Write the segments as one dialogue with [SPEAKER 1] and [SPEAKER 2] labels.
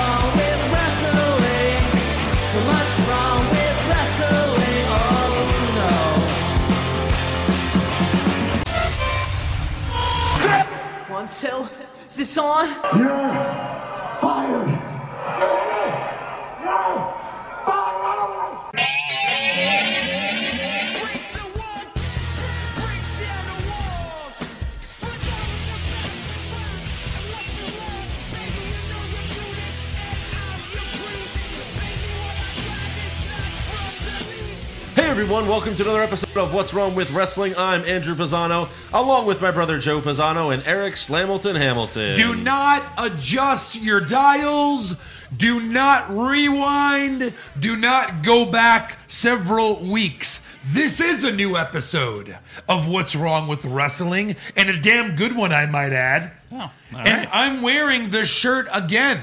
[SPEAKER 1] Oh, Is this on?
[SPEAKER 2] You're fired. You're
[SPEAKER 3] Break the wall, break down the walls. Slip on your back to burn unless you want. Baby, you know your Judas and I'm your priest. Baby, what I got is not from the least.
[SPEAKER 4] Hey everyone, welcome to another episode of What's Wrong with Wrestling. I'm Andrew Pisano, along with my brother Joe Pisano and Eric Slamilton Hamilton.
[SPEAKER 5] Do not adjust your dials. Do not rewind. Do not go back several weeks. This is a new episode of What's Wrong with Wrestling, and a damn good one, I might add.
[SPEAKER 4] Oh,
[SPEAKER 5] and I'm wearing the shirt again.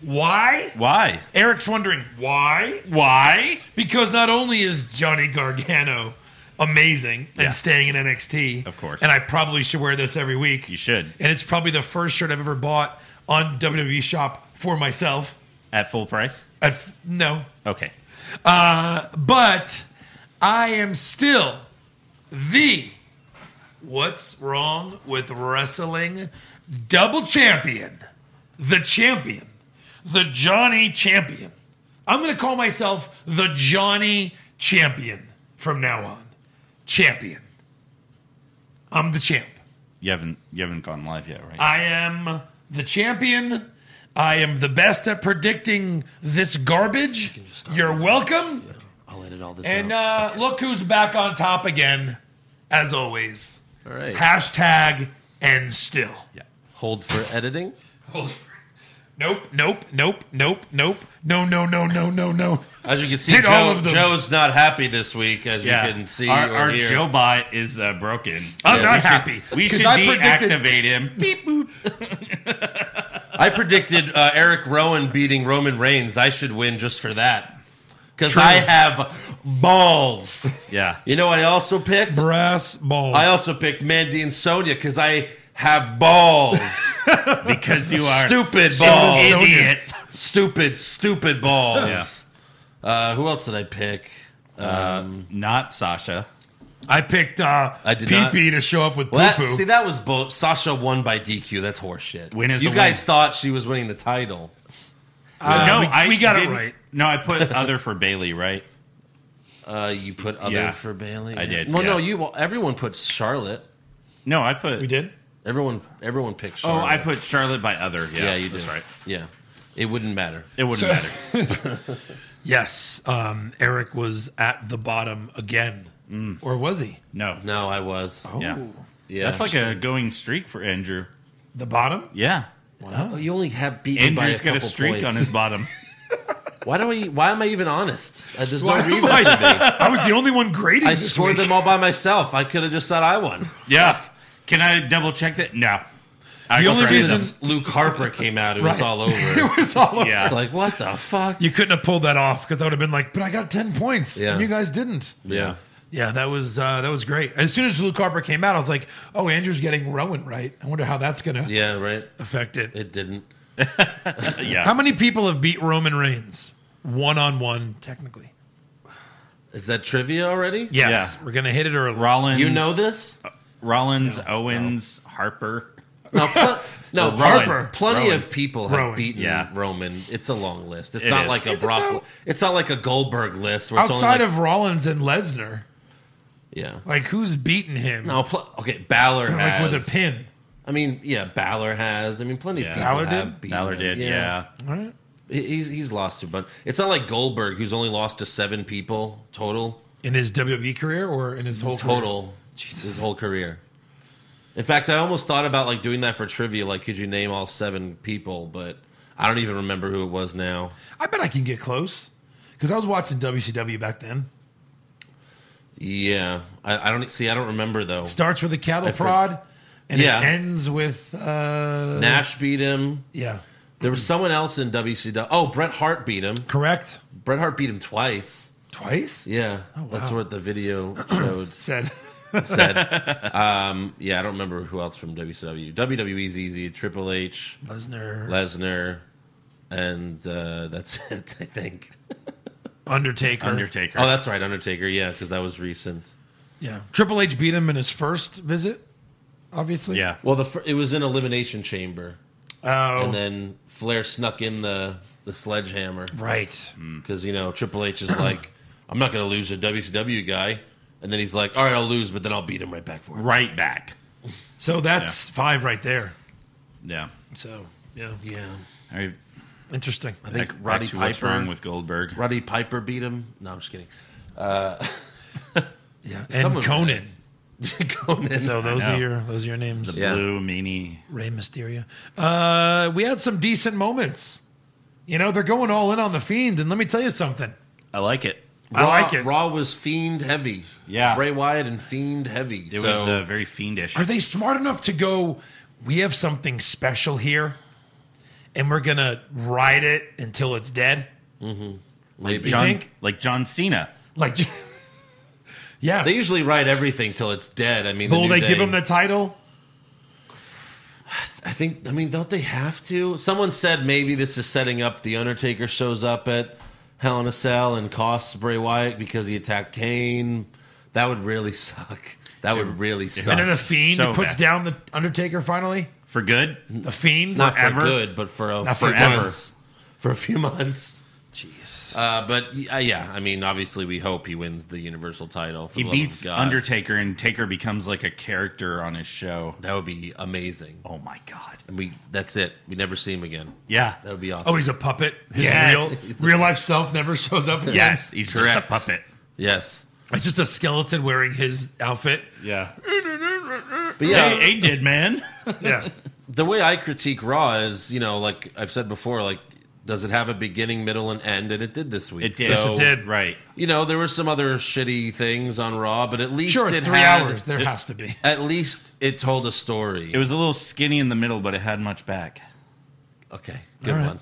[SPEAKER 5] Why?
[SPEAKER 4] Why?
[SPEAKER 5] Eric's wondering why?
[SPEAKER 4] Why?
[SPEAKER 5] Because not only is Johnny Gargano amazing and
[SPEAKER 4] Yeah.
[SPEAKER 5] staying in NXT,
[SPEAKER 4] Of course.
[SPEAKER 5] and I probably should wear this every week.
[SPEAKER 4] You should.
[SPEAKER 5] And it's probably the first shirt I've ever bought on WWE Shop for myself.
[SPEAKER 4] At full price?
[SPEAKER 5] At f- no,
[SPEAKER 4] Okay.
[SPEAKER 5] but I am still the what's wrong with wrestling double champion, the champion, the Johnny champion. I'm going to call myself the Johnny champion from now on. Champion. I'm the champ.
[SPEAKER 6] You haven't you haven't gone live yet, right?
[SPEAKER 5] I am the champion. I am the best at predicting this garbage. You're welcome.
[SPEAKER 7] I'll edit all this
[SPEAKER 5] And
[SPEAKER 7] out.
[SPEAKER 5] uh, look who's back on top again, as always.
[SPEAKER 7] all right.
[SPEAKER 5] Hashtag and still.
[SPEAKER 7] Hold for editing.
[SPEAKER 5] Nope, nope, nope, nope, nope. No, no, no, no, no, no.
[SPEAKER 1] As you can see,
[SPEAKER 5] Hit
[SPEAKER 1] Joe,
[SPEAKER 5] all of them.
[SPEAKER 1] Joe's not happy this week, as
[SPEAKER 6] yeah.
[SPEAKER 1] you can see
[SPEAKER 6] our,
[SPEAKER 1] or
[SPEAKER 6] our
[SPEAKER 1] hear.
[SPEAKER 6] Joe bot is uh, broken. So
[SPEAKER 5] I'm
[SPEAKER 6] we
[SPEAKER 5] not
[SPEAKER 6] should-
[SPEAKER 5] happy.
[SPEAKER 6] we
[SPEAKER 5] 'cause
[SPEAKER 6] should
[SPEAKER 5] I predicted-
[SPEAKER 6] deactivate him. Beep, boop.
[SPEAKER 1] I predicted uh, Eric Rowan beating Roman Reigns. I should win just for that. Because
[SPEAKER 5] True.
[SPEAKER 1] I have balls.
[SPEAKER 6] Yeah.
[SPEAKER 1] You know, what I also picked.
[SPEAKER 5] Brass ball.
[SPEAKER 1] I also picked Mandy and Sonia because I have balls.
[SPEAKER 6] Because you are
[SPEAKER 1] stupid
[SPEAKER 6] an
[SPEAKER 1] balls.
[SPEAKER 6] idiot.
[SPEAKER 1] Stupid, stupid balls. Uh, who else did I pick?
[SPEAKER 6] Not Sasha.
[SPEAKER 5] I picked uh,
[SPEAKER 1] I did
[SPEAKER 5] Pee
[SPEAKER 1] not-
[SPEAKER 5] Pee to show up with poo
[SPEAKER 1] Well, that,
[SPEAKER 5] poo.
[SPEAKER 1] see, that was bull. Sasha won by DQ. That's horseshit.
[SPEAKER 6] Win is
[SPEAKER 1] you
[SPEAKER 6] a
[SPEAKER 1] guys
[SPEAKER 6] win.
[SPEAKER 1] thought she was winning the title.
[SPEAKER 6] no,
[SPEAKER 5] Uh, we-
[SPEAKER 6] I
[SPEAKER 5] we got it
[SPEAKER 6] didn't-
[SPEAKER 5] right.
[SPEAKER 6] No, I put other for Bailey, right?
[SPEAKER 1] Uh, you put other
[SPEAKER 6] Yeah.
[SPEAKER 1] for Bailey.
[SPEAKER 6] I did,
[SPEAKER 1] Well, no,
[SPEAKER 6] yeah.
[SPEAKER 1] you. Well, everyone put Charlotte.
[SPEAKER 6] No, I put.
[SPEAKER 5] we did?
[SPEAKER 1] Everyone, everyone picked
[SPEAKER 6] Oh,
[SPEAKER 1] Charlotte.
[SPEAKER 6] I put Charlotte by other. Yeah,
[SPEAKER 1] Yeah, you
[SPEAKER 6] that's
[SPEAKER 1] did.
[SPEAKER 6] right.
[SPEAKER 1] Yeah, it wouldn't matter.
[SPEAKER 6] It wouldn't matter.
[SPEAKER 5] Yes. Um, Eric was at the bottom again.
[SPEAKER 1] Mm.
[SPEAKER 5] Or was he?
[SPEAKER 6] No.
[SPEAKER 1] No, I was.
[SPEAKER 5] Oh.
[SPEAKER 6] Yeah.
[SPEAKER 1] yeah,
[SPEAKER 6] That's Oh, like a going streak for Andrew.
[SPEAKER 5] The bottom?
[SPEAKER 6] Yeah.
[SPEAKER 1] Oh, you only have beaten
[SPEAKER 6] Andrew's
[SPEAKER 1] by a
[SPEAKER 6] got a
[SPEAKER 1] couple
[SPEAKER 6] streak
[SPEAKER 1] points.
[SPEAKER 6] on his bottom.
[SPEAKER 1] Why do I? Why am I even honest? Uh, there's no
[SPEAKER 5] Why am
[SPEAKER 1] reason
[SPEAKER 5] I-
[SPEAKER 1] to
[SPEAKER 5] I was the only one grading
[SPEAKER 1] be. I
[SPEAKER 5] this
[SPEAKER 1] scored
[SPEAKER 5] week.
[SPEAKER 1] them all by myself. I could have just said I won.
[SPEAKER 6] yeah. Can I double check that? No. I
[SPEAKER 5] The only
[SPEAKER 6] was right.
[SPEAKER 5] reason-
[SPEAKER 1] Since Luke Harper came out, it was
[SPEAKER 5] Right.
[SPEAKER 1] all over.
[SPEAKER 5] it was all over.
[SPEAKER 6] Yeah.
[SPEAKER 1] It's like what the fuck?
[SPEAKER 5] You couldn't have pulled that off because I would have been like, but I got 10 points.
[SPEAKER 1] Yeah.
[SPEAKER 5] And you guys didn't.
[SPEAKER 1] Yeah.
[SPEAKER 5] Yeah, that was uh, that was great. As soon as Luke Harper came out, I was like, "Oh, Andrew's getting Rowan right. I wonder how that's going to
[SPEAKER 1] Yeah. Right.
[SPEAKER 5] affect it.
[SPEAKER 1] It didn't.
[SPEAKER 6] Yeah.
[SPEAKER 5] How many people have beat Roman Reigns one on one? Technically,
[SPEAKER 1] Is that trivia already?
[SPEAKER 5] yes,
[SPEAKER 6] Yeah.
[SPEAKER 5] we're going to hit it early.
[SPEAKER 6] Rollins.
[SPEAKER 1] You know this?
[SPEAKER 5] Uh,
[SPEAKER 6] Rollins, Owens, Harper.
[SPEAKER 1] No, pl- no
[SPEAKER 6] Rowan.
[SPEAKER 1] Harper. Plenty
[SPEAKER 6] Rowan.
[SPEAKER 1] of people have
[SPEAKER 5] Rowan.
[SPEAKER 1] beaten
[SPEAKER 6] Yeah.
[SPEAKER 1] Roman. It's a long list. It's
[SPEAKER 6] It
[SPEAKER 1] not
[SPEAKER 6] is.
[SPEAKER 1] like a
[SPEAKER 5] Is it
[SPEAKER 1] Brock.
[SPEAKER 5] though?
[SPEAKER 1] it's not like a Goldberg list. Where it's
[SPEAKER 5] Outside
[SPEAKER 1] only like,
[SPEAKER 5] of Rollins and Lesnar,
[SPEAKER 1] yeah.
[SPEAKER 5] like who's beaten him?
[SPEAKER 1] No, pl- okay. Balor
[SPEAKER 5] like
[SPEAKER 1] has.
[SPEAKER 5] with a pin.
[SPEAKER 1] I mean, yeah, Balor has. I mean, plenty
[SPEAKER 6] Yeah.
[SPEAKER 1] of people
[SPEAKER 5] Balor
[SPEAKER 1] have
[SPEAKER 5] did?
[SPEAKER 1] beaten
[SPEAKER 6] Balor
[SPEAKER 1] him.
[SPEAKER 6] did, yeah.
[SPEAKER 5] All right,
[SPEAKER 1] He- He's he's lost to a bunch. It's not like Goldberg, who's only lost to seven people total.
[SPEAKER 5] in his WWE career or in his whole career?
[SPEAKER 1] Total, his whole career. In fact, I almost thought about like doing that for trivia. Like, could you name all seven people? But I don't even remember who it was now.
[SPEAKER 5] I bet I can get close because I was watching WCW back then.
[SPEAKER 1] Yeah, I, I don't see. I don't remember though.
[SPEAKER 5] Starts with a cattle
[SPEAKER 1] I for-
[SPEAKER 5] prod, and
[SPEAKER 1] Yeah.
[SPEAKER 5] it ends with uh,
[SPEAKER 1] Nash beat him.
[SPEAKER 5] Yeah,
[SPEAKER 1] There was someone else in WCW. Oh, Bret Hart beat him.
[SPEAKER 5] correct.
[SPEAKER 1] Bret Hart beat him twice.
[SPEAKER 5] Twice
[SPEAKER 1] Yeah, that's
[SPEAKER 5] Oh, wow.
[SPEAKER 1] what the video showed.
[SPEAKER 5] said.
[SPEAKER 1] said. Um, yeah, I don't remember who else from WCW. WWE's easy. E Triple H,
[SPEAKER 5] Lesnar,
[SPEAKER 1] Lesnar, and uh, that's it. I think.
[SPEAKER 5] Undertaker.
[SPEAKER 6] Undertaker.
[SPEAKER 1] Oh, that's right, Undertaker. Yeah, because that was recent.
[SPEAKER 5] Yeah. Triple H beat him in his first visit, obviously.
[SPEAKER 6] yeah.
[SPEAKER 1] Well, the fir- it was in Elimination Chamber.
[SPEAKER 5] Oh,
[SPEAKER 1] and then Flair snuck in the the sledgehammer
[SPEAKER 5] right.
[SPEAKER 1] because you know Triple H is like, I'm not going to lose a WCW guy, and then he's like, all right, I'll lose, but then I'll beat him right back for it.
[SPEAKER 6] Right back.
[SPEAKER 5] So that's five right there.
[SPEAKER 6] Yeah.
[SPEAKER 5] So yeah,
[SPEAKER 1] Yeah,
[SPEAKER 6] All right.
[SPEAKER 5] interesting.
[SPEAKER 1] I think
[SPEAKER 6] Back- back
[SPEAKER 1] Roddy
[SPEAKER 6] to what's
[SPEAKER 1] Piper.
[SPEAKER 6] wrong with Goldberg.
[SPEAKER 1] Roddy Piper beat him. No, I'm just kidding.
[SPEAKER 5] Yeah,
[SPEAKER 1] some
[SPEAKER 5] and
[SPEAKER 1] of
[SPEAKER 5] Conan.
[SPEAKER 1] Conan.
[SPEAKER 5] So those
[SPEAKER 6] know.
[SPEAKER 5] are your those are your names.
[SPEAKER 1] Yeah.
[SPEAKER 6] Blue meanie.
[SPEAKER 5] Rey Mysterio. Uh, we had some decent moments. You know, they're going all in on the fiend, and let me tell you something.
[SPEAKER 6] I like it.
[SPEAKER 5] I
[SPEAKER 1] Raw-
[SPEAKER 5] like it.
[SPEAKER 1] Raw was fiend heavy.
[SPEAKER 6] Yeah.
[SPEAKER 1] Bray Wyatt and fiend heavy. so
[SPEAKER 6] It was uh, very fiendish.
[SPEAKER 5] Are they smart enough to go? We have something special here, and we're gonna ride it until it's dead.
[SPEAKER 1] maybe.
[SPEAKER 6] John,
[SPEAKER 5] think?
[SPEAKER 6] Like John Cena.
[SPEAKER 5] Like, yeah.
[SPEAKER 1] They usually write everything till it's dead. I mean, the
[SPEAKER 5] will
[SPEAKER 1] New
[SPEAKER 5] they
[SPEAKER 1] Day-
[SPEAKER 5] give him the title?
[SPEAKER 1] I think. I mean, don't they have to? Someone said maybe this is setting up. The Undertaker shows up at Hell in a Cell and costs Bray Wyatt because he attacked Kane. That would really suck. That would really
[SPEAKER 5] And
[SPEAKER 1] suck.
[SPEAKER 5] then the fiend
[SPEAKER 6] so
[SPEAKER 5] puts
[SPEAKER 6] bad.
[SPEAKER 5] down the Undertaker finally.
[SPEAKER 6] For good?
[SPEAKER 5] The fiend.
[SPEAKER 1] Not
[SPEAKER 6] forever?
[SPEAKER 1] for good, but for a,
[SPEAKER 5] Not
[SPEAKER 1] few
[SPEAKER 5] forever.
[SPEAKER 1] months. For a few months.
[SPEAKER 5] Jeez.
[SPEAKER 1] Uh, but uh, yeah, I mean, obviously, we hope he wins the Universal title. For
[SPEAKER 6] He
[SPEAKER 1] the love of
[SPEAKER 6] beats
[SPEAKER 1] God.
[SPEAKER 6] Undertaker, and Taker becomes like a character on his show.
[SPEAKER 1] That would be amazing.
[SPEAKER 6] Oh my God.
[SPEAKER 1] And we that's it. We never see him again.
[SPEAKER 6] Yeah.
[SPEAKER 1] That would be awesome.
[SPEAKER 5] oh, he's a puppet. His
[SPEAKER 6] Yes.
[SPEAKER 5] real real life self never shows up. Again.
[SPEAKER 6] Yes. He's just a
[SPEAKER 1] Correct.
[SPEAKER 6] puppet.
[SPEAKER 1] yes.
[SPEAKER 5] It's just a skeleton wearing his outfit.
[SPEAKER 6] Yeah.
[SPEAKER 1] But yeah,
[SPEAKER 6] hey, did, man.
[SPEAKER 5] Yeah.
[SPEAKER 1] the way I critique Raw is, you know, like I've said before, like does it have a beginning, middle, and end? And it did this week.
[SPEAKER 6] It did.
[SPEAKER 5] Yes, it did.
[SPEAKER 6] Right.
[SPEAKER 1] You know, there were some other shitty things on Raw, but at least
[SPEAKER 5] Sure, it's
[SPEAKER 1] it
[SPEAKER 5] three
[SPEAKER 1] had-
[SPEAKER 5] hours. There
[SPEAKER 1] it-
[SPEAKER 5] has to be.
[SPEAKER 1] At least it told a story.
[SPEAKER 6] It was a little skinny in the middle, but it had much back.
[SPEAKER 1] okay, good
[SPEAKER 5] All right.
[SPEAKER 1] one.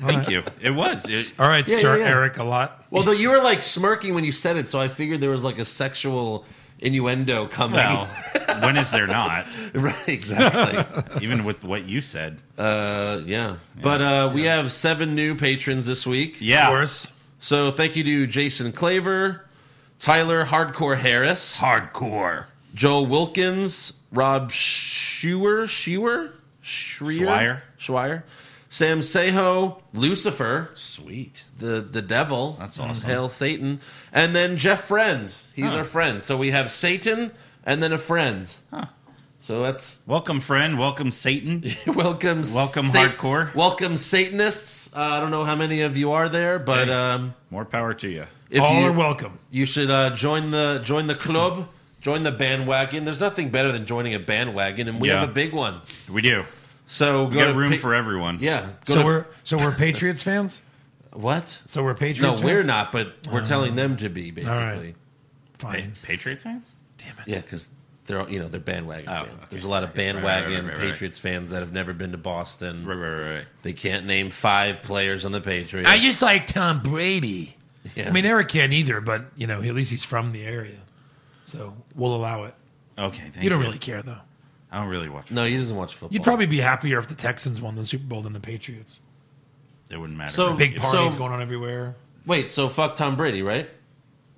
[SPEAKER 6] Thank you. It was. It,
[SPEAKER 5] All right,
[SPEAKER 1] Yeah,
[SPEAKER 5] Sir
[SPEAKER 1] yeah, yeah.
[SPEAKER 5] Eric, a lot.
[SPEAKER 1] Well, though you were like smirking when you said it, so I figured there was like a sexual innuendo coming.
[SPEAKER 6] well, when is there not?
[SPEAKER 1] right, exactly.
[SPEAKER 6] Even with what you said.
[SPEAKER 1] Uh, yeah. But uh, we have seven new patrons this week.
[SPEAKER 6] Yeah.
[SPEAKER 5] Of course.
[SPEAKER 1] So thank you to Jason Claver, Tyler Hardcore Harris,
[SPEAKER 6] Hardcore.
[SPEAKER 1] Joel Wilkins, Rob Schuer, Schuer, Schreier,
[SPEAKER 6] Schweier.
[SPEAKER 1] Schweier, Sam Seho, Lucifer,
[SPEAKER 6] Sweet.
[SPEAKER 1] the the devil. Mm-hmm.
[SPEAKER 6] That's awesome.
[SPEAKER 1] Hail Satan, and then Jeff Friend. He's our friend. So we have Satan and then a friend. So that's
[SPEAKER 6] Welcome, friend. Welcome, Satan.
[SPEAKER 1] welcome.
[SPEAKER 6] Welcome, hardcore.
[SPEAKER 1] Welcome, Satanists. Uh, I don't know how many of you are there, but
[SPEAKER 6] Hey.
[SPEAKER 1] um,
[SPEAKER 6] More power to you.
[SPEAKER 1] if
[SPEAKER 5] All
[SPEAKER 1] you,
[SPEAKER 5] are welcome.
[SPEAKER 1] you should uh, join the join the club, join the bandwagon. There's nothing better than joining a bandwagon, and we
[SPEAKER 6] Yeah.
[SPEAKER 1] have a big one.
[SPEAKER 6] We do.
[SPEAKER 1] So go
[SPEAKER 6] We got
[SPEAKER 1] to
[SPEAKER 6] room
[SPEAKER 1] pa-
[SPEAKER 6] for everyone.
[SPEAKER 1] yeah. Go
[SPEAKER 5] So
[SPEAKER 1] to-
[SPEAKER 5] we're so we're Patriots fans.
[SPEAKER 1] what?
[SPEAKER 5] So we're Patriots.
[SPEAKER 1] No,
[SPEAKER 5] fans?
[SPEAKER 1] we're not, but we're telling them to be basically.
[SPEAKER 5] right.
[SPEAKER 6] Pa-
[SPEAKER 5] Fine.
[SPEAKER 6] Patriots fans?
[SPEAKER 5] Damn it.
[SPEAKER 1] Yeah, because they're all- you know they're bandwagon
[SPEAKER 6] Oh,
[SPEAKER 1] fans.
[SPEAKER 6] okay.
[SPEAKER 1] There's a lot of
[SPEAKER 6] right,
[SPEAKER 1] bandwagon
[SPEAKER 6] right, right, right.
[SPEAKER 1] Patriots fans that have never been to Boston.
[SPEAKER 6] Right, right, right, right.
[SPEAKER 1] They can't name five players on the Patriots.
[SPEAKER 5] I just like Tom Brady.
[SPEAKER 1] Yeah.
[SPEAKER 5] I mean, Eric can't either, but you know, at least he's from the area, so we'll allow it.
[SPEAKER 6] Okay, thank you.
[SPEAKER 5] You don't really care, though.
[SPEAKER 6] I don't really watch.
[SPEAKER 1] no, he doesn't watch football.
[SPEAKER 5] You'd probably be happier if the Texans won the Super Bowl than the Patriots.
[SPEAKER 6] It wouldn't matter.
[SPEAKER 1] So-
[SPEAKER 5] Big
[SPEAKER 1] So-
[SPEAKER 5] parties going on everywhere.
[SPEAKER 1] wait. So fuck Tom Brady, right?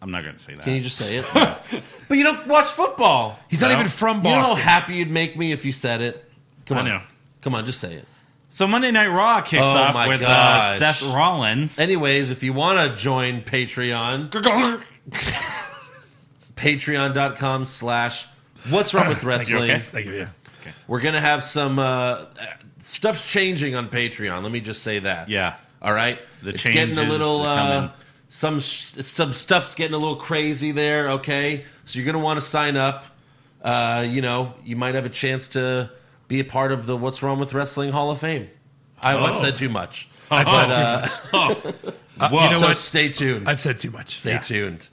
[SPEAKER 6] I'm not going to say that.
[SPEAKER 1] Can you just say it? but you don't watch football.
[SPEAKER 5] He's not
[SPEAKER 6] No.
[SPEAKER 5] even from
[SPEAKER 1] You know how
[SPEAKER 5] Boston.
[SPEAKER 1] happy you'd make me if you said it. Come
[SPEAKER 6] I
[SPEAKER 1] on,
[SPEAKER 6] know.
[SPEAKER 1] come on, just say it.
[SPEAKER 6] so Monday Night Raw kicks
[SPEAKER 1] Oh, my
[SPEAKER 6] off with uh,
[SPEAKER 1] gosh.
[SPEAKER 6] Seth Rollins.
[SPEAKER 1] Anyways, if you want to join Patreon, patreon.com slash what's wrong with wrestling.
[SPEAKER 6] okay?
[SPEAKER 5] Thank you. Yeah.
[SPEAKER 1] We're going to have some uh, stuff's changing on Patreon. Let me just say that.
[SPEAKER 6] Yeah.
[SPEAKER 1] All right.
[SPEAKER 6] The
[SPEAKER 1] it's getting a
[SPEAKER 6] changes
[SPEAKER 1] little
[SPEAKER 6] are coming.
[SPEAKER 1] uh, some s- some stuff's getting a little crazy there. Okay, so you're going to want to sign up. Uh, you know, you might have a chance to be a part of the What's Wrong with Wrestling Hall of Fame. I, I've
[SPEAKER 6] Oh.
[SPEAKER 1] said too much.
[SPEAKER 5] I've
[SPEAKER 1] But,
[SPEAKER 5] said too
[SPEAKER 1] uh,
[SPEAKER 5] much.
[SPEAKER 6] Whoa.
[SPEAKER 5] you know
[SPEAKER 1] so
[SPEAKER 5] what?
[SPEAKER 1] stay tuned.
[SPEAKER 5] I've said too much.
[SPEAKER 1] stay tuned.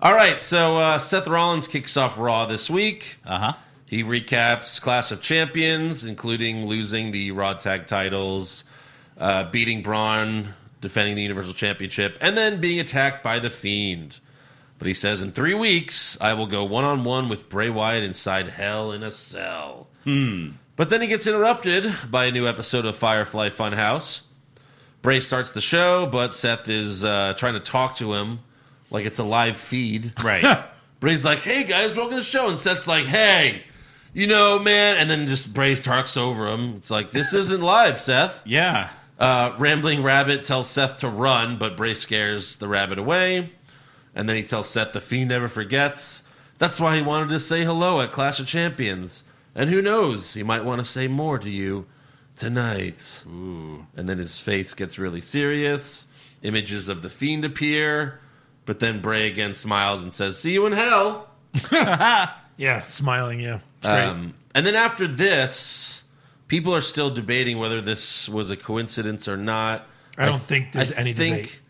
[SPEAKER 1] All right, so uh, Seth Rollins kicks off Raw this week.
[SPEAKER 6] Uh-huh.
[SPEAKER 1] He recaps Clash of Champions, including losing the Raw Tag titles, uh, beating Braun, defending the Universal Championship, and then being attacked by The Fiend. But he says, in three weeks, I will go one on one with Bray Wyatt inside Hell in a Cell. But then he gets interrupted by a new episode of Firefly Funhouse. Bray starts the show, but Seth is uh, trying to talk to him like it's a live feed.
[SPEAKER 6] Right.
[SPEAKER 1] Bray's like, hey guys, welcome to the show. And Seth's like, hey, you know, man, and then just Brave talks over him. It's like, this isn't live, Seth.
[SPEAKER 6] Yeah.
[SPEAKER 1] Uh, Rambling Rabbit tells Seth to run, but Bray scares the rabbit away. And then he tells Seth the Fiend never forgets. That's why he wanted to say hello at Clash of Champions. And who knows, he might want to say more to you tonight. And then his face gets really serious. Images of the Fiend appear. But then Bray again smiles and says, See you in hell.
[SPEAKER 5] Yeah, smiling. Yeah, it's great.
[SPEAKER 1] Um, and then after this, people are still debating whether this was a coincidence or not.
[SPEAKER 5] I don't think there's any
[SPEAKER 1] think,
[SPEAKER 5] debate.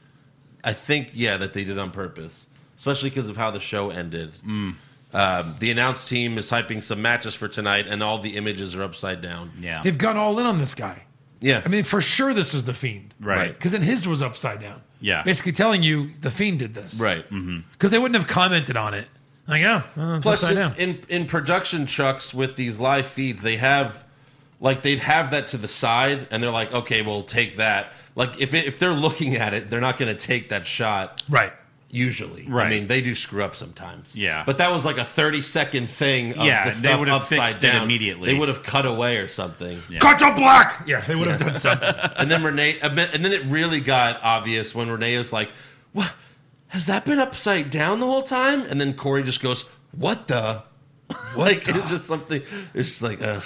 [SPEAKER 1] I think, yeah, that they did on purpose, especially because of how the show ended.
[SPEAKER 6] Mm.
[SPEAKER 1] Um, the announced team is hyping some matches for tonight, and all the images are upside down.
[SPEAKER 6] Yeah.
[SPEAKER 5] They've gone all in on this guy.
[SPEAKER 1] Yeah.
[SPEAKER 5] I mean, for sure, this is the fiend,
[SPEAKER 6] right.
[SPEAKER 5] Because then his was upside down.
[SPEAKER 6] Yeah.
[SPEAKER 5] basically telling you the fiend did this,
[SPEAKER 1] right.
[SPEAKER 6] Mm-hmm.
[SPEAKER 5] Because they wouldn't have commented on it. Like, yeah, uh, it's
[SPEAKER 1] Plus,
[SPEAKER 5] upside
[SPEAKER 1] in,
[SPEAKER 5] down.
[SPEAKER 1] in in production chucks with these live feeds, they have like they'd have that to the side, and they're like, okay, we'll take that. Like if it, if they're looking at it, they're not going to take that shot.
[SPEAKER 5] right.
[SPEAKER 1] Usually, I
[SPEAKER 6] Right.
[SPEAKER 1] mean, they do screw up sometimes.
[SPEAKER 6] Yeah.
[SPEAKER 1] but that was like a thirty second thing. Of
[SPEAKER 6] Yeah,
[SPEAKER 1] the
[SPEAKER 6] they
[SPEAKER 1] stuff
[SPEAKER 6] would have
[SPEAKER 1] upside
[SPEAKER 6] fixed it
[SPEAKER 1] down.
[SPEAKER 6] immediately.
[SPEAKER 1] They would have cut away or something.
[SPEAKER 8] Cut to black.
[SPEAKER 5] Yeah, they would have done something.
[SPEAKER 1] And then Renee, and then it really got obvious when Renee is like, "What has that been upside down the whole time?" And then Corey just goes, "What the?" like it's just something. It's just like ugh.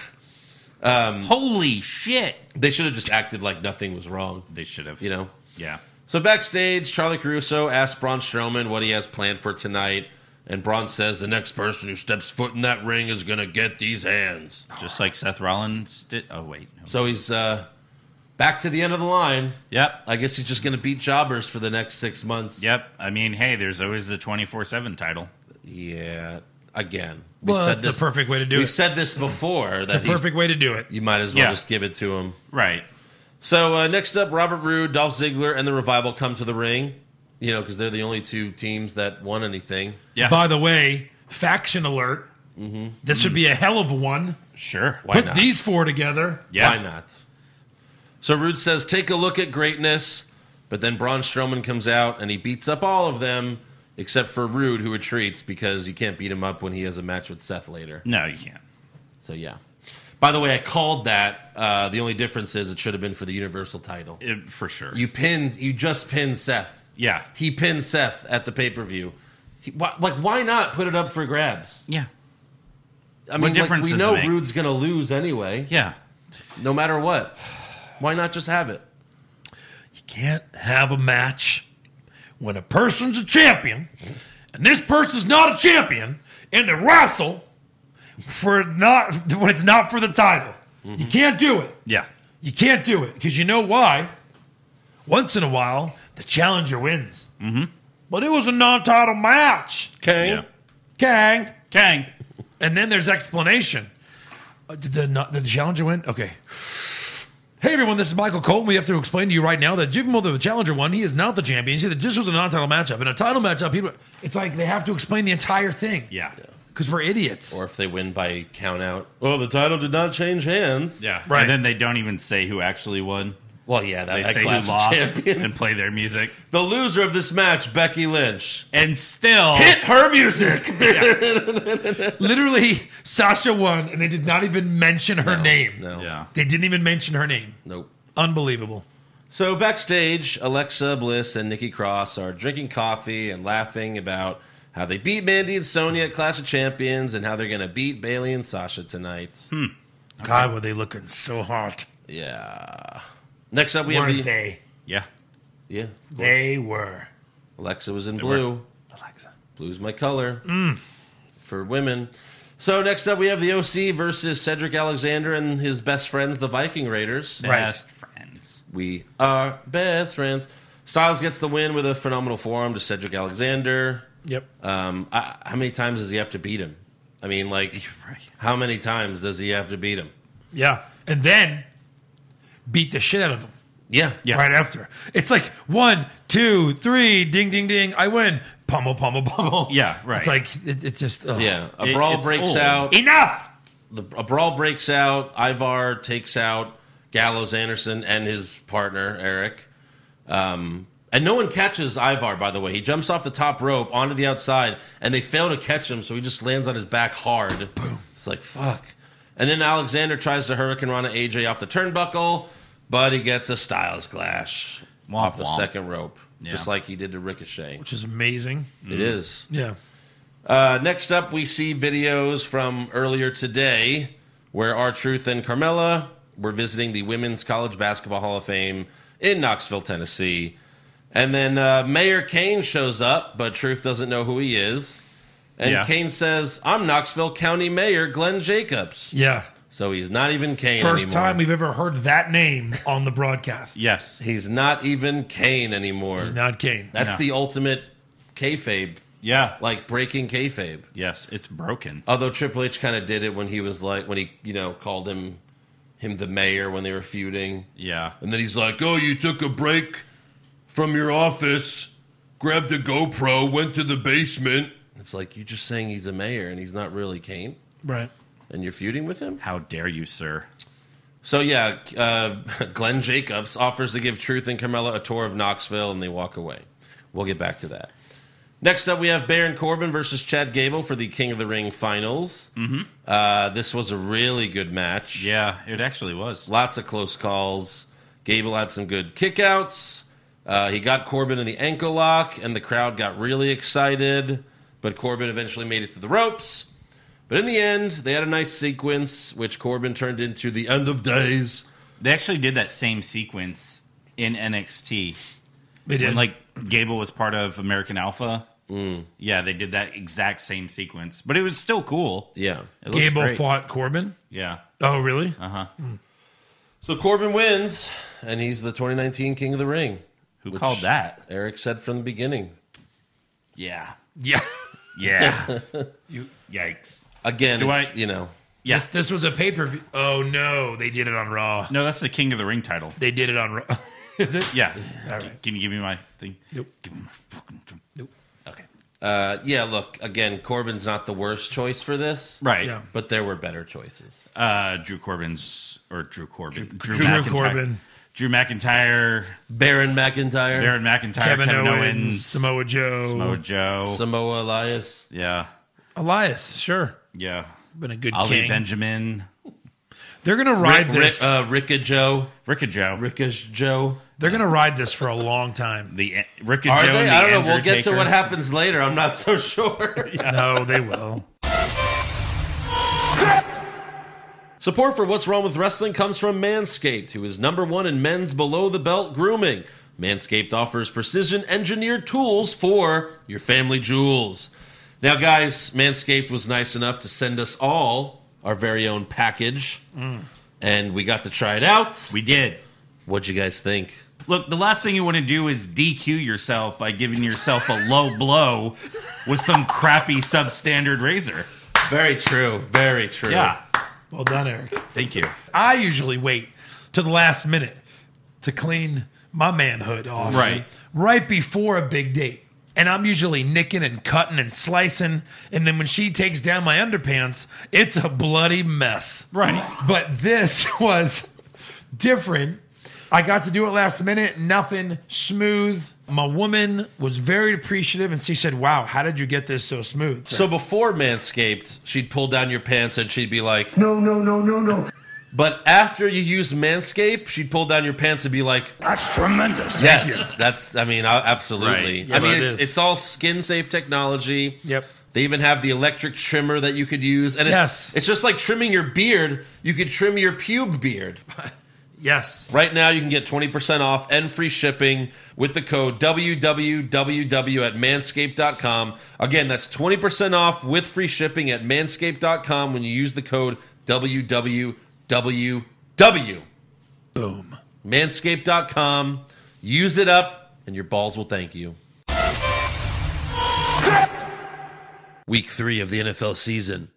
[SPEAKER 6] Holy shit.
[SPEAKER 1] they should have just acted like nothing was wrong.
[SPEAKER 6] They should have.
[SPEAKER 1] You know.
[SPEAKER 6] Yeah.
[SPEAKER 1] So backstage, Charlie Caruso asks Braun Strowman what he has planned for tonight, and Braun says the next person who steps foot in that ring is gonna get these hands.
[SPEAKER 6] Just like Seth Rollins did. Oh, wait. No.
[SPEAKER 1] So he's uh, back to the end of the line.
[SPEAKER 6] Yep.
[SPEAKER 1] I guess he's just gonna beat jobbers for the next six months.
[SPEAKER 6] Yep. I mean, hey, there's always the 24 7 title.
[SPEAKER 1] Yeah. Again, we
[SPEAKER 5] well, that's the perfect way to do
[SPEAKER 1] We've
[SPEAKER 5] it.
[SPEAKER 1] said this before
[SPEAKER 5] the
[SPEAKER 1] that he's-
[SPEAKER 5] perfect way to do it.
[SPEAKER 1] you might as well
[SPEAKER 6] Yeah.
[SPEAKER 1] just give it to him.
[SPEAKER 6] Right.
[SPEAKER 1] So uh, next up, Robert Roode, Dolph Ziggler, and the Revival come to the ring. You know, because they're the only two teams that won anything.
[SPEAKER 6] Yeah.
[SPEAKER 5] By the way, faction alert. This should be a hell of a one.
[SPEAKER 6] sure.
[SPEAKER 1] Mm-hmm. Why
[SPEAKER 5] Put
[SPEAKER 1] not?
[SPEAKER 5] these four together.
[SPEAKER 6] Yeah.
[SPEAKER 1] Why not? So Rude says, "Take a look at greatness," but then Braun Strowman comes out and he beats up all of them except for Rude, who retreats because you can't beat him up when he has a match with Seth later.
[SPEAKER 6] No, you can't.
[SPEAKER 1] So yeah. By the way, I called that. Uh, the only difference is it should have been for the Universal title.
[SPEAKER 6] It- for sure.
[SPEAKER 1] You pinned. You just pinned Seth.
[SPEAKER 6] yeah.
[SPEAKER 1] He pinned Seth at the pay per view. Why, like, why not put it up for grabs?
[SPEAKER 6] Yeah.
[SPEAKER 1] I mean,
[SPEAKER 6] What
[SPEAKER 1] like,
[SPEAKER 6] difference
[SPEAKER 1] we
[SPEAKER 6] does it
[SPEAKER 1] know
[SPEAKER 6] make?
[SPEAKER 1] Rude's going to lose anyway,
[SPEAKER 6] Yeah.
[SPEAKER 1] no matter what. Why not just have it?
[SPEAKER 5] You can't have a match when a person's a champion and this person's not a champion and they wrestle for not when it's not for the title.
[SPEAKER 1] Mm-hmm.
[SPEAKER 5] You can't do it.
[SPEAKER 6] Yeah.
[SPEAKER 5] You can't do it because you know why? Once in a while, the challenger wins. Mm-hmm. But it was a non-title match.
[SPEAKER 1] Okay.
[SPEAKER 6] Yeah.
[SPEAKER 5] Kang.
[SPEAKER 6] Kang.
[SPEAKER 5] And then there's explanation. Uh, did, the, not, did the challenger win? Okay. Hey everyone, this is Michael Cole. We have to explain to you right now that Jigmo, the challenger, won. He is not the champion. You see, that this was a non-title matchup. In a title matchup, people, it's like they have to explain the entire thing.
[SPEAKER 6] Yeah.
[SPEAKER 5] because we're idiots.
[SPEAKER 1] Or if they win by count out. Well, the title did not change hands.
[SPEAKER 6] Yeah.
[SPEAKER 5] Right.
[SPEAKER 6] And then they don't even say who actually won.
[SPEAKER 1] Well, yeah, that,
[SPEAKER 6] They
[SPEAKER 1] that
[SPEAKER 6] say who
[SPEAKER 1] class of
[SPEAKER 6] lost
[SPEAKER 1] champions.
[SPEAKER 6] and play their music.
[SPEAKER 1] The loser of this match, Becky Lynch.
[SPEAKER 6] And still.
[SPEAKER 1] Hit her music.
[SPEAKER 5] Literally, Sasha won, and they did not even mention her name.
[SPEAKER 1] No.
[SPEAKER 6] Yeah.
[SPEAKER 5] They didn't even mention her name.
[SPEAKER 1] Nope.
[SPEAKER 5] Unbelievable.
[SPEAKER 1] So backstage, Alexa Bliss and Nikki Cross are drinking coffee and laughing about how they beat Mandy and Sonya at Clash of Champions and how they're going to beat Bailey and Sasha tonight.
[SPEAKER 5] God, were they looking so hot?
[SPEAKER 1] Yeah. Next up, we have
[SPEAKER 5] Weren't
[SPEAKER 1] the
[SPEAKER 5] they?
[SPEAKER 6] Yeah.
[SPEAKER 1] yeah.
[SPEAKER 5] They were.
[SPEAKER 1] Alexa was in blue. Alexa, blue's my color for women. So next up, we have the OC versus Cedric Alexander and his best friends, the Viking Raiders.
[SPEAKER 6] Best friends.
[SPEAKER 1] We are best friends. Styles gets the win with a phenomenal forearm to Cedric Alexander.
[SPEAKER 5] Yep.
[SPEAKER 1] Um, I, how many times does he have to beat him? I mean, like,
[SPEAKER 6] Right.
[SPEAKER 1] how many times does he have to beat him?
[SPEAKER 5] Yeah. And then beat the shit out of them
[SPEAKER 1] Yeah, yeah.
[SPEAKER 5] right after. It's like one, two, three, ding, ding, ding. I win. Pummel, pummel, pummel.
[SPEAKER 6] Yeah, right.
[SPEAKER 5] It's like, it, it's just, ugh.
[SPEAKER 1] Yeah, a
[SPEAKER 6] It-
[SPEAKER 1] brawl
[SPEAKER 6] it's
[SPEAKER 1] breaks
[SPEAKER 6] old.
[SPEAKER 1] out.
[SPEAKER 5] Enough.
[SPEAKER 1] The, a brawl breaks out. Ivar takes out Gallows Anderson and his partner Eric. Um, And no one catches Ivar, by the way. He jumps off the top rope onto the outside, and they fail to catch him, so he just lands on his back hard. Boom. It's like, fuck. And then Alexander tries to Hurricane Rana AJ off the turnbuckle, but he gets a Styles Clash
[SPEAKER 6] Womp
[SPEAKER 1] off the
[SPEAKER 6] womp.
[SPEAKER 1] second rope, just
[SPEAKER 6] Yeah.
[SPEAKER 1] like he did to Ricochet.
[SPEAKER 5] which is amazing.
[SPEAKER 1] It is.
[SPEAKER 5] Yeah.
[SPEAKER 1] Uh, next up, we see videos from earlier today where R Truth and Carmella were visiting the Women's College Basketball Hall of Fame in Knoxville, Tennessee. And then uh, Mayor Kane shows up, but Truth doesn't know who he is. And
[SPEAKER 6] Yeah.
[SPEAKER 1] Kane says, I'm Knoxville County Mayor Glenn Jacobs.
[SPEAKER 5] Yeah.
[SPEAKER 1] So he's not even Kane
[SPEAKER 5] First
[SPEAKER 1] anymore.
[SPEAKER 5] time we've ever heard that name on the broadcast.
[SPEAKER 6] Yes.
[SPEAKER 1] he's not even Kane anymore.
[SPEAKER 5] Not Kane.
[SPEAKER 1] That's
[SPEAKER 6] No.
[SPEAKER 1] the ultimate kayfabe,
[SPEAKER 6] Yeah.
[SPEAKER 1] like breaking kayfabe.
[SPEAKER 6] Yes. It's broken.
[SPEAKER 1] Although Triple H kind of did it when he was like when he you know called him him the mayor when they were feuding,
[SPEAKER 6] Yeah.
[SPEAKER 1] and then he's like, "Oh, you took a break from your office, grabbed a GoPro, went to the basement." It's like you're just saying he's a mayor and he's not really Kane,
[SPEAKER 5] Right.
[SPEAKER 1] and you're feuding with him.
[SPEAKER 6] How dare you, sir?
[SPEAKER 1] So yeah, uh, Glenn Jacobs offers to give Truth and Carmella a tour of Knoxville, and they walk away. We'll get back to that. Next up, we have Baron Corbin versus Chad Gable for the King of the Ring finals. Mm-hmm. Uh, this was a really good match.
[SPEAKER 6] Yeah. It actually was.
[SPEAKER 1] Lots of close calls. Gable had some good kickouts. Uh, he got Corbin in the ankle lock, and the crowd got really excited. But Corbin eventually made it to the ropes. But in the end, they had a nice sequence, which Corbin turned into the end of days.
[SPEAKER 6] They actually did that same sequence in NXT
[SPEAKER 5] They did.
[SPEAKER 6] when like Gable was part of American Alpha. Yeah, they did that exact same sequence, but it was still cool.
[SPEAKER 1] Yeah.
[SPEAKER 6] It looks
[SPEAKER 5] Gable
[SPEAKER 6] great.
[SPEAKER 5] fought Corbin.
[SPEAKER 6] Yeah.
[SPEAKER 5] Oh, really?
[SPEAKER 6] Uh huh.
[SPEAKER 1] So Corbin wins, and he's the 2019 King of the Ring.
[SPEAKER 6] Who
[SPEAKER 1] Which-
[SPEAKER 6] called that?
[SPEAKER 1] Eric said from the beginning.
[SPEAKER 6] Yeah.
[SPEAKER 5] yeah.
[SPEAKER 6] Yeah.
[SPEAKER 5] You-
[SPEAKER 6] Yikes.
[SPEAKER 1] Again,
[SPEAKER 6] Do
[SPEAKER 1] it's,
[SPEAKER 6] I-
[SPEAKER 1] you know,
[SPEAKER 6] Yeah.
[SPEAKER 5] This, this was a pay per view. Oh, no. They did it on Raw.
[SPEAKER 6] No, that's the King of the Ring title.
[SPEAKER 5] They did it on Raw. Is it?
[SPEAKER 6] Yeah.
[SPEAKER 5] All right.
[SPEAKER 6] Can you give me my thing?
[SPEAKER 5] Nope.
[SPEAKER 6] Give me my fucking drink.
[SPEAKER 5] Nope.
[SPEAKER 6] Okay.
[SPEAKER 1] uh, yeah, look, again, Corbin's not the worst choice for this.
[SPEAKER 6] Right.
[SPEAKER 5] Yeah.
[SPEAKER 1] But there were better choices.
[SPEAKER 6] Uh, Drew Corbin's or Drew Corbin. Drew,
[SPEAKER 5] Drew
[SPEAKER 6] McIntyre.
[SPEAKER 5] Corbin.
[SPEAKER 6] Drew McIntyre.
[SPEAKER 1] Baron McIntyre,
[SPEAKER 6] Aaron McIntyre.
[SPEAKER 5] Kevin,
[SPEAKER 6] Kevin,
[SPEAKER 5] Owens,
[SPEAKER 6] Owens.
[SPEAKER 5] Samoa Joe,
[SPEAKER 6] Samoa Joe.
[SPEAKER 1] Samoa Elias,
[SPEAKER 6] yeah.
[SPEAKER 5] Elias. Sure.
[SPEAKER 6] Yeah.
[SPEAKER 5] Been a good
[SPEAKER 6] Ali
[SPEAKER 5] king.
[SPEAKER 6] Benjamin.
[SPEAKER 5] They're going to ride
[SPEAKER 1] Rick-
[SPEAKER 5] this.
[SPEAKER 1] uh, Rickajo,
[SPEAKER 6] Rickajo.
[SPEAKER 1] Rickajo.
[SPEAKER 5] They're going to ride this for a long time.
[SPEAKER 6] the en- Rickajo.
[SPEAKER 1] Are they?
[SPEAKER 6] and the
[SPEAKER 1] I don't know. We'll
[SPEAKER 6] Undertaker.
[SPEAKER 1] get to what happens later. I'm not so sure.
[SPEAKER 5] No, they will.
[SPEAKER 1] Support for What's Wrong with Wrestling comes from Manscaped, who is number one in men's below the belt grooming. Manscaped offers precision engineered tools for your family jewels. Now, guys, Manscaped was nice enough to send us all our very own package, and we got to try it out.
[SPEAKER 6] We did.
[SPEAKER 1] What'd you guys think?
[SPEAKER 6] Look, the last thing you want to do is DQ yourself by giving yourself a low blow with some crappy substandard razor.
[SPEAKER 1] Very true. Very true.
[SPEAKER 6] Yeah.
[SPEAKER 5] Well done, Eric.
[SPEAKER 6] Thank you.
[SPEAKER 5] I usually wait to the last minute to clean my manhood off.
[SPEAKER 6] Right.
[SPEAKER 5] Right before a big date. And I'm usually nicking and cutting and slicing. And then when she takes down my underpants, it's a bloody mess.
[SPEAKER 6] Right.
[SPEAKER 5] But this was different. I got to do it last minute, nothing smooth. My woman was very appreciative and she said, Wow, how did you get this so smooth? sir?"
[SPEAKER 1] So before Manscaped, she'd pull down your pants and she'd be like,
[SPEAKER 2] No, no, no, no, no.
[SPEAKER 1] But after you use Manscaped, she'd pull down your pants and be like,
[SPEAKER 2] That's tremendous.
[SPEAKER 1] Yes, that's. I mean, I- absolutely.
[SPEAKER 6] Right.
[SPEAKER 5] Yes,
[SPEAKER 1] I mean,
[SPEAKER 5] it
[SPEAKER 1] it's,
[SPEAKER 5] is.
[SPEAKER 1] it's all skin safe technology.
[SPEAKER 5] Yep.
[SPEAKER 1] They even have the electric trimmer that you could use, and it's
[SPEAKER 5] Yes.
[SPEAKER 1] it's just like trimming your beard. You could trim your pube beard.
[SPEAKER 5] yes.
[SPEAKER 1] Right now, you can get twenty percent off and free shipping with the code www at manscaped.com. Again, that's twenty percent off with free shipping at manscaped.com when you use the code www.
[SPEAKER 5] Boom.
[SPEAKER 1] Manscaped.com. Use it up, and your balls will thank you. Week three of the NFL season.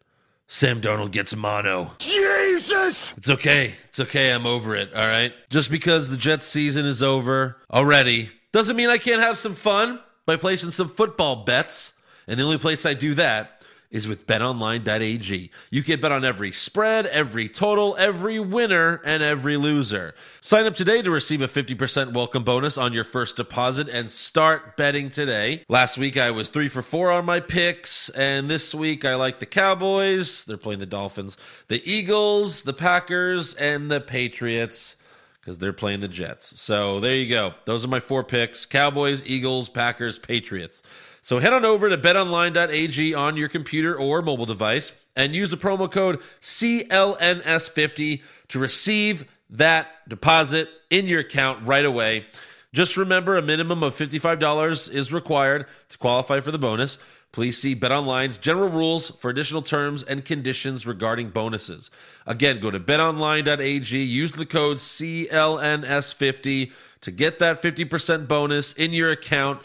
[SPEAKER 1] Sam Darnold gets mono.
[SPEAKER 2] Jesus!
[SPEAKER 1] It's okay. It's okay. I'm over it. All right. Just because the Jets season is over already doesn't mean I can't have some fun by placing some football bets. And the only place I do that is is with betonline.ag. You can bet on every spread, every total, every winner, and every loser. Sign up today to receive a 50% welcome bonus on your first deposit and start betting today. Last week I was 3 for 4 on my picks, and this week I like the Cowboys, they're playing the Dolphins, the Eagles, the Packers, and the Patriots because they're playing the Jets. So there you go. Those are my four picks Cowboys, Eagles, Packers, Patriots. So head on over to betonline.ag on your computer or mobile device and use the promo code CLNS50 to receive that deposit in your account right away. Just remember a minimum of $55 is required to qualify for the bonus. Please see BetOnline's general rules for additional terms and conditions regarding bonuses. Again, go to betonline.ag, use the code CLNS50 to get that 50% bonus in your account.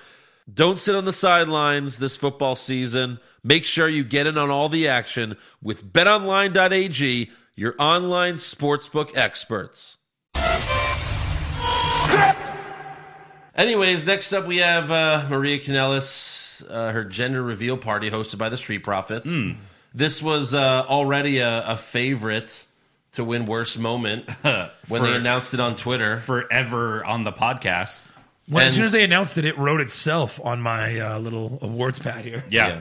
[SPEAKER 1] Don't sit on the sidelines this football season. Make sure you get in on all the action with betonline.ag, your online sportsbook experts. Anyways, next up we have uh, Maria Canellis, uh, her gender reveal party hosted by the Street Profits.
[SPEAKER 6] Hmm.
[SPEAKER 1] This was uh, already a, a favorite to win worst moment when they
[SPEAKER 6] For-
[SPEAKER 1] announced it on Twitter.
[SPEAKER 6] forever on the podcast.
[SPEAKER 5] Well,
[SPEAKER 1] And-
[SPEAKER 5] as soon as they announced it, it wrote itself on my uh, little awards pad here.
[SPEAKER 6] Yeah.
[SPEAKER 1] Yeah.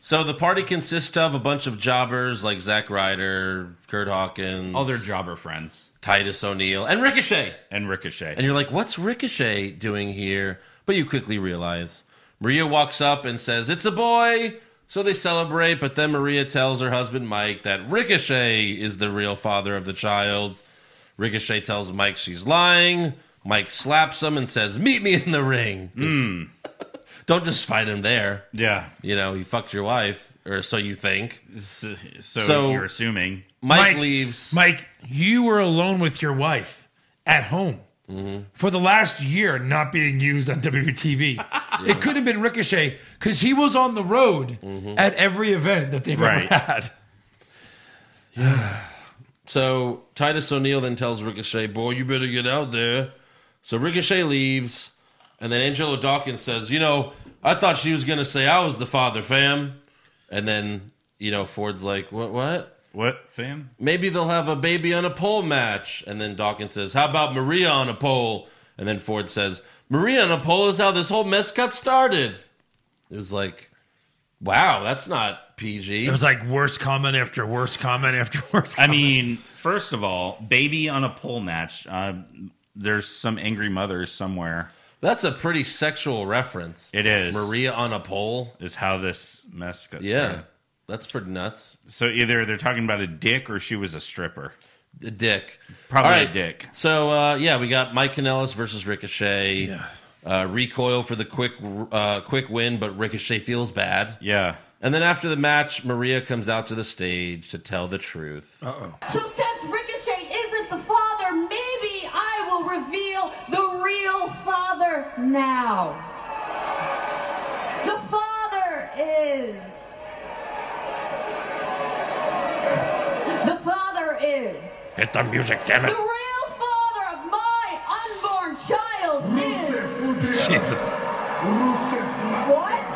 [SPEAKER 1] So the party consists of a bunch of jobbers like Zack Ryder, Kurt Hawkins,
[SPEAKER 6] All their jobber friends
[SPEAKER 1] Titus O'Neil, and Ricochet.
[SPEAKER 6] and Ricochet.
[SPEAKER 1] And you're like, what's Ricochet doing here? But you quickly realize Maria walks up and says, It's a boy. So they celebrate, but then Maria tells her husband Mike that Ricochet is the real father of the child. Ricochet tells Mike she's lying. Mike slaps him and says, Meet me in the ring. 'Cause- Don't just fight him there.
[SPEAKER 6] yeah.
[SPEAKER 1] You know, he fucked your wife, or so you think.
[SPEAKER 6] So, so
[SPEAKER 1] So-
[SPEAKER 6] you're assuming.
[SPEAKER 1] Mike,
[SPEAKER 5] Mike-
[SPEAKER 1] leaves.
[SPEAKER 5] Mike, you were alone with your wife at home for the last year, not being used on WTV. It could have been Ricochet because he was on the road at every event that they've
[SPEAKER 6] Right.
[SPEAKER 5] ever had.
[SPEAKER 1] So Titus O'Neil then tells Ricochet, "Boy, you better get out there." So Ricochet leaves, and then Angelo Dawkins says, "You know, I thought she was gonna say I was the father, fam." And then you know Ford's like, "What? What?
[SPEAKER 6] What, fam?
[SPEAKER 1] Maybe they'll have a baby on a pole match." And then Dawkins says, "How about Maria on a pole?" And then Ford says, "Maria on a pole is how this whole mess got started." It was like, "Wow, that's not PG."
[SPEAKER 5] It was like worst comment after worst comment after worst.
[SPEAKER 6] I
[SPEAKER 5] Comment.
[SPEAKER 6] mean, first of all, baby on a pole match. Uh, there's some angry mothers somewhere.
[SPEAKER 1] that's a pretty sexual reference.
[SPEAKER 6] It is.
[SPEAKER 1] Maria on a pole.
[SPEAKER 6] Is how this mess got
[SPEAKER 1] Yeah.
[SPEAKER 6] started.
[SPEAKER 1] That's pretty nuts.
[SPEAKER 6] So either they're talking about a dick or she was a stripper.
[SPEAKER 1] A dick.
[SPEAKER 6] Probably
[SPEAKER 1] All
[SPEAKER 6] a dick.
[SPEAKER 1] So, uh, yeah, we got Mike Kanellis versus Ricochet. Uh, recoil for the quick uh, quick win, but Ricochet feels bad.
[SPEAKER 6] Yeah.
[SPEAKER 1] And then after the match, Maria comes out to the stage to tell the truth.
[SPEAKER 6] Uh.
[SPEAKER 9] So since Ricochet isn't the father, maybe I will reveal the real father now. The father is. The father is.
[SPEAKER 5] Hit the music, damn
[SPEAKER 9] The real father of my unborn child is.
[SPEAKER 5] Jesus.
[SPEAKER 9] What?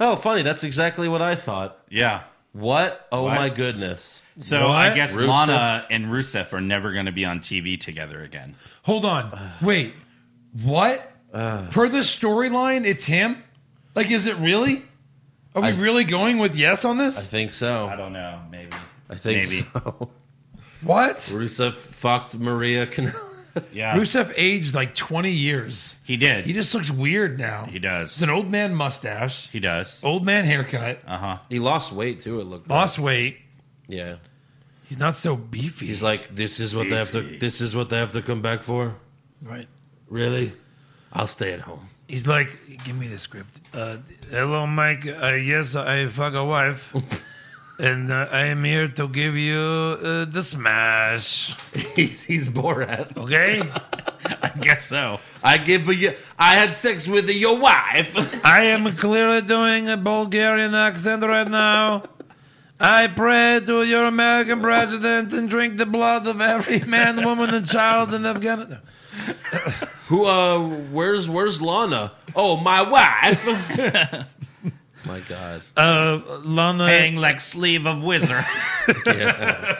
[SPEAKER 1] Oh, funny. That's exactly what I thought.
[SPEAKER 6] Yeah.
[SPEAKER 1] What? Oh,
[SPEAKER 6] What?
[SPEAKER 1] my goodness.
[SPEAKER 6] So I
[SPEAKER 5] What?
[SPEAKER 6] guess
[SPEAKER 1] Rusev.
[SPEAKER 6] Lana and Rusev are never going to be on TV together again.
[SPEAKER 5] Hold on. Wait. What? Per the storyline, it's him? Like, is it really? Are we really going with yes on
[SPEAKER 1] I
[SPEAKER 5] this?
[SPEAKER 1] think
[SPEAKER 6] I
[SPEAKER 1] so.
[SPEAKER 6] don't know. Maybe.
[SPEAKER 1] I think
[SPEAKER 6] Maybe.
[SPEAKER 1] so.
[SPEAKER 5] What?
[SPEAKER 1] Rusev fucked Maria Kanellis.
[SPEAKER 6] Yeah.
[SPEAKER 5] Rusev aged like 20 years.
[SPEAKER 6] He did.
[SPEAKER 5] He just looks weird now.
[SPEAKER 6] He does.
[SPEAKER 5] It's an old man mustache,
[SPEAKER 6] He does.
[SPEAKER 5] old man haircut,
[SPEAKER 1] He lost weight, too, it looked like.
[SPEAKER 5] lost weight.
[SPEAKER 1] Yeah.
[SPEAKER 5] He's not so beefy.
[SPEAKER 1] He's like, this is what they have to. This is what they have to come back for.
[SPEAKER 5] right.
[SPEAKER 1] Really? I'll stay at home.
[SPEAKER 5] He's like, give me the script. Uh, hello, Mike. Uh, yes, I fuck a wife. and uh, I am here to give you uh, the smash.
[SPEAKER 1] he's he's Borat.
[SPEAKER 5] Okay?
[SPEAKER 6] I guess so.
[SPEAKER 1] I give a you. I had sex with your wife.
[SPEAKER 5] I am clearly doing a Bulgarian accent right now. I pray to your American president and drink the blood of every man, woman, and child in Afghanistan.
[SPEAKER 1] Who? Uh, where's where's Lana? Oh, my wife. My God.
[SPEAKER 5] Uh, Lana.
[SPEAKER 6] Hang like sleeve of wizard.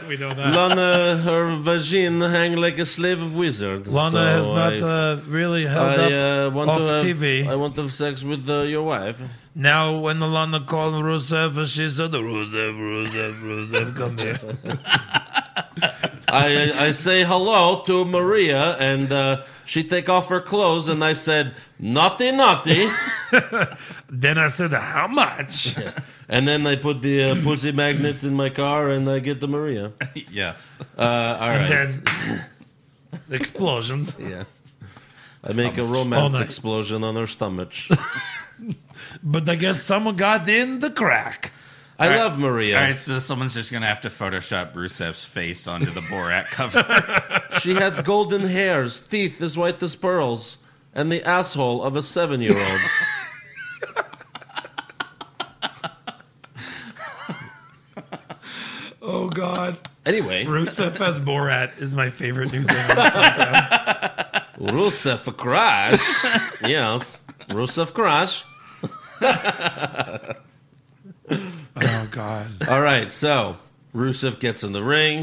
[SPEAKER 5] We know that.
[SPEAKER 1] Lana, her vagina hang like a slave of wizard.
[SPEAKER 5] Lana
[SPEAKER 1] So
[SPEAKER 5] has not
[SPEAKER 1] I-
[SPEAKER 5] uh, really held
[SPEAKER 1] I uh,
[SPEAKER 5] up
[SPEAKER 1] want
[SPEAKER 5] off
[SPEAKER 1] to have,
[SPEAKER 5] TV.
[SPEAKER 1] I want to have sex with uh, your wife.
[SPEAKER 5] Now, when the Lana called Rusev, she "Oh, said, Rusev, Rusev, Rusev, come here.
[SPEAKER 1] I I say hello to Maria, and uh, she take off her clothes, and I said naughty naughty,
[SPEAKER 5] then I said, How much?
[SPEAKER 1] and then I put the uh, pussy magnet in my car, and I get the Maria.
[SPEAKER 6] yes.
[SPEAKER 1] Uh, all right,
[SPEAKER 5] then explosion.
[SPEAKER 1] yeah. I make a
[SPEAKER 5] All
[SPEAKER 1] romance
[SPEAKER 5] night.
[SPEAKER 1] explosion on her stomach.
[SPEAKER 5] But I guess someone got in the crack.
[SPEAKER 1] I
[SPEAKER 6] right.
[SPEAKER 1] love Maria.
[SPEAKER 6] All right, so someone's just gonna have to Photoshop Rusev's face onto the Borat cover.
[SPEAKER 1] She had golden hairs, teeth as white as pearls, and the asshole of a seven-year-old.
[SPEAKER 5] Oh, God.
[SPEAKER 1] Anyway,
[SPEAKER 5] Rusev as Borat is my favorite new thing. on this podcast.
[SPEAKER 1] Rusev crash. yes, Rusev crash.
[SPEAKER 5] oh, God.
[SPEAKER 1] All right, so Rusev gets in the ring.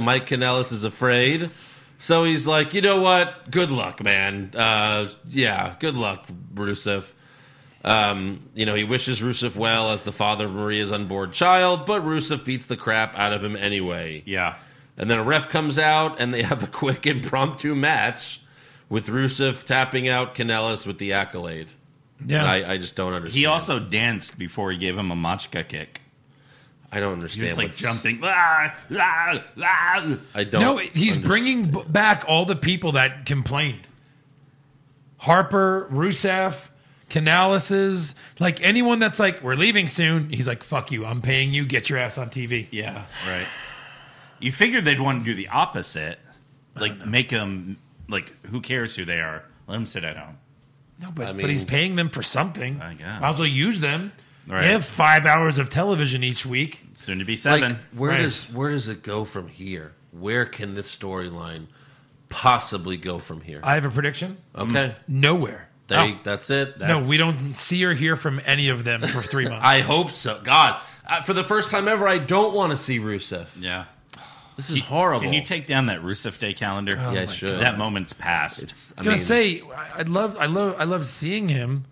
[SPEAKER 1] Mike Kanellis is afraid. So he's like, you know what? Good luck, man. Uh, yeah, good luck, Rusev. Um, you know, he wishes Rusev well as the father of Maria's unborn child, but Rusev beats the crap out of him anyway.
[SPEAKER 6] yeah.
[SPEAKER 1] And then a ref comes out and they have a quick impromptu match with Rusev tapping out Kanellis with the accolade.
[SPEAKER 5] Yeah.
[SPEAKER 1] And I, I just don't understand.
[SPEAKER 6] He also danced before he gave him a machka kick.
[SPEAKER 1] I don't
[SPEAKER 6] He
[SPEAKER 1] understand.
[SPEAKER 6] was like
[SPEAKER 1] what's-
[SPEAKER 6] jumping. "Ah, ah, ah."
[SPEAKER 1] I don't.
[SPEAKER 5] no, he's
[SPEAKER 1] understand.
[SPEAKER 5] bringing b- back all the people that complained. Harper, Rusev, Canalises, like anyone that's like, we're leaving soon. He's like, fuck you. I'm paying you. Get your ass on TV.
[SPEAKER 6] Yeah, right. You figured they'd want to do the opposite, like make him like who cares who they are? Let him sit at home.
[SPEAKER 5] No, but,
[SPEAKER 1] I
[SPEAKER 5] but he's
[SPEAKER 1] mean-
[SPEAKER 5] paying them for something.
[SPEAKER 6] I guess.
[SPEAKER 5] Might as well use them.
[SPEAKER 6] Right.
[SPEAKER 5] They have five hours of television each week.
[SPEAKER 6] Soon to be
[SPEAKER 1] Like,
[SPEAKER 6] seven.
[SPEAKER 1] where
[SPEAKER 5] Right.
[SPEAKER 1] does where does it go from here? Where can this storyline possibly go from here?
[SPEAKER 5] I have a prediction.
[SPEAKER 1] okay,
[SPEAKER 5] Nowhere.
[SPEAKER 1] There you- that's it.
[SPEAKER 5] No,
[SPEAKER 1] That's-
[SPEAKER 5] we don't see or hear from any of them for three months.
[SPEAKER 1] I hope so. God, uh, for the first time ever, I don't want to see Rusev.
[SPEAKER 6] yeah.
[SPEAKER 1] This is horrible.
[SPEAKER 6] Can you take down that Rusev Day calendar?
[SPEAKER 1] yeah,
[SPEAKER 5] my
[SPEAKER 1] sure.
[SPEAKER 6] That moment's past.
[SPEAKER 5] I was gonna say I, I love I love I love seeing him,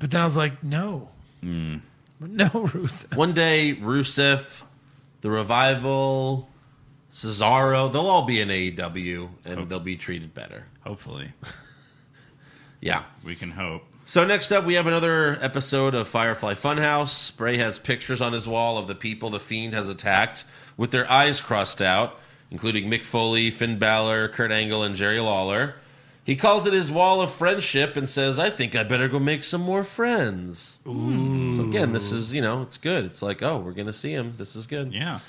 [SPEAKER 5] but then I was like, no,
[SPEAKER 1] Mm.
[SPEAKER 5] no, Rusev.
[SPEAKER 1] one day Rusev, the revival, Cesaro, they'll all be in AEW
[SPEAKER 5] Oh.
[SPEAKER 1] and they'll be treated better.
[SPEAKER 6] Hopefully,
[SPEAKER 1] Yeah.
[SPEAKER 6] we can hope.
[SPEAKER 1] So next up, we have another episode of Firefly Funhouse. Bray has pictures on his wall of the people the Fiend has attacked, with their eyes crossed out, including Mick Foley, Finn Balor, Kurt Angle, and Jerry Lawler. He calls it his wall of friendship and says, "I think I better go make some more friends." So again, this is you know, it's good. It's like, oh, we're gonna see him. This is good.
[SPEAKER 6] Yeah.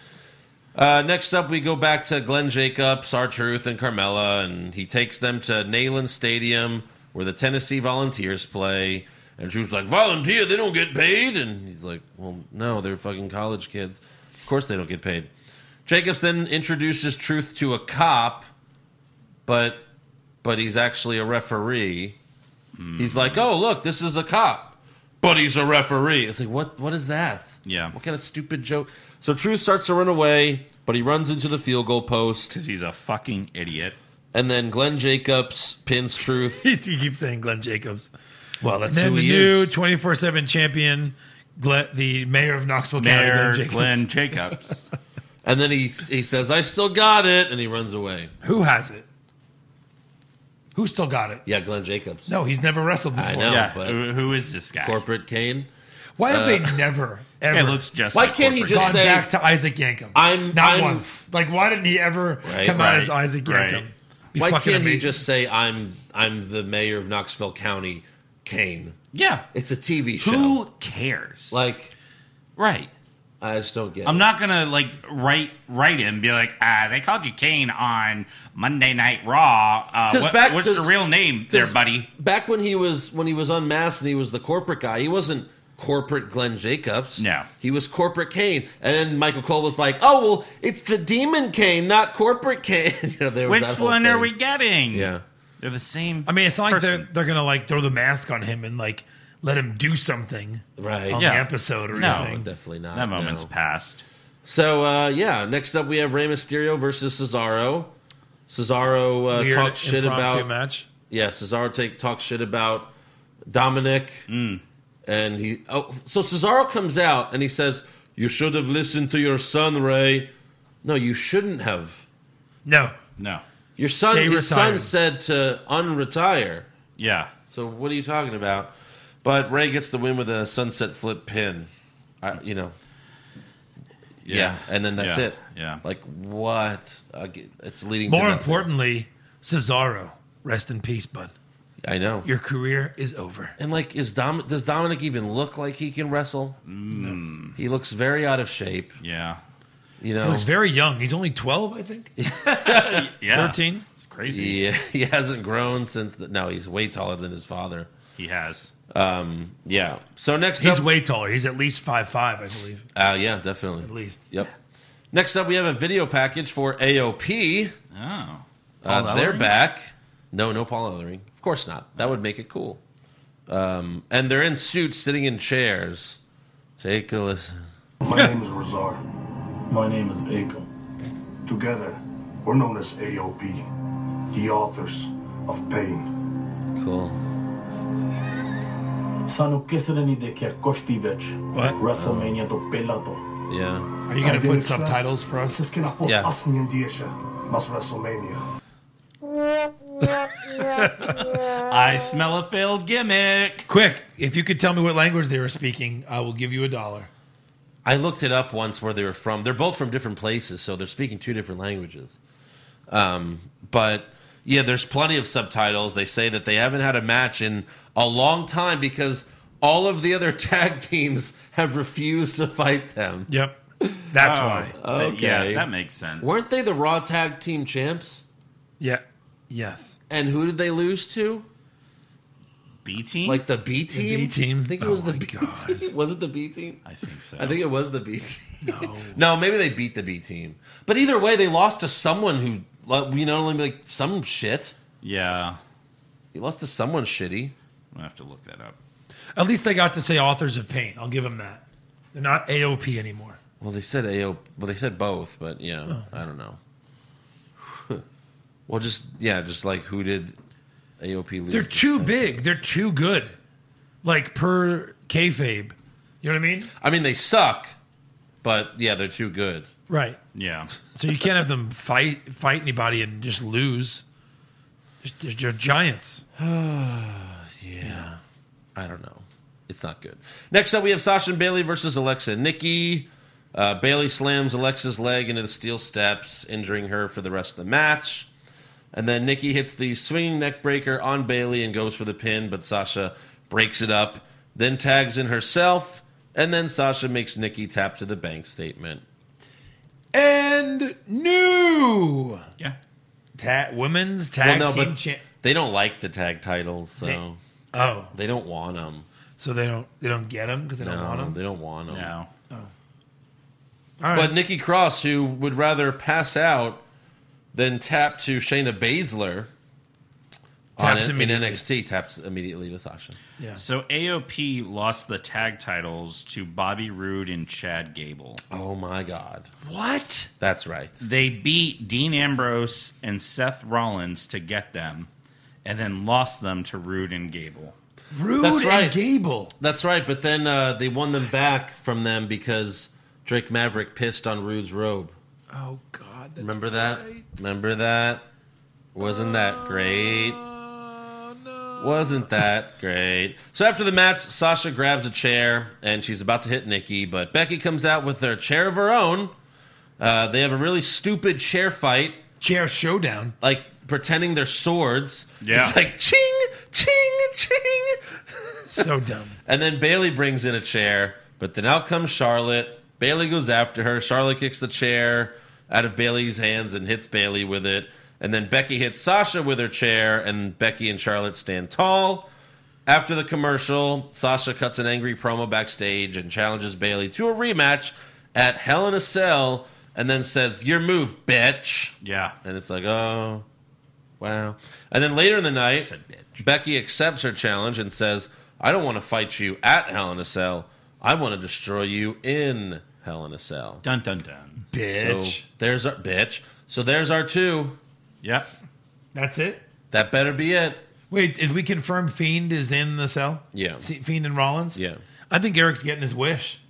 [SPEAKER 1] Uh, next up, we go back to Glenn Jacobs, R Truth, and Carmella, and he takes them to Neyland Stadium where the Tennessee Volunteers play. And Truth's like, Volunteer, they don't get paid. And he's like, Well, no, they're fucking college kids. Of course they don't get paid. Jacobs then introduces Truth to a cop, but but he's actually a referee. He's like, Oh, look, this is a cop. But he's a referee. It's like, what? What is that?
[SPEAKER 6] Yeah.
[SPEAKER 1] What kind of stupid joke? So Truth starts to run away, but he runs into the field goal post,
[SPEAKER 6] Because he's a fucking idiot.
[SPEAKER 1] and then Glenn Jacobs pins Truth.
[SPEAKER 5] he keeps saying Glenn Jacobs.
[SPEAKER 1] Well, that's
[SPEAKER 5] And then the new twenty four seven champion, Glenn, the mayor of Knoxville
[SPEAKER 6] Mayor
[SPEAKER 5] County, Glenn Jacobs,
[SPEAKER 6] Glenn Jacobs.
[SPEAKER 1] And then he he says, "I still got it," and he runs away.
[SPEAKER 5] who has it? Who still got it?
[SPEAKER 1] Yeah, Glenn Jacobs.
[SPEAKER 5] No, he's never wrestled before.
[SPEAKER 1] I know.
[SPEAKER 6] yeah.
[SPEAKER 1] but-
[SPEAKER 6] Who, who is this guy?
[SPEAKER 1] Corporate Kane.
[SPEAKER 5] Why have they
[SPEAKER 1] Uh,
[SPEAKER 5] never ever
[SPEAKER 6] Guy looks just.
[SPEAKER 1] Why
[SPEAKER 6] like
[SPEAKER 1] can't he
[SPEAKER 6] corporate.
[SPEAKER 1] just
[SPEAKER 5] gone
[SPEAKER 1] say-
[SPEAKER 5] back to Isaac Yankem?
[SPEAKER 1] I'm-
[SPEAKER 5] not
[SPEAKER 1] I'm-
[SPEAKER 5] once. Like, why didn't he ever
[SPEAKER 1] Right,
[SPEAKER 5] come out
[SPEAKER 6] right,
[SPEAKER 5] as Isaac
[SPEAKER 6] right.
[SPEAKER 5] Yankem? Be
[SPEAKER 1] Why
[SPEAKER 5] fucking
[SPEAKER 1] can't he
[SPEAKER 5] amazing.
[SPEAKER 1] just say, "I'm I'm the mayor of Knoxville County, Kane"?
[SPEAKER 6] Yeah.
[SPEAKER 1] It's a TV show.
[SPEAKER 6] Who cares?
[SPEAKER 1] Like,
[SPEAKER 6] right.
[SPEAKER 1] I just don't get.
[SPEAKER 6] I'm
[SPEAKER 1] it.
[SPEAKER 6] not gonna like write write him and be like, ah, they called you Kane on Monday Night Raw. Uh,
[SPEAKER 1] 'Cause
[SPEAKER 6] what-
[SPEAKER 1] back-
[SPEAKER 6] what's your
[SPEAKER 1] 'cause-
[SPEAKER 6] real name, there, buddy?
[SPEAKER 1] Back when he was when he was unmasked and he was the corporate guy, he wasn't corporate Glenn Jacobs.
[SPEAKER 6] No.
[SPEAKER 1] He was corporate Kane. And then Michael Cole was like, Oh well, it's the demon Kane, not corporate Kane. you know, there was that
[SPEAKER 6] Which
[SPEAKER 1] whole
[SPEAKER 6] one are
[SPEAKER 1] thing.
[SPEAKER 6] we getting?
[SPEAKER 1] Yeah.
[SPEAKER 6] they're the same.
[SPEAKER 5] I mean, it's not like
[SPEAKER 6] person.
[SPEAKER 5] they're, they're gonna like throw the mask on him and like let him do something
[SPEAKER 1] Right.
[SPEAKER 5] on
[SPEAKER 6] Oh, Yeah.
[SPEAKER 5] the episode or
[SPEAKER 6] No.
[SPEAKER 1] No,
[SPEAKER 5] anything.
[SPEAKER 1] definitely not.
[SPEAKER 6] That moment's
[SPEAKER 1] no.
[SPEAKER 6] passed.
[SPEAKER 1] So uh, yeah, next up we have Rey Mysterio versus Cesaro. Cesaro uh,
[SPEAKER 5] Weird
[SPEAKER 1] talks shit
[SPEAKER 5] impromptu
[SPEAKER 1] about
[SPEAKER 5] match.
[SPEAKER 1] yeah. Cesaro take talks shit about Dominic, and he oh so Cesaro comes out and he says, "You should have listened to your son, Ray." No, you shouldn't have.
[SPEAKER 5] No,
[SPEAKER 6] No.
[SPEAKER 1] Your son,
[SPEAKER 5] Stay
[SPEAKER 1] his son
[SPEAKER 5] retired.
[SPEAKER 1] said to unretire.
[SPEAKER 6] Yeah.
[SPEAKER 1] So what are you talking about? But Ray gets the win with a sunset flip pin. I, you know, yeah. and then that's
[SPEAKER 6] Yeah.
[SPEAKER 1] it.
[SPEAKER 6] Yeah.
[SPEAKER 1] like what? I get- It's leading. to
[SPEAKER 5] more
[SPEAKER 1] nothing.
[SPEAKER 5] importantly, Cesaro, rest in peace, bud.
[SPEAKER 1] I know.
[SPEAKER 5] Your career is over.
[SPEAKER 1] and like, is Dom? Does Dominic even look like he can wrestle? He looks very out of shape.
[SPEAKER 6] Yeah.
[SPEAKER 1] You know,
[SPEAKER 5] He looks very young. He's only twelve, I think.
[SPEAKER 6] Yeah.
[SPEAKER 5] Thirteen.
[SPEAKER 6] It's
[SPEAKER 1] He,
[SPEAKER 6] crazy.
[SPEAKER 1] he hasn't grown since. The, no, he's way taller than his father.
[SPEAKER 6] He has.
[SPEAKER 1] Yeah. So next
[SPEAKER 5] He's
[SPEAKER 1] up,
[SPEAKER 5] way taller. He's at least five five, I believe.
[SPEAKER 1] uh, yeah, definitely.
[SPEAKER 5] At least.
[SPEAKER 1] Yep. Next up, we have a video package for AOP.
[SPEAKER 6] Oh. Paul
[SPEAKER 1] Uh, they're
[SPEAKER 6] Ellering?
[SPEAKER 1] back. No, no Paul Ellering. Of course not. That would make it cool. Um, and they're in suits, sitting in chairs. Take a listen.
[SPEAKER 2] My name is Rosar. My name is Akam. Together, we're known as AOP, the authors of pain.
[SPEAKER 1] Cool.
[SPEAKER 10] Sa nuk pjesën e një dekjer koshti veç
[SPEAKER 5] What?
[SPEAKER 10] WrestleMania
[SPEAKER 2] Oh.
[SPEAKER 10] do pelato
[SPEAKER 1] Yeah.
[SPEAKER 5] Are you gonna put subtitles for us?
[SPEAKER 2] Vocês que não posso
[SPEAKER 1] Yeah.
[SPEAKER 2] assim em deixa, mas WrestleMania.
[SPEAKER 1] Oh.
[SPEAKER 6] I smell a failed gimmick.
[SPEAKER 5] Quick, if you could tell me what language they were speaking, I will give you a dollar.
[SPEAKER 1] I looked it up once where they were from. They're both from different places, so they're speaking two different languages. Um, but yeah, there's plenty of subtitles. They say that they haven't had a match in a long time because all of the other tag teams have refused to fight them.
[SPEAKER 5] Yep. That's
[SPEAKER 6] Oh,
[SPEAKER 5] why.
[SPEAKER 6] that-
[SPEAKER 1] Okay.
[SPEAKER 6] Yeah, that makes sense.
[SPEAKER 1] Weren't they the Raw Tag Team Champs?
[SPEAKER 5] Yeah. Yes.
[SPEAKER 1] And who did they lose to?
[SPEAKER 6] B team?
[SPEAKER 1] Like the B team?
[SPEAKER 5] B team?
[SPEAKER 1] I think it
[SPEAKER 5] Oh
[SPEAKER 1] was the
[SPEAKER 5] my
[SPEAKER 1] B
[SPEAKER 5] God.
[SPEAKER 1] team. Was it the B team?
[SPEAKER 6] I think so.
[SPEAKER 1] I think it was the B team. No. maybe they beat the B team. But either way, they lost to someone who, like, you know, only like some shit.
[SPEAKER 6] yeah.
[SPEAKER 1] They lost to someone shitty.
[SPEAKER 6] I'm gonna have to look that up.
[SPEAKER 5] At least they got to say authors of pain. I'll give them that. They're not AOP anymore.
[SPEAKER 1] Well, they said AO. Well, they said both, but yeah,
[SPEAKER 5] Oh.
[SPEAKER 1] I don't know. well, just, yeah, just like who did AOP lose?
[SPEAKER 5] They're
[SPEAKER 1] to?
[SPEAKER 5] too big. They're too good. Like per kayfabe. You know what I mean?
[SPEAKER 1] I mean, they suck, but yeah, they're too good.
[SPEAKER 5] Right.
[SPEAKER 6] Yeah.
[SPEAKER 5] So you can't have them fight fight anybody and just lose. Just- They're, they're giants.
[SPEAKER 1] I don't know. It's not good. Next up, we have Sasha and Bailey versus Alexa and Nikki. Uh, Bailey slams Alexa's leg into the steel steps, injuring her for the rest of the match. And then Nikki hits the swinging neck breaker on Bailey and goes for the pin, but Sasha breaks it up, then tags in herself, and then Sasha makes Nikki tap to the bank statement.
[SPEAKER 5] And new
[SPEAKER 6] Yeah.
[SPEAKER 5] ta- women's tag
[SPEAKER 1] Well, no,
[SPEAKER 5] team
[SPEAKER 1] but
[SPEAKER 5] champ.
[SPEAKER 1] they don't like the tag titles, so
[SPEAKER 5] They- Oh,
[SPEAKER 1] they don't want them.
[SPEAKER 5] so they don't they don't get them because they don't
[SPEAKER 1] No,
[SPEAKER 5] want them.
[SPEAKER 1] they don't want them.
[SPEAKER 6] No.
[SPEAKER 5] All right.
[SPEAKER 1] But Nikki Cross, who would rather pass out than tap to Shayna Baszler, on
[SPEAKER 5] Taps
[SPEAKER 1] it- in
[SPEAKER 5] immediately.
[SPEAKER 1] NXT, taps immediately to Sasha.
[SPEAKER 5] yeah.
[SPEAKER 6] So AOP lost the tag titles to Bobby Roode and Chad Gable.
[SPEAKER 1] Oh my God,
[SPEAKER 5] What?
[SPEAKER 1] that's right.
[SPEAKER 6] They beat Dean Ambrose and Seth Rollins to get them, and then lost them to Roode and Gable.
[SPEAKER 5] Rude
[SPEAKER 1] That's
[SPEAKER 5] and
[SPEAKER 1] right.
[SPEAKER 5] Gable.
[SPEAKER 1] That's right. But then uh, they won them back from them because Drake Maverick pissed on Rude's robe.
[SPEAKER 5] Oh God. That's
[SPEAKER 1] Remember that?
[SPEAKER 5] right.
[SPEAKER 1] Remember that? Wasn't that great?
[SPEAKER 5] Oh no.
[SPEAKER 1] Wasn't that great? So after the match, Sasha grabs a chair and she's about to hit Nikki, but Becky comes out with their chair of her own. Uh, they have a really stupid chair fight,
[SPEAKER 5] Chair showdown.
[SPEAKER 1] like pretending they're swords.
[SPEAKER 6] Yeah.
[SPEAKER 1] It's like ching, ching, ching.
[SPEAKER 5] So dumb.
[SPEAKER 1] And then Bailey brings in a chair, but then out comes Charlotte. Bailey goes after her. Charlotte kicks the chair out of Bailey's hands and hits Bailey with it. And then Becky hits Sasha with her chair, and Becky and Charlotte stand tall. After the commercial, Sasha cuts an angry promo backstage and challenges Bailey to a rematch at Hell in a Cell, and then says, Your move, bitch.
[SPEAKER 6] Yeah.
[SPEAKER 1] And it's like, oh, wow. And then later in the night,
[SPEAKER 6] Said bitch.
[SPEAKER 1] Becky accepts her challenge and says, I don't want to fight you at Hell in a Cell. I want to destroy you in Hell in a Cell.
[SPEAKER 6] Dun dun dun.
[SPEAKER 1] So there's our bitch. So there's our two.
[SPEAKER 6] Yep.
[SPEAKER 5] That's it.
[SPEAKER 1] That better be it.
[SPEAKER 5] Wait, did we confirm Fiend is in the cell?
[SPEAKER 1] Yeah.
[SPEAKER 5] See, Fiend and Rollins.
[SPEAKER 1] Yeah.
[SPEAKER 5] I think Eric's getting his wish.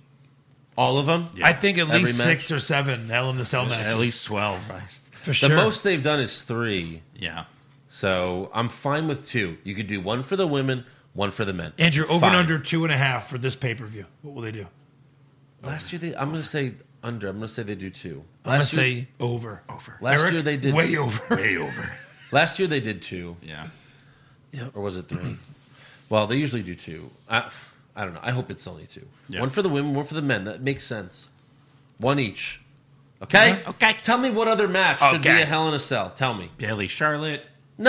[SPEAKER 1] All of them.
[SPEAKER 5] I think at
[SPEAKER 1] Every
[SPEAKER 5] least
[SPEAKER 1] match.
[SPEAKER 5] six or seven Hell in the Cell matches.
[SPEAKER 6] At least twelve.
[SPEAKER 5] for
[SPEAKER 1] The
[SPEAKER 5] sure.
[SPEAKER 1] most they've done is three.
[SPEAKER 6] Yeah.
[SPEAKER 1] So I'm fine with two. You could do one for the women, one for the men.
[SPEAKER 5] Andrew over
[SPEAKER 1] Fine.
[SPEAKER 5] and under two and a half for this pay per view. What will they do?
[SPEAKER 1] Last year, they, I'm going to say under. I'm going to say they do two.
[SPEAKER 5] I'm gonna
[SPEAKER 1] Last year,
[SPEAKER 5] say over. Over.
[SPEAKER 1] last year they did.
[SPEAKER 5] way over.
[SPEAKER 6] Way over.
[SPEAKER 1] Last year they did two,
[SPEAKER 6] Yeah.
[SPEAKER 1] or was it three? well, they usually do two. I, I don't know. I hope it's only two.
[SPEAKER 6] Yeah.
[SPEAKER 1] One for the women, one for the men. That makes sense. One each. Okay.
[SPEAKER 6] Okay.
[SPEAKER 1] Tell me what other match should be
[SPEAKER 6] Okay.
[SPEAKER 1] a Hell in a Cell. Tell me.
[SPEAKER 6] Bailey Charlotte,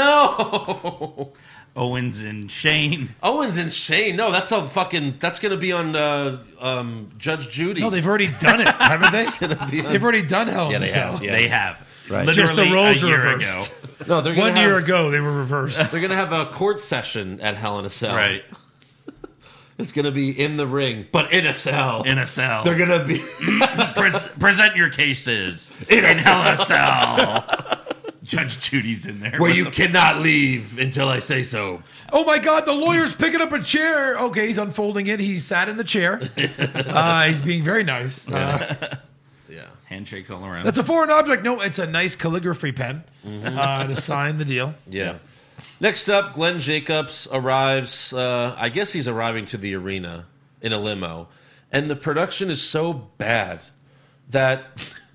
[SPEAKER 1] No.
[SPEAKER 6] Owens and Shane.
[SPEAKER 1] Owens and Shane. No, that's a fucking. That's gonna be on uh, um, Judge Judy.
[SPEAKER 5] No, they've already done it, haven't they?
[SPEAKER 1] be on-
[SPEAKER 5] They've already done Hell
[SPEAKER 1] Yeah,
[SPEAKER 5] in the
[SPEAKER 1] they
[SPEAKER 5] Cell.
[SPEAKER 1] have. Yeah.
[SPEAKER 6] They have.
[SPEAKER 1] Right.
[SPEAKER 6] Literally
[SPEAKER 5] Just the roles
[SPEAKER 6] a
[SPEAKER 5] are
[SPEAKER 6] year
[SPEAKER 5] reversed.
[SPEAKER 6] ago.
[SPEAKER 1] No, they're gonna
[SPEAKER 5] One year
[SPEAKER 1] have-
[SPEAKER 5] ago, they were reversed.
[SPEAKER 1] They're gonna have a court session at Hell in a Cell.
[SPEAKER 6] Right.
[SPEAKER 1] It's gonna be in the ring, but in a cell.
[SPEAKER 6] In a cell.
[SPEAKER 1] they're gonna be.
[SPEAKER 6] Pres- present your cases in, hell in a cell. Judge Judy's in there.
[SPEAKER 1] Where
[SPEAKER 6] with
[SPEAKER 1] you
[SPEAKER 6] the-
[SPEAKER 1] cannot leave until I say so.
[SPEAKER 5] oh my God, the lawyer's picking up a chair. Okay, he's unfolding it. He sat in the chair. Uh, he's being very nice. Uh,
[SPEAKER 1] Yeah.
[SPEAKER 6] handshakes all around.
[SPEAKER 5] that's a foreign object. No, it's a nice calligraphy pen
[SPEAKER 1] Mm-hmm.
[SPEAKER 5] uh, to sign the deal.
[SPEAKER 1] Yeah. Next up, Glenn Jacobs arrives. Uh, I guess he's arriving to the arena in a limo, and the production is so bad that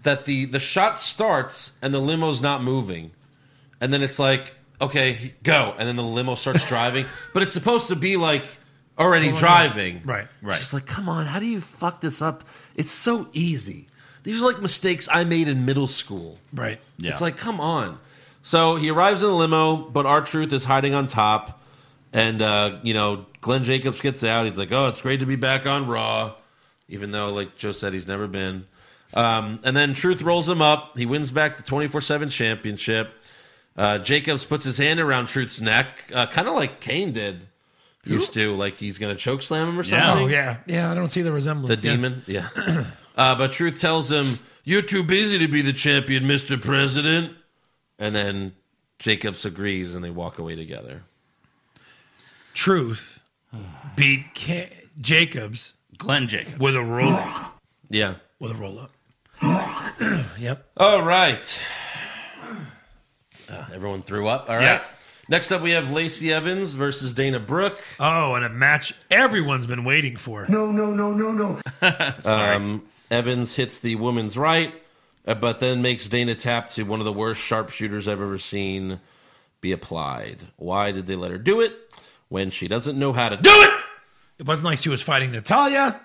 [SPEAKER 1] that the the shot starts and the limo's not moving, and then it's like, okay, go, and then the limo starts driving, but it's supposed to be like already driving,
[SPEAKER 5] Right.
[SPEAKER 6] Right.
[SPEAKER 1] She's like, come on, how do you fuck this up? It's so easy. These are like mistakes I made in middle school.
[SPEAKER 5] Right.
[SPEAKER 6] Yeah.
[SPEAKER 1] It's like, come on. So he arrives in the limo, but our truth is hiding on top. And, uh, you know, Glenn Jacobs gets out. He's like, oh, it's great to be back on Raw, even though, like Joe said, he's never been. Um, and then Truth rolls him up. He wins back the 24 7 championship. Uh, Jacobs puts his hand around Truth's neck, uh, kind of like Kane did. Used to like he's gonna choke slam him or
[SPEAKER 6] Yeah.
[SPEAKER 1] something.
[SPEAKER 5] Oh yeah, yeah. I don't see the
[SPEAKER 1] The
[SPEAKER 5] resemblance. Yeah.
[SPEAKER 1] demon, yeah. uh, but Truth tells him, "You're too busy to be the champion, Mister President." And then Jacobs agrees, and they walk away together.
[SPEAKER 5] Truth beat K- Jacobs
[SPEAKER 6] Glenn Jacob.
[SPEAKER 5] with a roll up.
[SPEAKER 1] Yeah.
[SPEAKER 5] With a roll up. yep.
[SPEAKER 1] All right. Uh, everyone threw up. All right.
[SPEAKER 6] Yeah.
[SPEAKER 1] Next up, we have Lacey Evans versus Dana Brooke.
[SPEAKER 5] Oh, and a match everyone's been waiting for.
[SPEAKER 2] No, no, no, no, no.
[SPEAKER 1] Um, Evans hits the woman's right, uh, but then makes Dana tap to one of the worst sharpshooters I've ever seen be applied. Why did they let her do it when she doesn't know how to do it?
[SPEAKER 5] It wasn't like she was fighting Natalia.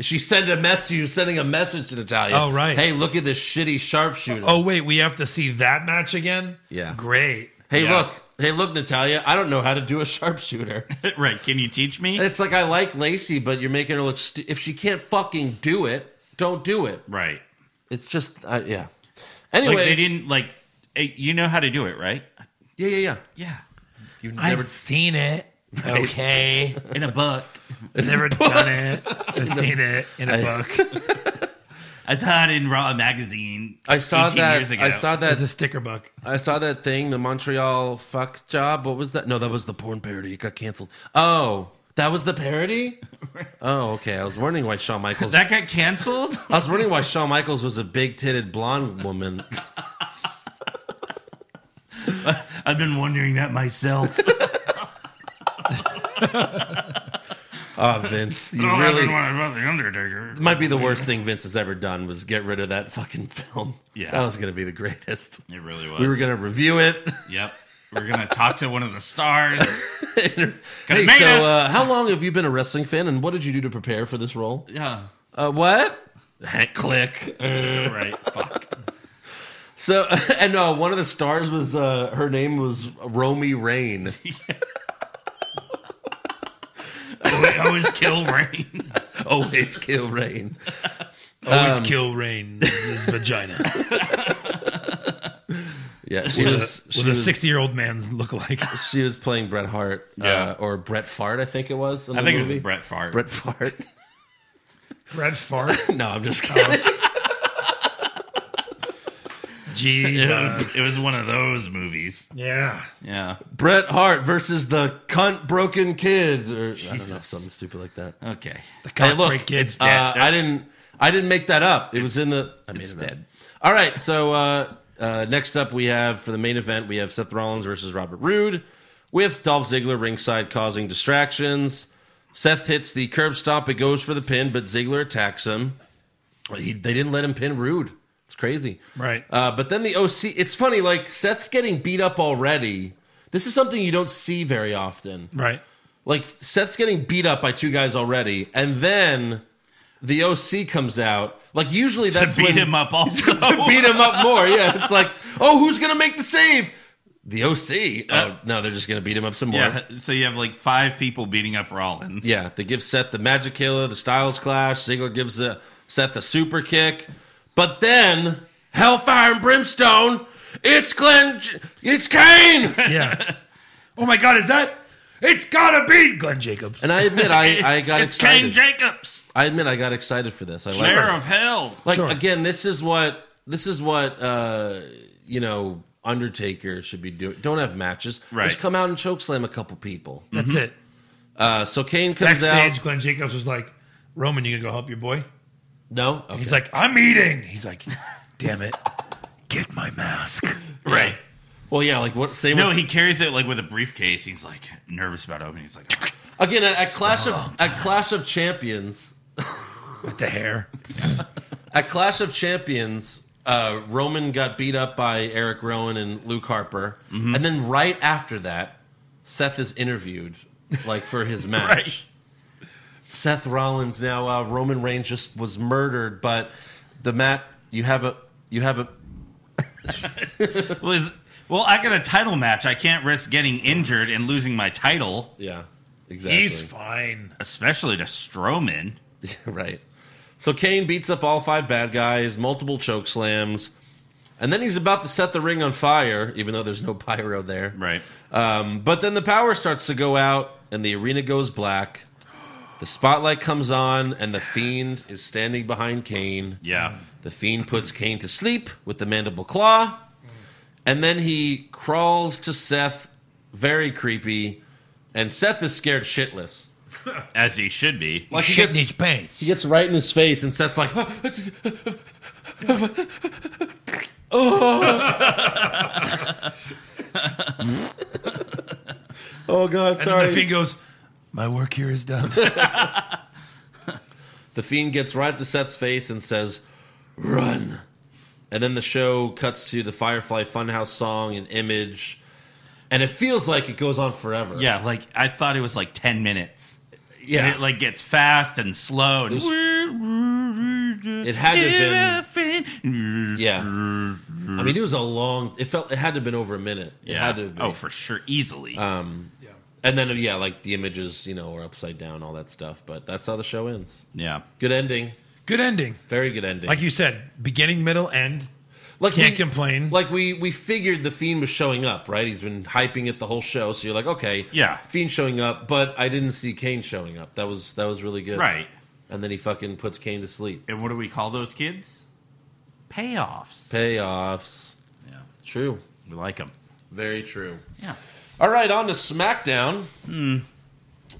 [SPEAKER 1] She sent a message. She was sending a message to Natalia.
[SPEAKER 5] Oh, right.
[SPEAKER 1] Hey, look at this shitty sharpshooter.
[SPEAKER 5] Oh wait, we have to see that match again.
[SPEAKER 1] Yeah.
[SPEAKER 5] Great.
[SPEAKER 1] hey,
[SPEAKER 6] yeah.
[SPEAKER 1] look. Hey, look, Natalia. I don't know how to do a sharpshooter.
[SPEAKER 6] right. Can you teach me?
[SPEAKER 1] it's like I like Lacey, but you're making her look. Stu- if she can't fucking do it, don't do it.
[SPEAKER 6] right.
[SPEAKER 1] It's just uh, yeah.
[SPEAKER 6] Like
[SPEAKER 1] Anyway,
[SPEAKER 6] they didn't like. eh, You know how to do it, right?
[SPEAKER 1] Yeah, yeah, yeah.
[SPEAKER 6] Yeah.
[SPEAKER 1] You've never.
[SPEAKER 5] I've seen it. Okay.
[SPEAKER 6] In a book.
[SPEAKER 5] Never done it. I've seen it in a book.
[SPEAKER 6] I saw it in Raw magazine.
[SPEAKER 1] I saw
[SPEAKER 6] 18
[SPEAKER 1] that.
[SPEAKER 6] Years ago.
[SPEAKER 1] I saw
[SPEAKER 5] That's
[SPEAKER 1] that.
[SPEAKER 5] a sticker book.
[SPEAKER 1] I saw that thing. The Montreal fuck job. What was that? No, that was the porn parody. It got canceled. Oh, that was the parody. Oh, okay. I was wondering why Shawn Michaels.
[SPEAKER 6] that got canceled.
[SPEAKER 1] I was wondering why Shawn Michaels was a big titted blonde woman.
[SPEAKER 6] I've been wondering that myself. Oh,
[SPEAKER 1] Ah, Vince, you
[SPEAKER 6] I've been
[SPEAKER 1] really
[SPEAKER 6] wondering about the Undertaker.
[SPEAKER 1] might be the worst thing Vince has ever done was get rid of that fucking film.
[SPEAKER 6] Yeah.
[SPEAKER 1] that was going to be the greatest.
[SPEAKER 6] It really was.
[SPEAKER 1] We were going to review it.
[SPEAKER 6] Yep. We're gonna talk to one of the stars.
[SPEAKER 1] hey,
[SPEAKER 6] made
[SPEAKER 1] so
[SPEAKER 6] us.
[SPEAKER 1] uh, how long have you been a wrestling fan, and what did you do to prepare for this role?
[SPEAKER 6] Yeah.
[SPEAKER 1] Uh, what? Heck, click.
[SPEAKER 6] Right. Fuck.
[SPEAKER 1] So, and uh, one of the stars was uh, her name was Romy Rain.
[SPEAKER 6] I always kill rain.
[SPEAKER 1] Always kill Rain. Um,
[SPEAKER 5] Always kill Rain's vagina.
[SPEAKER 1] Yeah, she
[SPEAKER 5] with
[SPEAKER 1] was
[SPEAKER 5] a-
[SPEAKER 1] she
[SPEAKER 5] with a
[SPEAKER 1] was,
[SPEAKER 5] sixty-year-old man's look like.
[SPEAKER 1] she was playing Bret Hart,
[SPEAKER 6] Yeah.
[SPEAKER 1] uh, or Bret Fart, I think it was. in
[SPEAKER 6] I
[SPEAKER 1] the
[SPEAKER 6] think it
[SPEAKER 1] movie.
[SPEAKER 6] was Brett Favre.
[SPEAKER 1] Bret Fart.
[SPEAKER 5] Brett Favre.
[SPEAKER 1] no, I'm just kidding.
[SPEAKER 6] It
[SPEAKER 5] Jesus.
[SPEAKER 6] was, it was one of those movies.
[SPEAKER 5] yeah.
[SPEAKER 6] Uh, Yeah.
[SPEAKER 1] Bret Hart versus the cunt broken kid, or I don't know
[SPEAKER 6] Jesus.
[SPEAKER 1] something stupid like that.
[SPEAKER 6] Okay.
[SPEAKER 1] Hey, look,
[SPEAKER 5] break kids.
[SPEAKER 1] uh, I didn't. I didn't make that up. It was in the. I made
[SPEAKER 6] it's
[SPEAKER 1] it up.
[SPEAKER 6] dead.
[SPEAKER 1] All right. So uh, uh, next up, we have for the main event, we have Seth Rollins versus Robert Roode, with Dolph Ziggler ringside causing distractions. Seth hits the curb stomp. It goes for the pin, but Ziggler attacks him. He, they didn't let him pin Rude. It's crazy.
[SPEAKER 5] Right.
[SPEAKER 1] Uh, but then the OC. It's funny. Like Seth's getting beat up already. This is something you don't see very often
[SPEAKER 5] Right.
[SPEAKER 1] like Seth's getting beat up by two guys already, and then the OC comes out. Like usually that's
[SPEAKER 6] Beat
[SPEAKER 1] when,
[SPEAKER 6] him up also.
[SPEAKER 1] to beat him up more. Yeah, it's like, oh, who's gonna make the save? The OC. Oh no, they're just gonna beat him up some more.
[SPEAKER 6] Uh, Yeah. So you have like five people beating up Rollins.
[SPEAKER 1] Yeah, they give Seth the Magic Killer, the Styles Clash. Ziggler gives uh, Seth a super kick, but then Hellfire and Brimstone. It's Glenn. J- It's Kane.
[SPEAKER 5] Yeah. oh my God! Is that? It's gotta be Glenn Jacobs.
[SPEAKER 1] And I admit, I, I got
[SPEAKER 6] It's Kane
[SPEAKER 1] excited.
[SPEAKER 6] Jacobs,
[SPEAKER 1] I admit, I got excited for this. I like
[SPEAKER 6] mayor
[SPEAKER 1] this.
[SPEAKER 6] of hell.
[SPEAKER 1] like
[SPEAKER 5] Sure.
[SPEAKER 1] again this is what this is what uh you know undertaker should be doing don't have matches
[SPEAKER 6] Right.
[SPEAKER 1] just come out and choke slam a couple people
[SPEAKER 5] That's it.
[SPEAKER 1] uh so kane comes
[SPEAKER 5] Backstage,
[SPEAKER 1] out
[SPEAKER 5] Glenn Jacobs was like, "Roman, you gonna go help your boy?"
[SPEAKER 1] no okay.
[SPEAKER 5] He's like, "I'm eating." He's like, "Damn it, get my mask."
[SPEAKER 6] Right.
[SPEAKER 1] well yeah like what same
[SPEAKER 6] No,
[SPEAKER 1] with-
[SPEAKER 6] he carries it like with a briefcase. He's like nervous about opening. He's like, "Oh,
[SPEAKER 1] again at, at clash of at clash of champions
[SPEAKER 5] With the hair.
[SPEAKER 1] at clash of champions uh roman got beat up by eric rowan and luke harper and then right after that seth is interviewed like for his match
[SPEAKER 6] Right.
[SPEAKER 1] Seth Rollins now uh, Roman Reigns just was murdered, but the mat you have a you have a
[SPEAKER 6] well, is, well, I got a title match. I can't risk getting injured and losing my title,
[SPEAKER 1] yeah exactly
[SPEAKER 5] He's fine.
[SPEAKER 6] especially to Strowman.
[SPEAKER 1] right. So Kane beats up all five bad guys, multiple choke slams, and then he's about to set the ring on fire, even though there's no pyro there.
[SPEAKER 6] Right.
[SPEAKER 1] Um, but then the power starts to go out, and the arena goes black. The spotlight comes on, and the fiend is standing behind Kane.
[SPEAKER 6] Yeah.
[SPEAKER 1] The fiend puts Kane to sleep with the mandible claw, and then he crawls to Seth, very creepy, and Seth is scared shitless.
[SPEAKER 6] As he should be.
[SPEAKER 1] Like he
[SPEAKER 5] Shit in
[SPEAKER 1] gets,
[SPEAKER 5] his pants.
[SPEAKER 1] he gets right in his face, and Seth's like, "Oh God,
[SPEAKER 5] And then
[SPEAKER 1] sorry."
[SPEAKER 5] the fiend goes, "My work here is done."
[SPEAKER 1] The fiend gets right to Seth's face and says, "Run." And then the show cuts to the Firefly Funhouse song and image, and it feels like it goes on forever.
[SPEAKER 6] Yeah, like I thought it was like ten minutes.
[SPEAKER 1] yeah.
[SPEAKER 6] And it like gets fast and slow and
[SPEAKER 1] It had to have
[SPEAKER 6] been
[SPEAKER 1] Yeah. I mean, it was a long. It felt it had to have been over a minute. It
[SPEAKER 6] Yeah.
[SPEAKER 1] had to have been. Um,
[SPEAKER 6] Oh, for sure. Easily.
[SPEAKER 1] And then yeah, like the images, you know, are upside down, all that stuff. But that's how the show ends.
[SPEAKER 6] yeah.
[SPEAKER 1] Good ending.
[SPEAKER 5] Good ending.
[SPEAKER 1] Very good ending.
[SPEAKER 5] Like you said, beginning, middle, end.
[SPEAKER 1] like
[SPEAKER 5] Can't complain.
[SPEAKER 1] Like we we figured the fiend was showing up, right? He's been hyping it the whole show, so you're like, okay,
[SPEAKER 6] Yeah.
[SPEAKER 1] fiend showing up. But I didn't see Kane showing up. That was that was really good,
[SPEAKER 6] Right.
[SPEAKER 1] And then he fucking puts Kane to sleep.
[SPEAKER 6] And what do we call those kids? Payoffs.
[SPEAKER 1] Payoffs.
[SPEAKER 6] yeah.
[SPEAKER 1] True.
[SPEAKER 6] We like them.
[SPEAKER 1] Very true.
[SPEAKER 6] Yeah.
[SPEAKER 1] All right, on to SmackDown.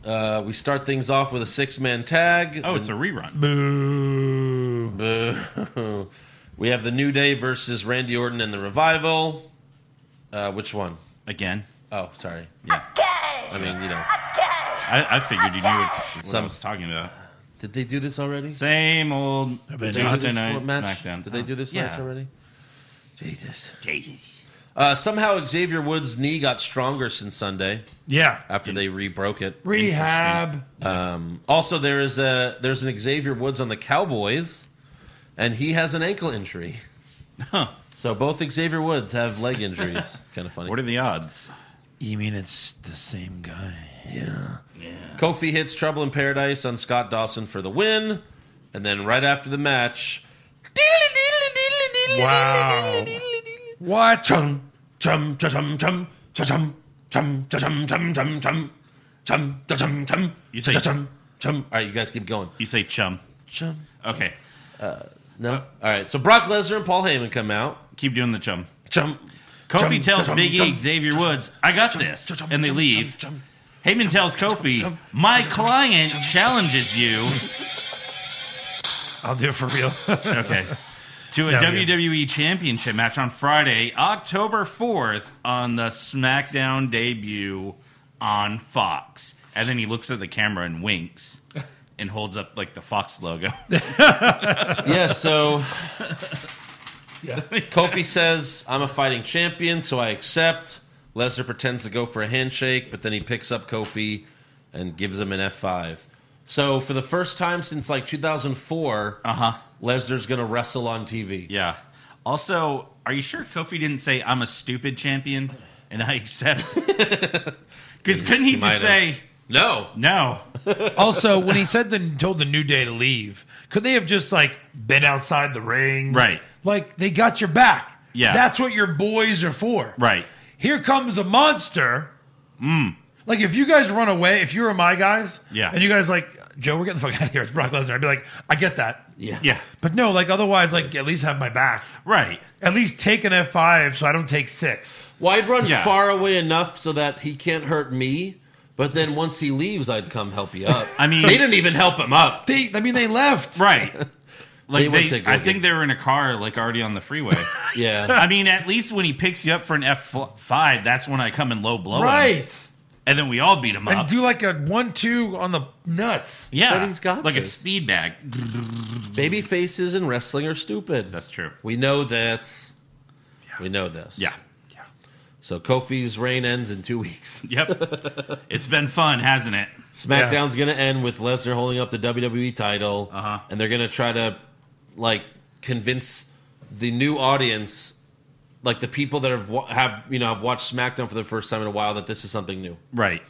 [SPEAKER 1] Uh, we start things off with a six man tag.
[SPEAKER 6] Oh, it's a rerun.
[SPEAKER 5] Boo.
[SPEAKER 1] Boo. we have the New Day versus Randy Orton and the Revival. Uh, which one?
[SPEAKER 6] Again.
[SPEAKER 1] Oh, sorry.
[SPEAKER 11] Okay.
[SPEAKER 1] I mean, you know,
[SPEAKER 6] I, I figured you knew what, what
[SPEAKER 1] Some-
[SPEAKER 6] I was talking about.
[SPEAKER 1] did they do this already?
[SPEAKER 6] Same old
[SPEAKER 5] they
[SPEAKER 1] Did they do
[SPEAKER 6] Tuesday
[SPEAKER 1] this
[SPEAKER 6] night
[SPEAKER 1] match?
[SPEAKER 6] SmackDown. Oh,
[SPEAKER 1] Did they do this
[SPEAKER 6] yeah.
[SPEAKER 1] match already? Jesus.
[SPEAKER 6] Jesus.
[SPEAKER 1] Uh, somehow Xavier Woods' knee got stronger since Sunday
[SPEAKER 5] Yeah.
[SPEAKER 1] after they rebroke it.
[SPEAKER 5] Rehab.
[SPEAKER 1] Um, also, there is a there's an Xavier Woods on the Cowboys, and he has an ankle injury. So both Xavier Woods have leg injuries. it's kind of funny.
[SPEAKER 6] What are the odds?
[SPEAKER 5] You mean it's the same guy?
[SPEAKER 1] Kofi hits Trouble in Paradise on Scott Dawson for the win, and then right after the match,
[SPEAKER 5] Wow. What?
[SPEAKER 1] chum cha chum chum cha chum chum cha chum chum chum chum chum cha chum chum
[SPEAKER 6] You say-
[SPEAKER 1] cha chum chum. All right, you guys keep going.
[SPEAKER 6] You say chum.
[SPEAKER 1] Chum.
[SPEAKER 6] Okay.
[SPEAKER 1] No. All right. So Brock Lesnar and Paul Heyman come out.
[SPEAKER 6] Keep doing the chum.
[SPEAKER 1] Chum.
[SPEAKER 6] Kofi
[SPEAKER 1] Chum,
[SPEAKER 6] tells
[SPEAKER 1] chum,
[SPEAKER 6] Big E,
[SPEAKER 1] chum,
[SPEAKER 6] Xavier Woods, I got this. And they leave. Heyman tells Kofi, my client challenges you.
[SPEAKER 5] I'll do it for real.
[SPEAKER 6] Okay. To a
[SPEAKER 5] Yeah, we-
[SPEAKER 6] WWE Championship match on Friday, October 4th, on the SmackDown debut on Fox. And then he looks at the camera and winks and holds up like the Fox logo.
[SPEAKER 1] Yeah. So. Kofi says, "I'm a fighting champion, so I accept." Lesnar pretends to go for a handshake, but then he picks up Kofi and gives him an F5. So for the first time since like 2004,
[SPEAKER 6] Uh-huh.
[SPEAKER 1] Lesnar's gonna wrestle on TV.
[SPEAKER 6] Yeah. Also, are you sure Kofi didn't say I'm a stupid champion and I accept? Because couldn't he, just
[SPEAKER 1] might've.
[SPEAKER 6] say
[SPEAKER 1] No,
[SPEAKER 6] no?
[SPEAKER 5] also, when he said the told the New Day to leave, could they have just like been outside the ring?
[SPEAKER 6] Right.
[SPEAKER 5] Like they got your back.
[SPEAKER 6] Yeah.
[SPEAKER 5] That's what your boys are for.
[SPEAKER 6] Right. Mm.
[SPEAKER 5] Here comes a monster. Like if you guys run away, if you were my guys,
[SPEAKER 6] Yeah.
[SPEAKER 5] and you guys like Joe, we're getting the fuck out of here. It's Brock Lesnar. I'd be like, I get that.
[SPEAKER 6] Yeah.
[SPEAKER 5] But no, like otherwise, like at least have my back.
[SPEAKER 6] Right.
[SPEAKER 5] At least take an F five so I don't take six.
[SPEAKER 1] well, I'd run
[SPEAKER 6] Yeah.
[SPEAKER 1] far away enough so that he can't hurt me. But then once he leaves, I'd come help you up.
[SPEAKER 6] I mean-
[SPEAKER 1] they didn't even help him up.
[SPEAKER 5] They, I mean, they left.
[SPEAKER 6] Right.
[SPEAKER 1] went
[SPEAKER 6] Like they,
[SPEAKER 1] to go
[SPEAKER 6] I
[SPEAKER 1] get-
[SPEAKER 6] think they were in a car, like already on the freeway.
[SPEAKER 1] Yeah,
[SPEAKER 6] I mean, at least when he picks you up for an F five, that's when I come and low blow him.
[SPEAKER 5] Right.
[SPEAKER 6] and then we all beat him
[SPEAKER 5] And
[SPEAKER 6] up.
[SPEAKER 5] do like a one two on the nuts.
[SPEAKER 6] yeah,
[SPEAKER 1] So he's got
[SPEAKER 6] like a
[SPEAKER 1] this.
[SPEAKER 6] speed bag.
[SPEAKER 1] baby faces in wrestling are stupid.
[SPEAKER 6] That's true.
[SPEAKER 1] we know this. We know this.
[SPEAKER 6] Yeah.
[SPEAKER 1] So Kofi's reign ends in two weeks.
[SPEAKER 6] Yep. it's been fun, hasn't it?
[SPEAKER 1] SmackDown's going to end with Lesnar holding up the WWE title,
[SPEAKER 6] Uh-huh.
[SPEAKER 1] and they're going to try to like convince the new audience, like the people that have wa- have you know have watched SmackDown for the first time in a while, that this is something new.
[SPEAKER 6] Right.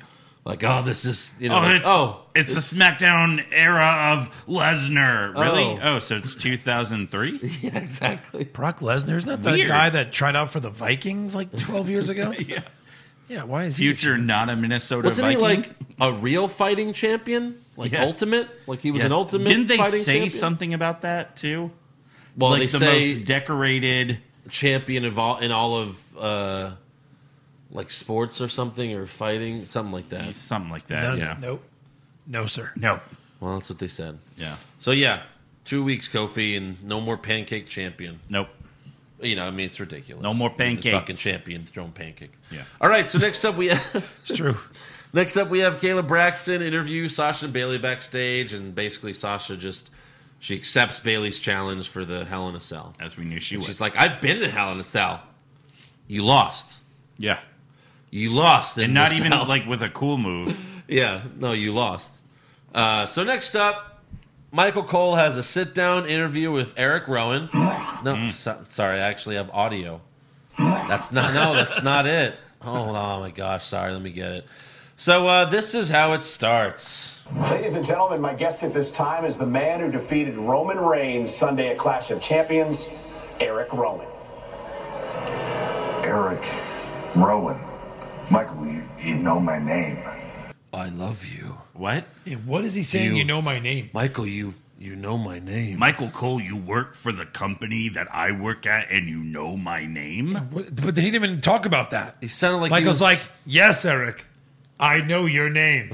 [SPEAKER 1] Like, oh, this is you know,
[SPEAKER 6] Oh,
[SPEAKER 1] like,
[SPEAKER 6] it's,
[SPEAKER 1] oh,
[SPEAKER 6] it's, the SmackDown era of Lesnar. Really?
[SPEAKER 1] Oh.
[SPEAKER 6] Oh, so it's 2003?
[SPEAKER 1] yeah, exactly.
[SPEAKER 5] Brock Lesnar is not the
[SPEAKER 6] Weird.
[SPEAKER 5] guy that tried out for the Vikings like twelve years ago. yeah. Yeah. Why is he?
[SPEAKER 6] Future, not a Minnesota
[SPEAKER 1] Wasn't
[SPEAKER 6] Viking.
[SPEAKER 1] he like a real fighting champion? Like
[SPEAKER 6] Yes.
[SPEAKER 1] ultimate? Like he was
[SPEAKER 6] Yes.
[SPEAKER 1] an ultimate?
[SPEAKER 6] Didn't they
[SPEAKER 1] fighting
[SPEAKER 6] say
[SPEAKER 1] champion?
[SPEAKER 6] something about that too?
[SPEAKER 1] Well,
[SPEAKER 6] like
[SPEAKER 1] they
[SPEAKER 6] the
[SPEAKER 1] say
[SPEAKER 6] most decorated.
[SPEAKER 1] champion of all in all of uh like sports or something or fighting something like that.
[SPEAKER 6] Something like that.
[SPEAKER 5] No,
[SPEAKER 6] yeah.
[SPEAKER 5] Nope. No, sir.
[SPEAKER 6] No.
[SPEAKER 1] Well, that's what they said.
[SPEAKER 6] Yeah.
[SPEAKER 1] So yeah, two weeks, Kofi, and no more pancake champion.
[SPEAKER 6] Nope.
[SPEAKER 1] You know, I mean, it's ridiculous.
[SPEAKER 6] No more
[SPEAKER 1] This
[SPEAKER 6] pancakes.
[SPEAKER 1] Fucking champion throwing pancakes.
[SPEAKER 6] Yeah.
[SPEAKER 1] All right. So next up we have
[SPEAKER 5] It's true.
[SPEAKER 1] next up we have Caleb Braxton interview Sasha and Bailey backstage, and basically Sasha just she accepts Bailey's challenge for the Hell in a Cell.
[SPEAKER 6] As we knew she was.
[SPEAKER 1] She's like, I've been to Hell in a Cell. You lost.
[SPEAKER 6] yeah.
[SPEAKER 1] You lost. in
[SPEAKER 6] And not
[SPEAKER 1] the
[SPEAKER 6] even
[SPEAKER 1] cell."
[SPEAKER 6] like with a cool move.
[SPEAKER 1] Yeah, no, you lost. Uh, so next up, Michael Cole has a sit down interview with Eric Rowan.
[SPEAKER 5] Mm.
[SPEAKER 1] No, so- sorry, I actually have audio. That's not no, that's not it. Oh, oh my gosh, sorry, let me get it. So uh, this is how it starts.
[SPEAKER 12] Ladies and gentlemen, my guest at this time is the man who defeated Roman Reigns Sunday at Clash of Champions, Eric Rowan.
[SPEAKER 2] Eric Rowan. Michael, you, you know my name.
[SPEAKER 1] I love you,
[SPEAKER 6] What?
[SPEAKER 5] Yeah, what is he saying? You,
[SPEAKER 1] You-
[SPEAKER 5] know my name.
[SPEAKER 1] Michael. You you know my name.
[SPEAKER 6] Michael Cole, you work for the company that I work at and you know my name?
[SPEAKER 5] What, but they didn't even talk about that.
[SPEAKER 1] He sounded like he
[SPEAKER 5] Michael's
[SPEAKER 1] was-
[SPEAKER 5] like, yes, Eric, I know your name.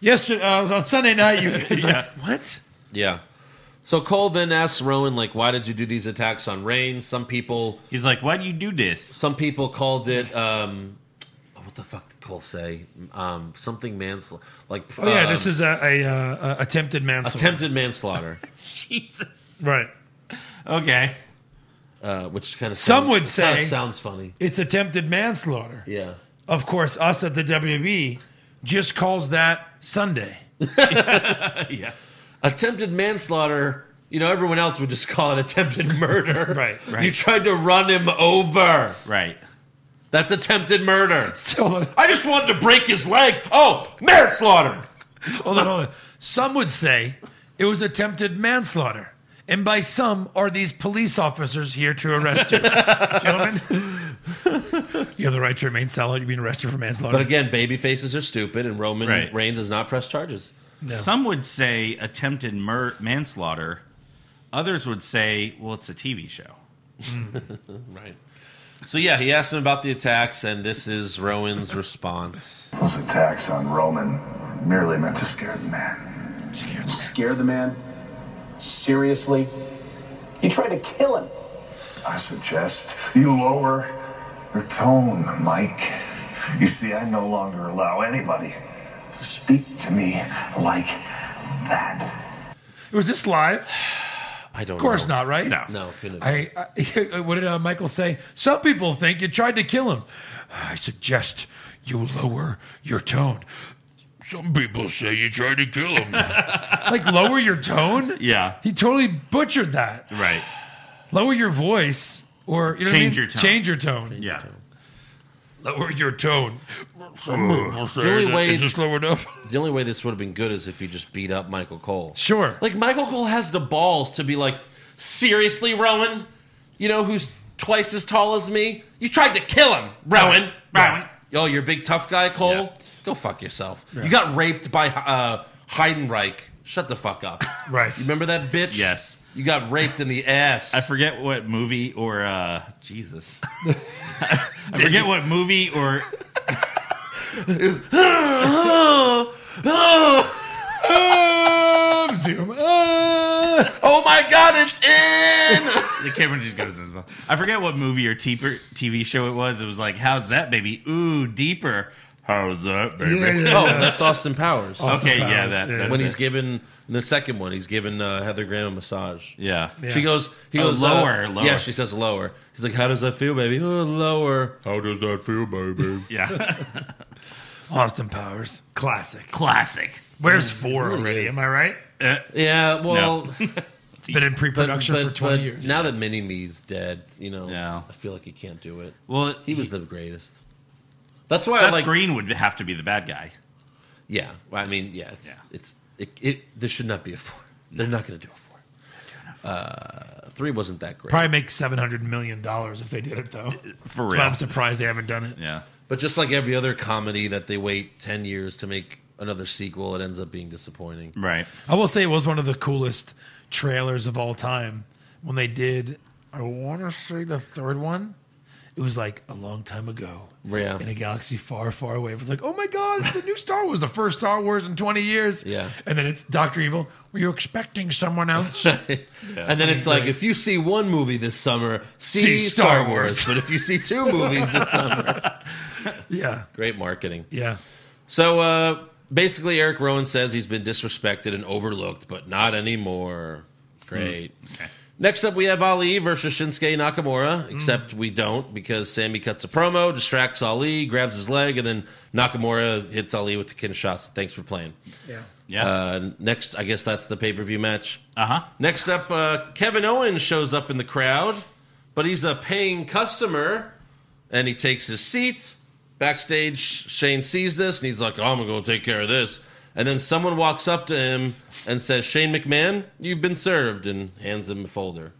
[SPEAKER 5] Yesterday uh, on Sunday night, you. It's like what?
[SPEAKER 1] yeah. So Cole then asks Rowan, like, why did you do these attacks on Reigns? Some people
[SPEAKER 6] He's like, why do you do this?
[SPEAKER 1] some people called it um oh, what the fuck did Cole say? Um something manslaughter like
[SPEAKER 5] Oh yeah,
[SPEAKER 1] um,
[SPEAKER 5] this is a, a, uh, a attempted manslaughter.
[SPEAKER 1] attempted manslaughter.
[SPEAKER 6] Jesus.
[SPEAKER 5] right.
[SPEAKER 6] Okay.
[SPEAKER 1] Uh, which kind of
[SPEAKER 5] Some would say-
[SPEAKER 1] sounds funny.
[SPEAKER 5] It's attempted manslaughter.
[SPEAKER 1] Yeah.
[SPEAKER 5] Of course, us at the WB just calls that Sunday.
[SPEAKER 6] Yeah.
[SPEAKER 1] Attempted manslaughter, you know, everyone else would just call it attempted murder.
[SPEAKER 5] Right,
[SPEAKER 6] right.
[SPEAKER 1] You tried to run him over.
[SPEAKER 6] Right.
[SPEAKER 1] That's attempted murder.
[SPEAKER 5] So
[SPEAKER 1] I just wanted to break his leg. Oh, manslaughter.
[SPEAKER 5] Hold on, hold on. Some would say it was attempted manslaughter. And by some are these police officers here to arrest you. Gentlemen, You have the right to remain silent. You're being arrested for manslaughter.
[SPEAKER 1] But again, baby faces are stupid, and Roman
[SPEAKER 6] Right.
[SPEAKER 1] Reigns does not press charges.
[SPEAKER 6] Some would say attempted mur- manslaughter. Others would say, well, it's a TV show.
[SPEAKER 1] Right. So yeah, he asked him about the attacks, and this is Rowan's response.
[SPEAKER 2] Those attacks on Roman merely meant to scare the man.
[SPEAKER 12] Scare the man? Seriously? You tried to kill him.
[SPEAKER 2] I suggest you lower your tone, Mike. You see, I no longer allow anybody to speak to me like that.
[SPEAKER 5] was this live?
[SPEAKER 1] I don't.
[SPEAKER 5] Of course not, right? No.
[SPEAKER 1] No, couldn't have
[SPEAKER 5] I, I what did uh, Michael say? Some people think you tried to kill him. I suggest you lower your tone. Some people say you tried to kill him. like lower your tone?
[SPEAKER 6] Yeah.
[SPEAKER 5] He totally butchered that.
[SPEAKER 6] Right.
[SPEAKER 5] Lower your voice or you know what I
[SPEAKER 6] Change
[SPEAKER 5] mean?
[SPEAKER 6] your tone.
[SPEAKER 5] Change your tone.
[SPEAKER 6] Yeah.
[SPEAKER 5] Lower your tone. Some people say
[SPEAKER 1] The only
[SPEAKER 5] that-
[SPEAKER 1] way-
[SPEAKER 5] is this lowered up?
[SPEAKER 1] The only way this would have been good is if you just beat up Michael Cole.
[SPEAKER 5] Sure.
[SPEAKER 1] Like Michael Cole has the balls to be like, seriously, Rowan, you know who's twice as tall as me? You tried to kill him, Rowan. Rowan. Oh, you're a big tough guy, Cole.
[SPEAKER 6] Yeah.
[SPEAKER 1] Go fuck yourself. You got raped by uh, Heidenreich. Shut the fuck up.
[SPEAKER 5] Right.
[SPEAKER 1] You remember that bitch?
[SPEAKER 6] Yes.
[SPEAKER 1] You got raped in the ass.
[SPEAKER 6] I forget what movie or uh, Jesus. I forget what movie or
[SPEAKER 5] Um, zoom. Uh,
[SPEAKER 1] oh my god, it's in.
[SPEAKER 6] the camera just goes in his mouth. I forget what movie or teeper- TV show it was. It was like, how's that baby? Ooh, deeper. How's that baby?
[SPEAKER 5] yeah, yeah.
[SPEAKER 1] oh, that's Austin Powers.
[SPEAKER 6] Oh, Okay,
[SPEAKER 5] Powers,
[SPEAKER 6] yeah, that.
[SPEAKER 5] yeah.
[SPEAKER 6] That's
[SPEAKER 1] when he's
[SPEAKER 6] it.
[SPEAKER 1] given in the second one, he's given uh, Heather Graham a massage.
[SPEAKER 6] yeah.
[SPEAKER 1] She goes, he
[SPEAKER 6] Oh,
[SPEAKER 1] goes
[SPEAKER 6] lower,
[SPEAKER 1] uh,
[SPEAKER 6] lower.
[SPEAKER 1] Yeah, she says lower. He's like, how does that feel, baby? Oh, lower. How does that feel, baby?
[SPEAKER 6] yeah,
[SPEAKER 5] Austin Powers. Classic.
[SPEAKER 6] classic.
[SPEAKER 5] Where's four already? Am I right?
[SPEAKER 6] Uh,
[SPEAKER 1] yeah, well,
[SPEAKER 6] No.
[SPEAKER 1] but-
[SPEAKER 5] It's been in
[SPEAKER 1] but,
[SPEAKER 5] pre-production
[SPEAKER 1] but,
[SPEAKER 5] for 20 years.
[SPEAKER 1] now that Mini Me's dead, you know,
[SPEAKER 6] Yeah.
[SPEAKER 1] I feel like he can't do it.
[SPEAKER 6] well,
[SPEAKER 1] He was the greatest. That's why
[SPEAKER 6] Seth
[SPEAKER 1] I like.
[SPEAKER 6] Green would have to be the bad guy.
[SPEAKER 1] Yeah, well, I mean, yeah, it's,
[SPEAKER 6] Yeah.
[SPEAKER 1] it's it, it. This should not be a four. They're not going to do a four. Uh, three wasn't that great.
[SPEAKER 5] Probably make seven hundred million dollars if they did it though.
[SPEAKER 6] For
[SPEAKER 5] So
[SPEAKER 6] real.
[SPEAKER 5] I'm surprised they haven't done it.
[SPEAKER 6] Yeah.
[SPEAKER 1] But just like every other comedy that they wait 10 years to make another sequel, it ends up being disappointing.
[SPEAKER 6] Right.
[SPEAKER 5] I will say it was one of the coolest trailers of all time when they did. I want to say the third one. It was like a long time ago.
[SPEAKER 1] Yeah.
[SPEAKER 5] In a galaxy far, far away. It was like, oh my God, it's the new Star Wars, the first Star Wars in 20 years.
[SPEAKER 1] Yeah.
[SPEAKER 5] And then it's Dr. Evil. Were you expecting someone else?
[SPEAKER 1] And then it's like, if you see one movie this summer, see,
[SPEAKER 5] See
[SPEAKER 1] Star,
[SPEAKER 5] Star
[SPEAKER 1] Wars.
[SPEAKER 5] Wars.
[SPEAKER 1] but if you see two movies this summer,
[SPEAKER 5] yeah.
[SPEAKER 1] great marketing.
[SPEAKER 5] Yeah.
[SPEAKER 1] So uh, basically, Eric Rowan says he's been disrespected and overlooked, but not anymore. Great. Next up, we have Ali versus Shinsuke Nakamura, except we don't because Sammy cuts a promo, distracts Ali, grabs his leg, and then Nakamura hits Ali with the Kinshasa. Thanks for playing.
[SPEAKER 5] Yeah.
[SPEAKER 6] Yeah.
[SPEAKER 1] Uh, next, I guess that's the pay per view match.
[SPEAKER 6] Uh huh.
[SPEAKER 1] Next up, uh, Kevin Owens shows up in the crowd, but he's a paying customer, and he takes his seat. Backstage, Shane sees this, and he's like, I'm going to take care of this. And then someone walks up to him and says, Shane McMahon, you've been served, and hands him a folder.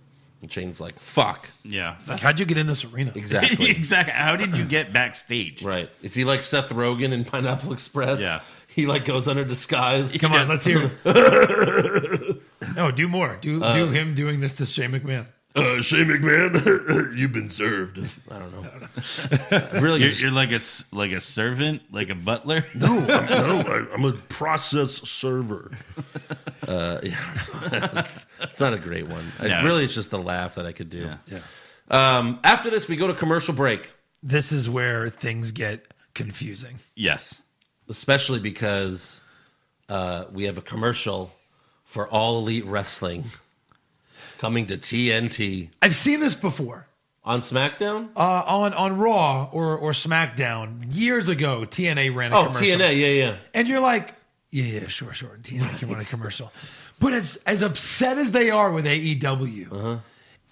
[SPEAKER 1] And Shane's like, fuck.
[SPEAKER 6] Yeah.
[SPEAKER 5] Like, how'd you get in this arena?
[SPEAKER 1] Exactly.
[SPEAKER 6] exactly. How did you get backstage?
[SPEAKER 1] Right. Is he like Seth Rogen in Pineapple Express?
[SPEAKER 6] Yeah.
[SPEAKER 1] He like goes under disguise.
[SPEAKER 5] Come on, let's hear it. no, do more. Do do him doing this to Shane McMahon.
[SPEAKER 1] Uh, Shane McMahon, you've been served. I don't know. really,
[SPEAKER 6] You're, you're like a s- like a servant, like a butler.
[SPEAKER 1] no, I, I'm a process server. Uh, yeah. it's not a great one. I-
[SPEAKER 6] No,
[SPEAKER 1] really,
[SPEAKER 6] it's-
[SPEAKER 1] it's just the laugh that I could do.
[SPEAKER 6] Yeah.
[SPEAKER 1] Um, after this, we go to commercial break,
[SPEAKER 5] This is where things get confusing.
[SPEAKER 6] Yes.
[SPEAKER 1] especially because uh, we have a commercial for All Elite Wrestling coming to TNT
[SPEAKER 5] I've seen this before
[SPEAKER 1] on SmackDown.
[SPEAKER 5] uh, on on Raw or or SmackDown years ago. TNA ran a
[SPEAKER 1] oh,
[SPEAKER 5] commercial.
[SPEAKER 1] TNA, yeah, yeah.
[SPEAKER 5] and you're like, yeah, yeah, sure, sure. TNA can run a commercial, but as as upset as they E
[SPEAKER 6] Uh-huh.
[SPEAKER 5] are with AEW,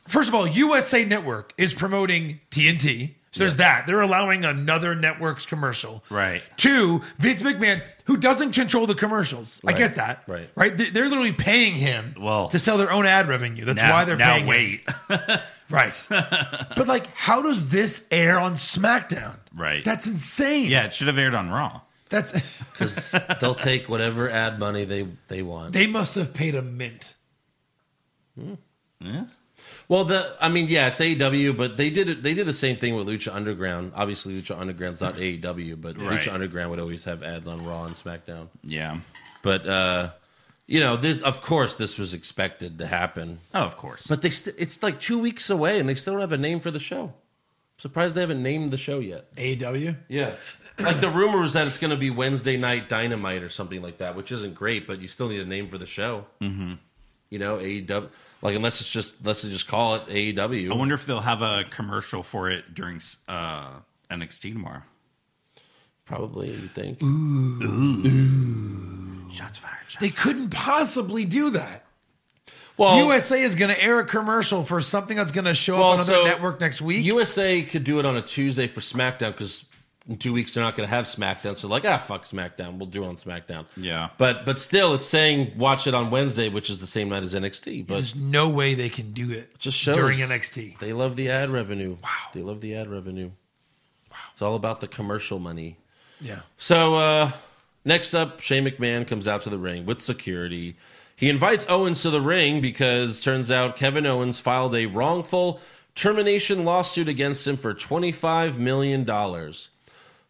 [SPEAKER 5] first of all, USA Network is promoting TNT. So there's that. They're allowing another network's commercial.
[SPEAKER 6] Right.
[SPEAKER 5] Two, Vince McMahon, who doesn't control the commercials. I get that.
[SPEAKER 13] Right.
[SPEAKER 5] Right. They- They're literally paying him
[SPEAKER 6] Well-
[SPEAKER 5] to sell their own ad revenue. That's
[SPEAKER 6] now,
[SPEAKER 5] why they're
[SPEAKER 6] now
[SPEAKER 5] paying him.
[SPEAKER 6] wait.
[SPEAKER 5] Right. but like, how does this air on SmackDown?
[SPEAKER 6] Right.
[SPEAKER 5] That's insane.
[SPEAKER 6] yeah, it should have aired on Raw.
[SPEAKER 5] That's
[SPEAKER 1] because they'll take whatever ad money they they want.
[SPEAKER 5] they must have paid a mint.
[SPEAKER 6] Yeah.
[SPEAKER 1] Well, the I mean, yeah, it's AEW, but they did it. They did the same thing with Lucha Underground. Obviously, Lucha Underground's not AEW, but
[SPEAKER 6] Right.
[SPEAKER 1] Lucha Underground would always have ads on Raw and SmackDown.
[SPEAKER 6] Yeah.
[SPEAKER 1] But uh, you know, this of course this was expected to happen.
[SPEAKER 6] Oh, of course.
[SPEAKER 1] But they st- it's like two weeks away, and they still don't have a name for the show. Surprised they haven't named the show yet.
[SPEAKER 5] AEW?
[SPEAKER 1] Yeah, like the rumor was that it's going to be Wednesday night Dynamite or something like that, which isn't great, but you still need a name for the show. Mm-hmm. You know, AEW. Like unless it's just let's just call it E AEW.
[SPEAKER 6] I wonder if they'll have a commercial for it during uh, NXT tomorrow.
[SPEAKER 1] Probably you think.
[SPEAKER 6] Shots fired. Shots
[SPEAKER 5] They couldn't possibly do that.
[SPEAKER 1] Well,
[SPEAKER 5] USA is going to air a commercial for something that's going to show
[SPEAKER 1] Oh. Well,
[SPEAKER 5] up on another
[SPEAKER 1] so
[SPEAKER 5] network next week.
[SPEAKER 1] USA could do it on a Tuesday for SmackDown because in two weeks they're not going to have SmackDown. So like, ah, fuck SmackDown. We'll do it on SmackDown.
[SPEAKER 6] Yeah.
[SPEAKER 1] But but still, it's saying watch it on Wednesday, which is the same night as NXT. But
[SPEAKER 5] There's no way they can do it
[SPEAKER 1] just shows
[SPEAKER 5] during NXT.
[SPEAKER 1] They love the ad revenue. Wow. They love the ad revenue. Wow. It's all about the commercial money.
[SPEAKER 5] Yeah.
[SPEAKER 1] So uh, next up, Shane McMahon comes out to the ring with security. He invites Owens to the ring because turns out Kevin Owens filed a wrongful termination lawsuit against him for $25 million.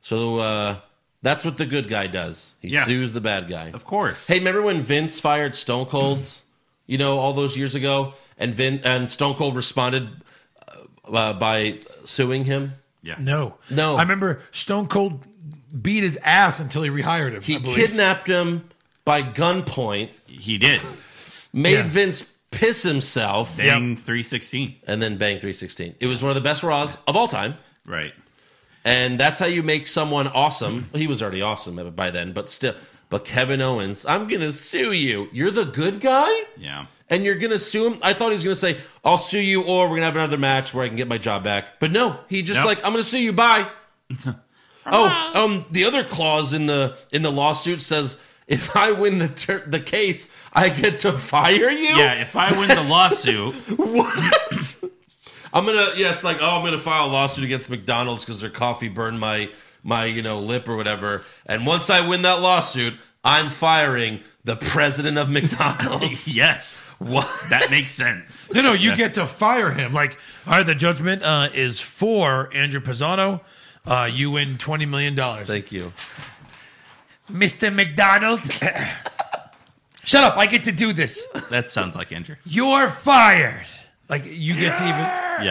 [SPEAKER 1] So uh, that's what the good guy does. He
[SPEAKER 6] Yeah.
[SPEAKER 1] sues the bad guy.
[SPEAKER 6] Of course.
[SPEAKER 1] Hey, remember when Vince fired Stone Cold's? You know, all those years ago, and Vin and Stone Cold responded uh, uh, by suing him.
[SPEAKER 6] Yeah.
[SPEAKER 5] No.
[SPEAKER 1] No.
[SPEAKER 5] I remember Stone Cold beat his ass until he rehired him.
[SPEAKER 1] He
[SPEAKER 5] I believe.
[SPEAKER 1] kidnapped him by gunpoint,
[SPEAKER 6] He did.
[SPEAKER 1] made
[SPEAKER 5] Yeah.
[SPEAKER 1] Vince piss himself,
[SPEAKER 6] Bang 316.
[SPEAKER 1] and then bang three sixteen. It was one of the best Raws of all time,
[SPEAKER 6] Right.
[SPEAKER 1] and that's how you make someone awesome. He was already awesome by then, but still. But Kevin Owens, I'm gonna sue you. You're the good guy.
[SPEAKER 6] Yeah.
[SPEAKER 1] and you're gonna sue him. I thought he was gonna say, "I'll sue you," or we're gonna have another match where I can get my job back. But no, he just
[SPEAKER 6] Nope.
[SPEAKER 1] like, "I'm gonna sue you." Bye. oh, um, the other clause in the in the lawsuit says, if I win the ter- the case, I get to fire you.
[SPEAKER 6] Yeah, if I win the lawsuit,
[SPEAKER 1] What? I'm gonna. Yeah, it's like, oh, I'm gonna file a lawsuit against McDonald's because their coffee burned my my you know lip or whatever. And once I win that lawsuit, I'm firing the president of McDonald's.
[SPEAKER 6] yes.
[SPEAKER 1] What?
[SPEAKER 6] That makes sense.
[SPEAKER 5] No, no, you get to fire him. Like, all right, the judgment uh, is for Andrew Pisano. Uh, you win $20 million.
[SPEAKER 1] Thank you.
[SPEAKER 5] Mr. McDonald. Shut up. I get to do this.
[SPEAKER 6] That sounds like Andrew.
[SPEAKER 5] You're fired. Like, you get to
[SPEAKER 6] Yeah.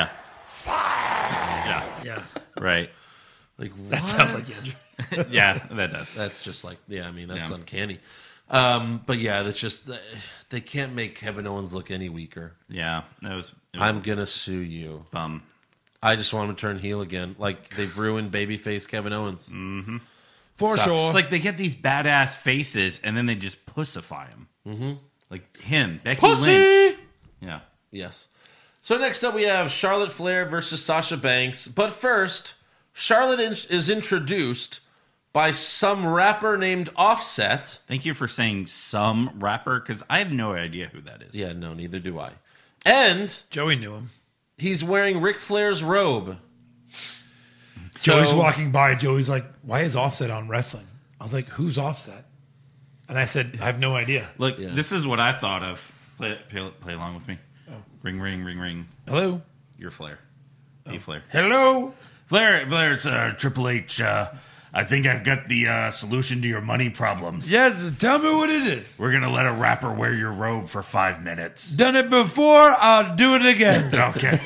[SPEAKER 6] Yeah.
[SPEAKER 5] even. Yeah.
[SPEAKER 6] Right.
[SPEAKER 1] Like
[SPEAKER 5] That sounds like Andrew.
[SPEAKER 6] Yeah, that does.
[SPEAKER 1] that's just like yeah i mean that's
[SPEAKER 6] Yeah.
[SPEAKER 1] uncanny um but yeah that's just they can't make kevin owens look any weaker
[SPEAKER 6] Yeah. That was, it was
[SPEAKER 1] i'm gonna sue you
[SPEAKER 6] bum.
[SPEAKER 1] i just want him to turn heel again like they've ruined babyface kevin owens
[SPEAKER 5] For
[SPEAKER 1] Sucks.
[SPEAKER 5] sure.
[SPEAKER 6] It's like they get these badass faces and then they just pussify them. Mm-hmm. Like him, Becky Lynch. Yeah.
[SPEAKER 1] yes so next up we have charlotte flair versus sasha banks but first charlotte in- is introduced by some rapper named offset
[SPEAKER 6] Thank you for saying some rapper because I have no idea who that is.
[SPEAKER 1] yeah no neither do i and
[SPEAKER 5] Joey knew him.
[SPEAKER 1] he's wearing Ric flair's robe
[SPEAKER 5] Joey's
[SPEAKER 1] So-
[SPEAKER 5] walking by. Joey's like, why is Offset on wrestling? I was like, who's Offset? And I said, I have no idea.
[SPEAKER 6] Look, this is what I thought of. Play, play, play along with me. Ring, ring, ring, ring.
[SPEAKER 5] Hello?
[SPEAKER 6] Your flare. Oh. Hey, flare.
[SPEAKER 5] Hello?
[SPEAKER 6] Flair, Flair, it's uh, Triple H. Uh, I think I've got the uh, solution to your money problems.
[SPEAKER 5] Yes, tell me what it is.
[SPEAKER 6] We're going to let a rapper wear your robe for five minutes.
[SPEAKER 5] Done it before, I'll do it again.
[SPEAKER 6] okay.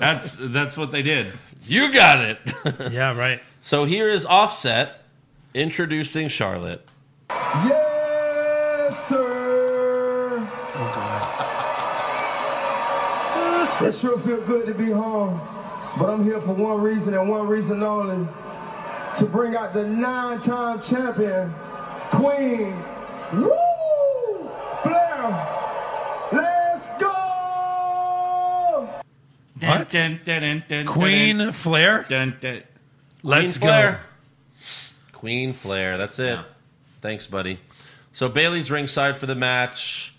[SPEAKER 6] that's that's what they did.
[SPEAKER 1] you got it
[SPEAKER 5] yeah, right.
[SPEAKER 1] So here is Offset introducing Charlotte.
[SPEAKER 11] Yes, sir.
[SPEAKER 5] Oh, God.
[SPEAKER 11] It sure feel good to be home, but I'm here for one reason and one reason only: to bring out the nine-time champion, Queen. Woo! Flair. Let's go.
[SPEAKER 6] Dun,
[SPEAKER 5] What?
[SPEAKER 6] Dun, dun, dun, dun,
[SPEAKER 5] Queen Flair?
[SPEAKER 6] Dun, dun.
[SPEAKER 5] Let's
[SPEAKER 1] Queen
[SPEAKER 5] go.
[SPEAKER 1] Flair. Queen Flair. That's it.
[SPEAKER 6] Yeah.
[SPEAKER 1] Thanks, buddy. So Bailey's ringside for the match.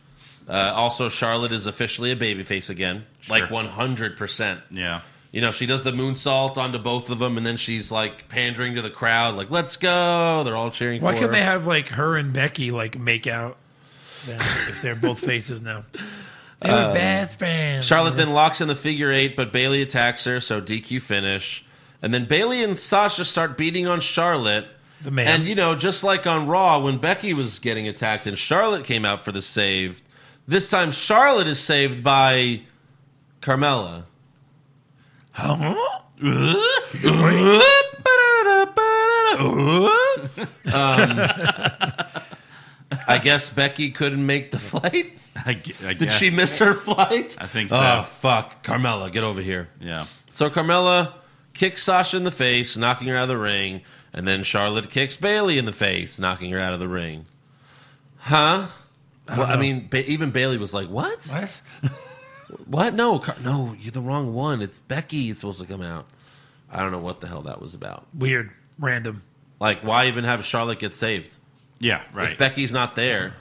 [SPEAKER 1] Uh, also, Charlotte is officially a babyface again, like
[SPEAKER 6] Sure.
[SPEAKER 1] 100%.
[SPEAKER 6] Yeah.
[SPEAKER 1] You know, she does the moonsault onto both of them, and then she's like pandering to the crowd, like, let's go. They're all cheering
[SPEAKER 5] Why
[SPEAKER 1] for her.
[SPEAKER 5] can't they have like her and Becky like make out then, if they're both faces now? They were best friends.
[SPEAKER 1] Uh, Charlotte then locks in the figure eight, but Bailey attacks her, so DQ finish. And then Bailey and Sasha start beating on Charlotte.
[SPEAKER 5] The man.
[SPEAKER 1] And you know, just like on Raw, when Becky was getting attacked and Charlotte came out for the save, this time Charlotte is saved by Carmella. Um,
[SPEAKER 5] Huh?
[SPEAKER 1] I guess Becky couldn't make the flight.
[SPEAKER 6] I, gue- I
[SPEAKER 1] Did
[SPEAKER 6] guess.
[SPEAKER 1] she miss her flight?
[SPEAKER 6] I think so.
[SPEAKER 1] Oh fuck, Carmella, get over here.
[SPEAKER 6] Yeah.
[SPEAKER 1] So Carmella kicks Sasha in the face, knocking her out of the ring, and then Charlotte kicks Bailey in the face, knocking her out of the ring. Huh? well, I
[SPEAKER 5] know.
[SPEAKER 1] mean, ba- even Bailey was like, "What? What?
[SPEAKER 5] What?
[SPEAKER 1] No, Car- no, you're the wrong one. It's Becky is supposed to come out." I don't know what the hell that was about.
[SPEAKER 5] Weird. Random.
[SPEAKER 1] Like, why even have Charlotte get saved?
[SPEAKER 6] Yeah. Right.
[SPEAKER 1] If Becky's not there,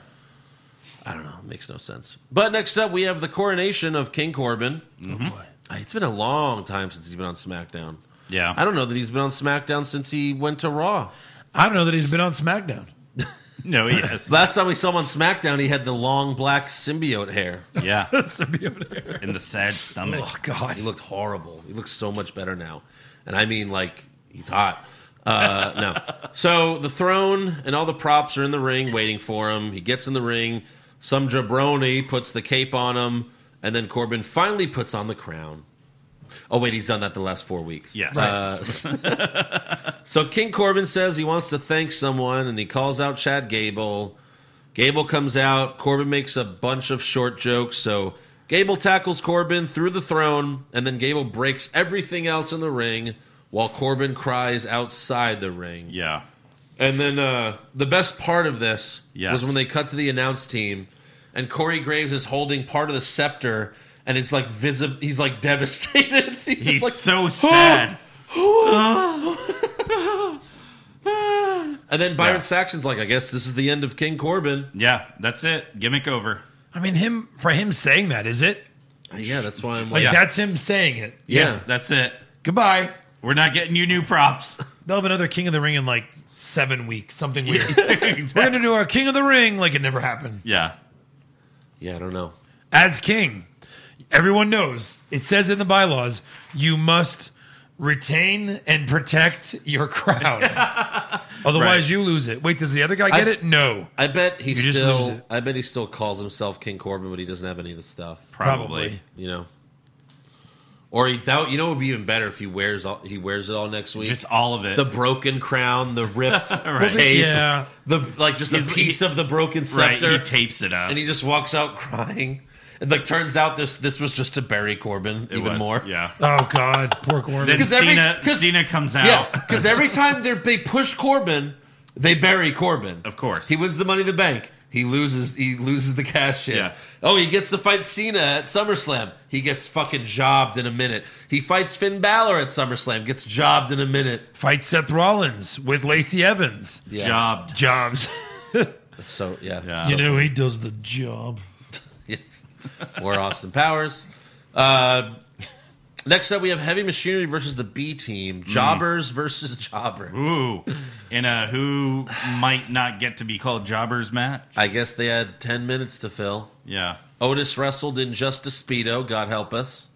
[SPEAKER 1] I don't know. It makes no sense. But next up, we have the coronation of King Corbin. Uh, It's been a long time since he's been on SmackDown.
[SPEAKER 6] yeah.
[SPEAKER 1] I don't know that he's been on SmackDown since he went to Raw.
[SPEAKER 5] I don't know that he's been on SmackDown.
[SPEAKER 6] No. Yes.
[SPEAKER 1] Last time we saw him on SmackDown, he had the long black symbiote hair.
[SPEAKER 6] yeah.
[SPEAKER 5] oh
[SPEAKER 6] In the sad stomach.
[SPEAKER 5] God.
[SPEAKER 1] He looked horrible. He looks so much better now. And I mean, like, he's hot. Uh, no. So the throne and all the props are in the ring waiting for him. He gets in the ring. Some jabroni puts the cape on him. And then Corbin finally puts on the crown. Oh, wait, he's done that the last four weeks.
[SPEAKER 6] Yes.
[SPEAKER 1] So King Corbin says he wants to thank someone, and he calls out Chad Gable. Gable comes out. Corbin makes a bunch of short jokes. So Gable tackles Corbin through the throne, and then Gable breaks everything else in the ring while Corbin cries outside the ring.
[SPEAKER 6] Yeah.
[SPEAKER 1] And then uh, the best part of this
[SPEAKER 6] Yes.
[SPEAKER 1] was when they cut to the announce team, and Corey Graves is holding part of the scepter, and it's like visible. He's like devastated. He's, just
[SPEAKER 6] He's
[SPEAKER 1] like,
[SPEAKER 6] so sad.
[SPEAKER 1] and then Byron
[SPEAKER 6] Yeah.
[SPEAKER 1] Saxon's like, I guess this is the end of King Corbin.
[SPEAKER 6] Yeah. That's it. Gimmick over.
[SPEAKER 5] I mean, him for him saying that is it?
[SPEAKER 1] Uh, Oh, Yeah, that's why I'm
[SPEAKER 5] Like
[SPEAKER 1] like,
[SPEAKER 6] Yeah.
[SPEAKER 5] that's him saying it.
[SPEAKER 1] yeah.
[SPEAKER 6] That's it.
[SPEAKER 5] Goodbye.
[SPEAKER 6] We're not getting you new props.
[SPEAKER 5] They'll have another King of the Ring in like seven weeks. Something weird. We're
[SPEAKER 6] Exactly.
[SPEAKER 5] gonna do our King of the Ring like it never happened.
[SPEAKER 6] Yeah.
[SPEAKER 1] Yeah, I don't know.
[SPEAKER 5] as king. Everyone knows it says in the bylaws you must retain and protect your crowd. Otherwise,
[SPEAKER 6] Right.
[SPEAKER 5] you lose it. Wait, does the other guy get
[SPEAKER 1] I-
[SPEAKER 5] it? No,
[SPEAKER 1] I bet he
[SPEAKER 5] You just lose
[SPEAKER 1] still.
[SPEAKER 5] it.
[SPEAKER 1] I bet he still calls himself King Corbin, but he doesn't have any of the stuff.
[SPEAKER 6] Probably.
[SPEAKER 1] You know. Or he doubt. You know, it would be even better if he wears all, he wears it all next week.
[SPEAKER 6] Just all of it.
[SPEAKER 1] the broken crown, the ripped
[SPEAKER 6] Right.
[SPEAKER 1] cape,
[SPEAKER 5] Yeah.
[SPEAKER 1] the like just
[SPEAKER 6] He's-
[SPEAKER 1] a piece
[SPEAKER 6] he-
[SPEAKER 1] of the broken
[SPEAKER 6] right.
[SPEAKER 1] scepter,
[SPEAKER 6] He tapes it up.
[SPEAKER 1] and he just walks out crying. And like, turns out this this was just to bury Corbin
[SPEAKER 6] It
[SPEAKER 1] even
[SPEAKER 6] was.
[SPEAKER 1] more.
[SPEAKER 6] Yeah.
[SPEAKER 5] Oh God, poor Corbin.
[SPEAKER 6] Then
[SPEAKER 1] 'Cause every-
[SPEAKER 6] Cena,
[SPEAKER 1] 'cause-
[SPEAKER 6] Cena comes out.
[SPEAKER 1] Yeah, because every time they they push Corbin, they bury Corbin.
[SPEAKER 6] Of course.
[SPEAKER 1] he wins the Money in the Bank. He loses. He loses the cash in.
[SPEAKER 6] Yeah.
[SPEAKER 1] Oh, he gets to fight Cena at SummerSlam. He gets fucking jobbed in a minute. He fights Finn Balor at SummerSlam. Gets jobbed in a minute.
[SPEAKER 5] Fight Seth Rollins with Lacey Evans.
[SPEAKER 1] Yeah.
[SPEAKER 6] Jobbed.
[SPEAKER 5] Jobs.
[SPEAKER 1] So yeah.
[SPEAKER 6] Yeah.
[SPEAKER 5] you know he does the job.
[SPEAKER 1] Yes. Or Austin Powers. Uh, next up, we have Heavy Machinery versus the B Team. Jobbers versus Jobbers.
[SPEAKER 6] Hmm. Ooh. In a who might not get to be called jobbers match.
[SPEAKER 1] I guess they had ten minutes to fill.
[SPEAKER 6] Yeah.
[SPEAKER 1] Otis wrestled in just a speedo. God help us.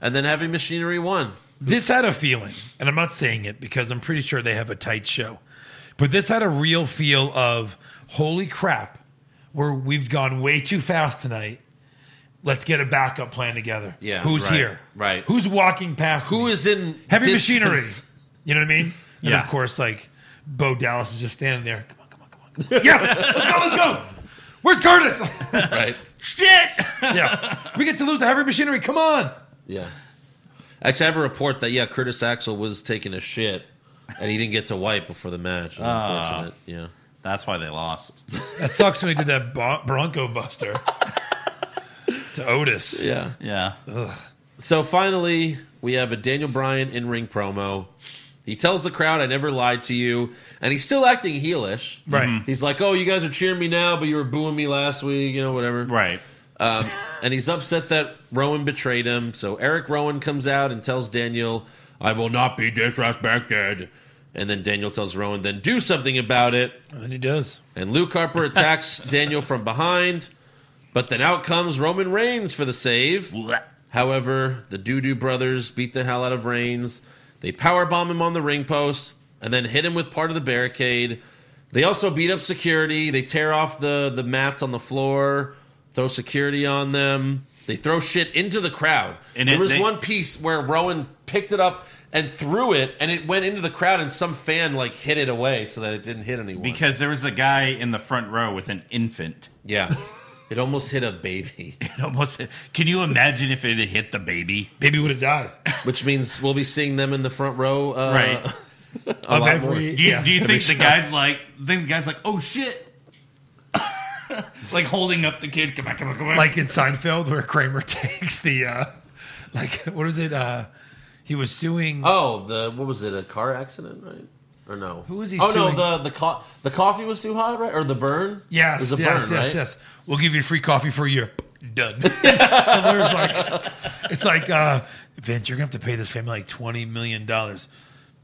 [SPEAKER 1] And then Heavy Machinery won.
[SPEAKER 5] This had a feeling, and I'm not saying it because I'm pretty sure they have a tight show, but this had a real feel of holy crap, where we've gone way too fast tonight. Let's get a backup plan together.
[SPEAKER 1] Yeah,
[SPEAKER 5] who's
[SPEAKER 1] right,
[SPEAKER 5] here?
[SPEAKER 1] right.
[SPEAKER 5] Who's walking past?
[SPEAKER 1] Who
[SPEAKER 5] me?
[SPEAKER 1] is in
[SPEAKER 5] heavy
[SPEAKER 1] distance?
[SPEAKER 5] machinery? You know what I mean? And
[SPEAKER 6] Yeah.
[SPEAKER 5] of course, like Bo Dallas is just standing there. Come on, come on, come on, come on. yes, let's go, let's go. Where's Curtis?
[SPEAKER 1] Right.
[SPEAKER 6] Shit.
[SPEAKER 5] yeah, we get to lose the heavy machinery. Come on.
[SPEAKER 1] Yeah. Actually, I have a report that yeah, Curtis Axel was taking a shit, and he didn't get to wipe before the match. Unfortunate. yeah.
[SPEAKER 6] That's why they lost.
[SPEAKER 5] That sucks when he did that bo- Bronco Buster to Otis.
[SPEAKER 1] Yeah.
[SPEAKER 6] Yeah.
[SPEAKER 1] So finally, we have a Daniel Bryan in ring promo. He tells the crowd, I never lied to you. And he's still acting heelish.
[SPEAKER 5] Right.
[SPEAKER 1] He's like, Oh, you guys are cheering me now, but you were booing me last week, you know, whatever.
[SPEAKER 6] Right.
[SPEAKER 1] Um, and he's upset that Rowan betrayed him. So Eric Rowan comes out and tells Daniel, I will not be disrespected. And then Daniel tells Rowan, then do something about it.
[SPEAKER 5] And he does.
[SPEAKER 1] And Luke Harper attacks Daniel from behind. But then out comes Roman Reigns for the save. However, the Doo Doo brothers beat the hell out of Reigns. They power bomb him on the ring post and then hit him with part of the barricade. They also beat up security. They tear off the, the mats on the floor, throw security on them. They throw shit into the crowd.
[SPEAKER 6] And
[SPEAKER 1] there
[SPEAKER 6] it-
[SPEAKER 1] was
[SPEAKER 6] they-
[SPEAKER 1] one piece where Rowan picked it up and threw it, and it went into the crowd, and some fan like hit it away so that it didn't hit anyone.
[SPEAKER 6] Because there was a guy in the front row with an infant.
[SPEAKER 1] yeah, it almost hit a baby.
[SPEAKER 6] It almost. Can you imagine if it had hit the baby?
[SPEAKER 5] Baby would have died.
[SPEAKER 1] which means we'll be seeing them in the front row. Uh,
[SPEAKER 6] Right.
[SPEAKER 5] Of
[SPEAKER 1] lot
[SPEAKER 5] every,
[SPEAKER 6] Do you,
[SPEAKER 5] yeah,
[SPEAKER 6] do you
[SPEAKER 5] every
[SPEAKER 6] think the
[SPEAKER 5] show.
[SPEAKER 6] guy's like? Think the guy's like, oh shit! it's like holding up the kid. Come on, come on, come on.
[SPEAKER 5] like in Seinfeld where Kramer takes the uh like what is it? Uh he was suing
[SPEAKER 1] Oh, the what was it? A car accident, right? Or no? Who
[SPEAKER 5] was he
[SPEAKER 1] Oh
[SPEAKER 5] suing?
[SPEAKER 1] no, the the co- the coffee was too hot, right? Or the burn? It
[SPEAKER 5] Yes,
[SPEAKER 1] was a
[SPEAKER 5] yes,
[SPEAKER 1] burn,
[SPEAKER 5] yes,
[SPEAKER 1] right?
[SPEAKER 5] yes. We'll give you free coffee for a year. Done. the lawyer's like it's like uh Vince, you're gonna have to pay this family like twenty million dollars.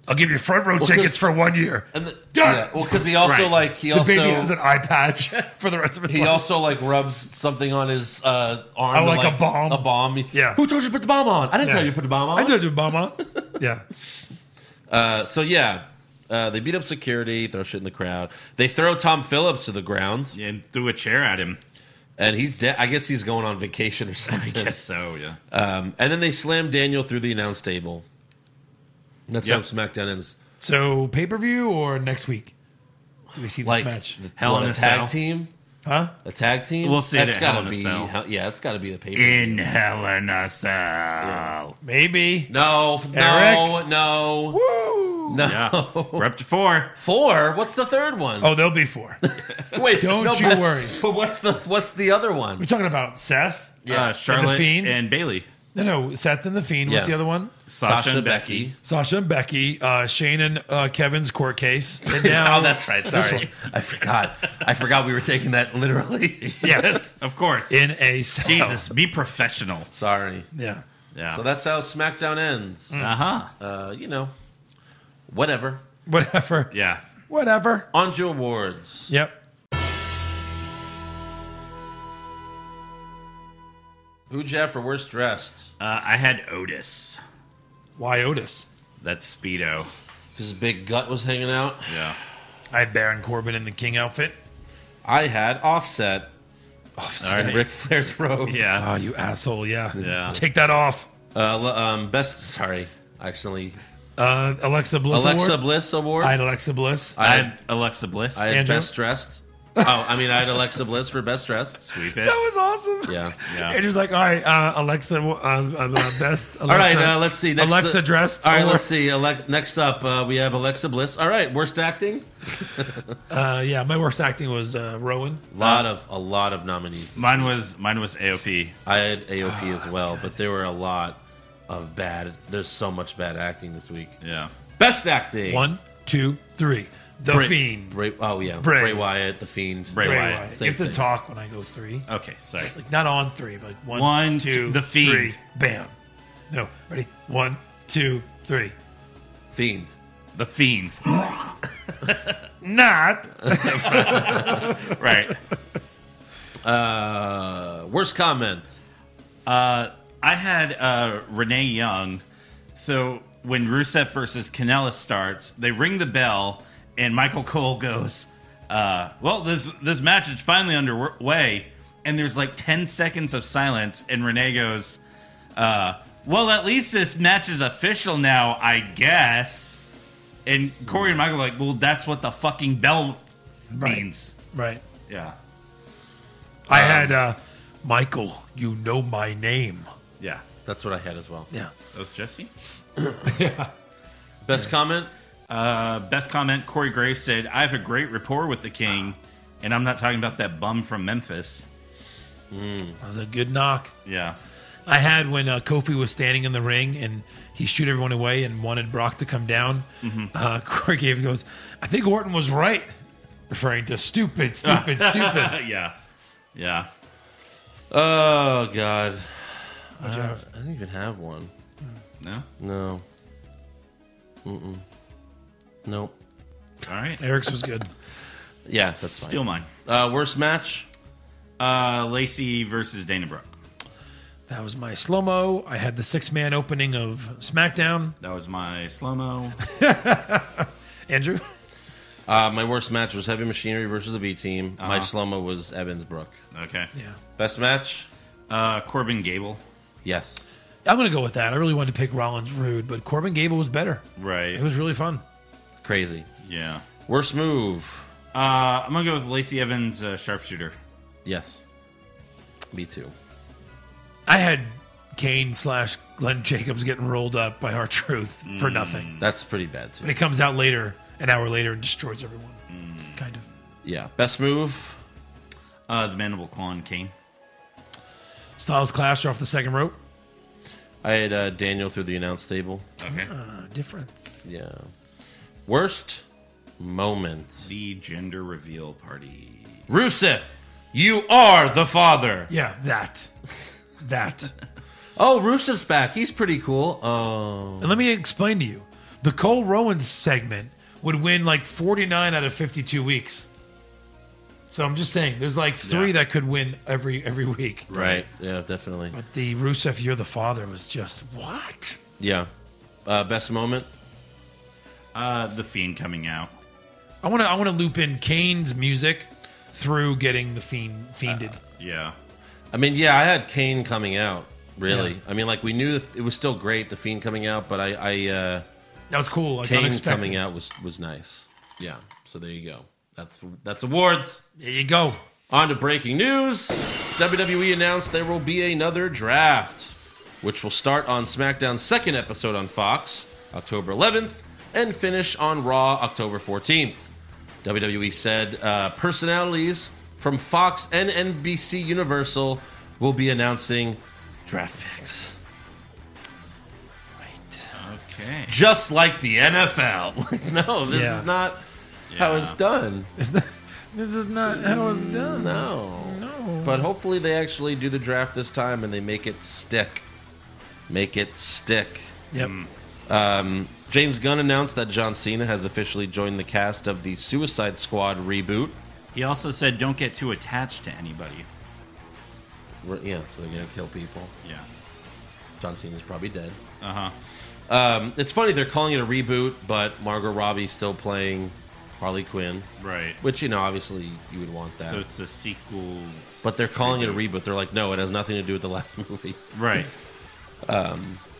[SPEAKER 5] I'll give you front row
[SPEAKER 1] 'cause-
[SPEAKER 5] tickets for one year.
[SPEAKER 1] And the,
[SPEAKER 5] Done.
[SPEAKER 1] yeah, well, because he also
[SPEAKER 6] Right.
[SPEAKER 1] like he
[SPEAKER 5] the baby
[SPEAKER 1] also
[SPEAKER 5] has an eye patch for the rest of his
[SPEAKER 1] he
[SPEAKER 5] life.
[SPEAKER 1] also like rubs something on his uh, arm.
[SPEAKER 5] Oh,
[SPEAKER 1] to,
[SPEAKER 5] like a bomb?
[SPEAKER 1] A bomb.
[SPEAKER 5] Yeah.
[SPEAKER 1] Who told you to put the bomb on? I didn't
[SPEAKER 5] Yeah.
[SPEAKER 1] tell you to put the bomb on.
[SPEAKER 5] I did it, Obama. yeah.
[SPEAKER 1] Uh, so yeah, uh, they beat up security, throw shit in the crowd. They throw Tom Phillips to the ground,
[SPEAKER 6] and threw a chair at him.
[SPEAKER 1] and he's dead. I guess he's going on vacation or something.
[SPEAKER 6] I guess so. Yeah.
[SPEAKER 1] Um, and then they slam Daniel through the announce table. And that's
[SPEAKER 6] Yep.
[SPEAKER 1] how SmackDown ends.
[SPEAKER 5] So pay per view or next week? Do we see this
[SPEAKER 1] Like
[SPEAKER 5] match?
[SPEAKER 1] the-
[SPEAKER 6] Hell
[SPEAKER 1] what,
[SPEAKER 6] in
[SPEAKER 1] a
[SPEAKER 6] a
[SPEAKER 1] tag
[SPEAKER 6] Cell.
[SPEAKER 1] team,
[SPEAKER 5] Huh?
[SPEAKER 1] a tag team.
[SPEAKER 6] We'll see it
[SPEAKER 1] That's
[SPEAKER 6] at
[SPEAKER 1] gotta
[SPEAKER 6] Hell in a
[SPEAKER 1] be.
[SPEAKER 6] Cell.
[SPEAKER 1] hell- yeah, that's got to be the paper.
[SPEAKER 6] In Hell in a Cell.
[SPEAKER 5] Maybe.
[SPEAKER 1] no, f- no,
[SPEAKER 5] Eric?
[SPEAKER 1] no,
[SPEAKER 5] Woo!
[SPEAKER 1] no.
[SPEAKER 6] Yeah. We're up to four.
[SPEAKER 1] Four. What's the third one?
[SPEAKER 5] Oh, there'll be four.
[SPEAKER 6] Oh,
[SPEAKER 1] wait,
[SPEAKER 5] Don't
[SPEAKER 1] no,
[SPEAKER 5] you
[SPEAKER 1] but-
[SPEAKER 5] worry.
[SPEAKER 1] But what's the what's the other one?
[SPEAKER 5] We're talking about Seth.
[SPEAKER 6] Yeah. Uh, Charlotte Uh,
[SPEAKER 5] Fiend.
[SPEAKER 6] and, Bailey.
[SPEAKER 5] No, no, Seth and the Fiend. What's
[SPEAKER 1] Yeah.
[SPEAKER 5] the other one?
[SPEAKER 6] Sasha, and Becky.
[SPEAKER 5] Sasha and Becky, uh, Shane and uh, Kevin's court case. And now,
[SPEAKER 1] oh, that's right. Sorry, I forgot. I forgot we were taking that literally.
[SPEAKER 5] yes,
[SPEAKER 6] Of course.
[SPEAKER 5] in a cell.
[SPEAKER 6] Jesus, be professional.
[SPEAKER 1] Sorry.
[SPEAKER 5] Yeah.
[SPEAKER 6] Yeah.
[SPEAKER 1] So that's how SmackDown ends.
[SPEAKER 6] uh huh.
[SPEAKER 1] Uh, you know, whatever.
[SPEAKER 5] Whatever.
[SPEAKER 6] Yeah.
[SPEAKER 5] Whatever.
[SPEAKER 1] On to awards.
[SPEAKER 5] Yep.
[SPEAKER 1] Who Jeff for worst dressed?
[SPEAKER 6] Uh, I had Otis.
[SPEAKER 5] Why Otis?
[SPEAKER 6] That speedo.
[SPEAKER 1] His big gut was hanging out.
[SPEAKER 6] Yeah.
[SPEAKER 5] I had Baron Corbin in the King outfit.
[SPEAKER 1] I had Offset
[SPEAKER 5] Offset.
[SPEAKER 1] and Ric Flair's robe.
[SPEAKER 6] Yeah.
[SPEAKER 5] Oh, you asshole. Yeah.
[SPEAKER 6] Yeah.
[SPEAKER 5] Take that off.
[SPEAKER 1] Uh, le- um, best. Sorry, I accidentally.
[SPEAKER 5] Uh, Alexa Bliss.
[SPEAKER 1] Alexa
[SPEAKER 5] Award.
[SPEAKER 1] Bliss award.
[SPEAKER 5] I had Alexa Bliss.
[SPEAKER 1] I
[SPEAKER 6] I
[SPEAKER 1] had,
[SPEAKER 6] had Alexa Bliss.
[SPEAKER 1] I had
[SPEAKER 5] Andrew?
[SPEAKER 1] best dressed. Oh, I mean, I had Alexa Bliss for best dressed.
[SPEAKER 6] Sweep
[SPEAKER 5] that
[SPEAKER 6] it.
[SPEAKER 5] was awesome.
[SPEAKER 1] Yeah.
[SPEAKER 6] Yeah.
[SPEAKER 5] And just like, all right, uh, Alexa, uh, uh, best. Alexa,
[SPEAKER 1] All right, uh, let's see. Next,
[SPEAKER 5] Alexa
[SPEAKER 1] uh,
[SPEAKER 5] dressed.
[SPEAKER 1] All right,
[SPEAKER 5] or-
[SPEAKER 1] let's see. Alec next up, uh, we have Alexa Bliss. All right, worst acting.
[SPEAKER 5] Uh, yeah, my worst acting was uh, Rowan.
[SPEAKER 1] A lot of a lot of nominees.
[SPEAKER 6] Mine was mine was AOP.
[SPEAKER 1] I had AOP as well, but there were a lot of bad. There's so much bad acting this week.
[SPEAKER 6] Yeah.
[SPEAKER 1] Best acting.
[SPEAKER 5] One, two, three. The
[SPEAKER 6] Brit-
[SPEAKER 5] Fiend.
[SPEAKER 1] Bray, oh yeah,
[SPEAKER 5] Bray.
[SPEAKER 1] Bray. Wyatt, the Fiend.
[SPEAKER 6] Bray
[SPEAKER 5] Bray
[SPEAKER 6] Wyatt.
[SPEAKER 5] Wyatt.
[SPEAKER 1] Same
[SPEAKER 5] You have to
[SPEAKER 1] thing.
[SPEAKER 5] talk when I go three.
[SPEAKER 6] Okay, sorry.
[SPEAKER 5] Like, not on three, but one,
[SPEAKER 6] One,
[SPEAKER 5] two,
[SPEAKER 6] two, The Fiend.
[SPEAKER 5] three. Bam. No, ready? One, two, three.
[SPEAKER 1] Fiend.
[SPEAKER 6] The Fiend.
[SPEAKER 5] Not.
[SPEAKER 6] Right.
[SPEAKER 1] Uh, worst comment.
[SPEAKER 6] Uh, I had uh, Renee Young. So when Rusev versus Canellis starts, they ring the bell, and Michael Cole goes, uh, "Well, this this match is finally underway." And there's like ten seconds of silence, and Renee goes, uh, "Well, at least this match is official now, I guess." And Corey and Michael are like, "Well, that's what the fucking bell
[SPEAKER 5] Right.
[SPEAKER 6] means."
[SPEAKER 5] Right.
[SPEAKER 6] Yeah,
[SPEAKER 5] I
[SPEAKER 1] Um,
[SPEAKER 5] had uh, Michael, you know my name.
[SPEAKER 6] yeah.
[SPEAKER 1] That's what I had as well.
[SPEAKER 5] Yeah.
[SPEAKER 6] That was Jesse.
[SPEAKER 1] Best comment.
[SPEAKER 6] Uh, best comment Corey Graves said, I have a great rapport with the king, and I'm not talking about that bum from Memphis.
[SPEAKER 5] That was a good knock.
[SPEAKER 6] Yeah.
[SPEAKER 5] I had when uh, Kofi was standing in the ring and he shoot everyone away and wanted Brock to come down. Uh, Corey Gave goes, I think Orton was right, referring to stupid, stupid, stupid.
[SPEAKER 6] Uh, yeah, yeah.
[SPEAKER 1] Oh God, I,
[SPEAKER 5] Uh,
[SPEAKER 1] don't- I don't even have one.
[SPEAKER 6] No,
[SPEAKER 1] No. Mm-mm. Nope.
[SPEAKER 6] all right.
[SPEAKER 5] Eric's was good.
[SPEAKER 1] Yeah, that's fine.
[SPEAKER 6] Steal mine.
[SPEAKER 1] Uh, worst match.
[SPEAKER 6] Uh, Lacey versus Dana Brooke.
[SPEAKER 5] That was my slow mo. I had the six man opening of SmackDown.
[SPEAKER 6] That was my slow mo.
[SPEAKER 5] Andrew,
[SPEAKER 1] Uh, my worst match was Heavy Machinery versus the B Team. My slow mo was Evans Brook.
[SPEAKER 6] Okay.
[SPEAKER 5] yeah,
[SPEAKER 1] Best match.
[SPEAKER 6] Uh, Corbin Gable.
[SPEAKER 1] Yes.
[SPEAKER 5] I'm gonna go with that. I really wanted to pick Rollins Rude, but Corbin Gable was better.
[SPEAKER 6] Right.
[SPEAKER 5] It was really fun.
[SPEAKER 1] Crazy.
[SPEAKER 6] yeah.
[SPEAKER 1] Worst move.
[SPEAKER 6] Uh, I'm gonna go with Lacey Evans uh, sharpshooter.
[SPEAKER 1] Yes. Me too.
[SPEAKER 5] I had Kane slash Glenn Jacobs getting rolled up by our truth for nothing,
[SPEAKER 1] That's pretty bad too.
[SPEAKER 5] and it comes out later, an hour later, and destroys everyone. Kind of.
[SPEAKER 1] Yeah. Best move.
[SPEAKER 6] Uh, the mandible claw and Kane.
[SPEAKER 5] Styles Clash off the second rope.
[SPEAKER 1] I had uh, Daniel through the announce table.
[SPEAKER 6] Okay.
[SPEAKER 5] Uh, difference.
[SPEAKER 1] Yeah. Worst moment.
[SPEAKER 6] The gender reveal party.
[SPEAKER 1] Rusev, you are the father.
[SPEAKER 5] Yeah, that. That.
[SPEAKER 1] Oh, Rusev's back. He's pretty cool. Oh.
[SPEAKER 5] And let me explain to you the Cole Rowans segment would win like 49 out of 52 weeks. So I'm just saying, there's like three
[SPEAKER 6] Yeah.
[SPEAKER 5] that could win every every week.
[SPEAKER 1] Right. Yeah, definitely.
[SPEAKER 5] But the Rusev, you're the father, was just what?
[SPEAKER 1] Yeah. Uh, best moment.
[SPEAKER 6] Uh, the fiend coming out.
[SPEAKER 5] I want to I want to loop in Kane's music through getting the fiend fiended.
[SPEAKER 6] Yeah.
[SPEAKER 1] I mean, yeah, I had Kane coming out. Really. I mean, like we knew the, it was still great, the Fiend coming out, but I, I uh,
[SPEAKER 5] that was cool. Like
[SPEAKER 1] Kane
[SPEAKER 5] unexpected.
[SPEAKER 1] coming out was was nice. Yeah. So there you go. That's that's awards.
[SPEAKER 5] There you go.
[SPEAKER 1] On to breaking news. WWE announced there will be another draft, which will start on SmackDown's second episode on Fox, October 11th, and finish on Raw, October 14th. WWE said uh, personalities from Fox and NBC Universal will be announcing draft picks.
[SPEAKER 6] Okay.
[SPEAKER 1] Just like the NFL. no, this
[SPEAKER 5] Yeah.
[SPEAKER 1] is not how it's done.
[SPEAKER 5] This is not how it's done.
[SPEAKER 1] No.
[SPEAKER 5] No.
[SPEAKER 1] But hopefully they actually do the draft this time and they make it stick. Make it stick.
[SPEAKER 5] Yep.
[SPEAKER 1] Mm, James Gunn announced that John Cena has officially joined the cast of the Suicide Squad reboot.
[SPEAKER 6] He also said, "Don't get too attached to anybody."
[SPEAKER 1] We're- Yeah, so they're going to kill people.
[SPEAKER 6] Yeah.
[SPEAKER 1] John Cena's probably dead.
[SPEAKER 6] Uh
[SPEAKER 1] Uh-huh.
[SPEAKER 6] huh.
[SPEAKER 1] Um, it's funny, they're calling it a reboot, but Margot Robbie's still playing Harley Quinn,
[SPEAKER 6] Right.
[SPEAKER 1] which, you know, obviously you would want that.
[SPEAKER 6] So it's a sequel.
[SPEAKER 1] but they're calling it a reboot. They're like, no, it has nothing to do with the last movie.
[SPEAKER 6] Right.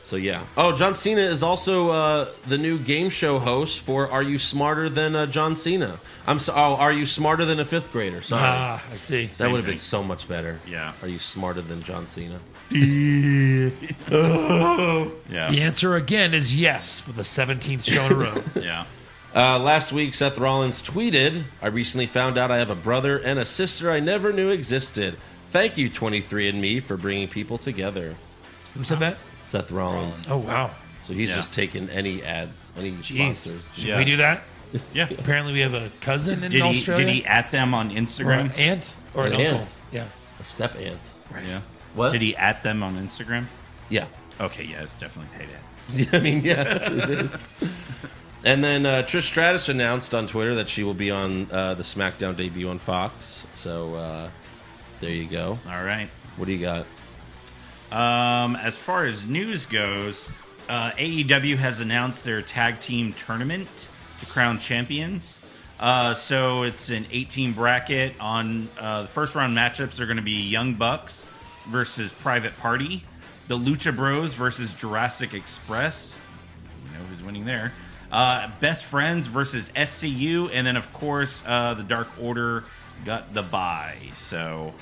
[SPEAKER 1] So yeah. Oh, John Cena is also uh, the new game show host for "Are You Smarter Than uh, John Cena?" I'm so. Oh, are you smarter than a fifth grader? Sorry,
[SPEAKER 5] Ah, I see.
[SPEAKER 1] that would have
[SPEAKER 6] thing.
[SPEAKER 1] been so much better.
[SPEAKER 6] Yeah.
[SPEAKER 1] Are you smarter than John Cena?
[SPEAKER 6] Yeah.
[SPEAKER 5] The answer again is yes for the 17th show in a row.
[SPEAKER 6] Yeah.
[SPEAKER 1] Uh, last week, Seth Rollins tweeted, "I recently found out I have a brother and a sister I never knew existed. Thank you, 23andMe, for bringing people together."
[SPEAKER 5] Who said that?
[SPEAKER 1] Seth Rollins.
[SPEAKER 5] Oh wow.
[SPEAKER 1] So he's
[SPEAKER 6] Yeah.
[SPEAKER 1] just taking any ads, any sponsors.
[SPEAKER 5] Jeez. Should
[SPEAKER 6] Yeah.
[SPEAKER 5] we do that?
[SPEAKER 6] Yeah.
[SPEAKER 5] Apparently, we have a cousin in
[SPEAKER 6] Did he,
[SPEAKER 5] Australia.
[SPEAKER 6] did he at them on
[SPEAKER 5] or
[SPEAKER 6] Instagram?
[SPEAKER 5] an aunt or an,
[SPEAKER 1] An
[SPEAKER 5] uncle?
[SPEAKER 1] aunt.
[SPEAKER 5] Yeah.
[SPEAKER 1] A step ant.
[SPEAKER 5] Right.
[SPEAKER 6] Yeah.
[SPEAKER 1] What?
[SPEAKER 6] Did he at them on Instagram?
[SPEAKER 1] Yeah.
[SPEAKER 6] Okay, yeah, it's definitely paid at.
[SPEAKER 1] I mean, yeah, it is. And then uh, Trish Stratus announced on Twitter that she will be on uh, the SmackDown debut on Fox. So uh, there you go.
[SPEAKER 6] All right.
[SPEAKER 1] What do you got?
[SPEAKER 6] Um, as far as news goes, uh, AEW has announced their tag team tournament to crown champions. Uh, so it's an 18 bracket. On uh, the first round matchups are going to be Young Bucks versus Private Party, the Lucha Bros versus Jurassic Express. You know who's winning there. Uh, Best Friends versus SCU, and then of course uh, the Dark Order got the bye. So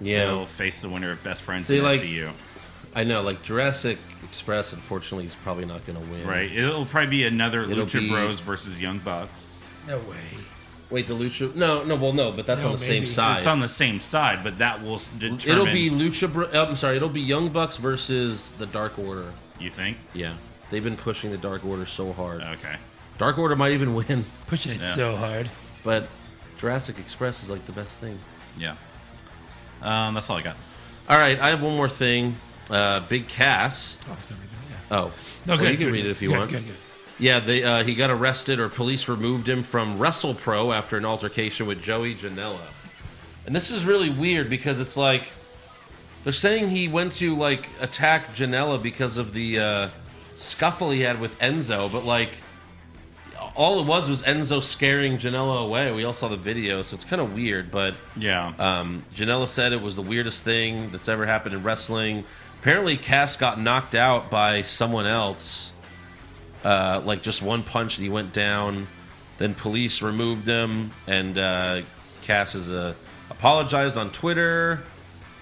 [SPEAKER 1] Yeah.
[SPEAKER 6] they'll face the winner of Best Friends
[SPEAKER 1] See,
[SPEAKER 6] and
[SPEAKER 1] like-
[SPEAKER 6] SCU.
[SPEAKER 1] I know, like Jurassic Express, unfortunately, is probably not going to win.
[SPEAKER 6] Right. It'll probably be another
[SPEAKER 1] It'll
[SPEAKER 6] Lucha
[SPEAKER 1] be-
[SPEAKER 6] Bros versus Young Bucks.
[SPEAKER 5] No way.
[SPEAKER 1] Wait, the Lucha? No, no. Well, no, but that's
[SPEAKER 5] No,
[SPEAKER 1] on the same
[SPEAKER 5] maybe.
[SPEAKER 1] side.
[SPEAKER 6] It's on the same side, but that will s- determine.
[SPEAKER 1] Ah, it'll be Lucha. Br- oh, I'm sorry. It'll be Young Bucks versus the Dark Order.
[SPEAKER 6] You think?
[SPEAKER 1] Yeah, they've been pushing the Dark Order so hard.
[SPEAKER 6] Okay.
[SPEAKER 1] Dark Order might even win,
[SPEAKER 14] Pushing it so hard.
[SPEAKER 1] but Jurassic Express is like the best thing.
[SPEAKER 6] Yeah. Um, that's all I got.
[SPEAKER 1] All right, I have one more thing. Uh, Big Cass.
[SPEAKER 14] Oh, it's gonna be good, yeah.
[SPEAKER 1] Oh,
[SPEAKER 14] No,
[SPEAKER 1] Well,
[SPEAKER 14] good,
[SPEAKER 1] you can
[SPEAKER 14] good,
[SPEAKER 1] read it if you
[SPEAKER 14] good,
[SPEAKER 1] want.
[SPEAKER 14] good, good.
[SPEAKER 1] Yeah, they, uh, he got arrested, or police removed him from WrestlePro after an altercation with Joey Janela. And this is really weird because it's like they're saying he went to like attack Janela because of the uh, scuffle he had with Enzo, but like all it was was Enzo scaring Janela away. We all saw the video, so it's kind of weird, but.
[SPEAKER 6] Yeah.
[SPEAKER 1] Um, Janela said it was the weirdest thing that's ever happened in wrestling. Apparently, Cass got knocked out by someone else, uh, like just one punch, and he went down. Then police removed him, and uh, Cass has uh, apologized on Twitter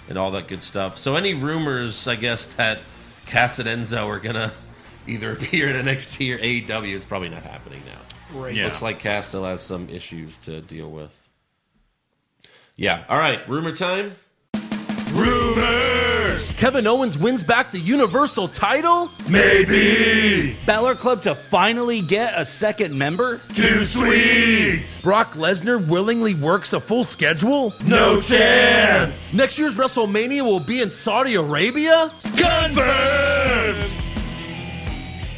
[SPEAKER 1] and all that good stuff. So, any rumors, I guess, that Cass and Enzo are gonna either appear in NXT or AEW, it's probably not happening now.
[SPEAKER 6] yeah.
[SPEAKER 1] Looks like Cass still has some issues to deal with. Yeah. All right. Rumor time. Rumors. Kevin Owens wins back the Universal title.
[SPEAKER 11] Balor Club to finally get a second member?
[SPEAKER 14] Brock Lesnar willingly works a full schedule?
[SPEAKER 11] Next year's WrestleMania will be in Saudi Arabia?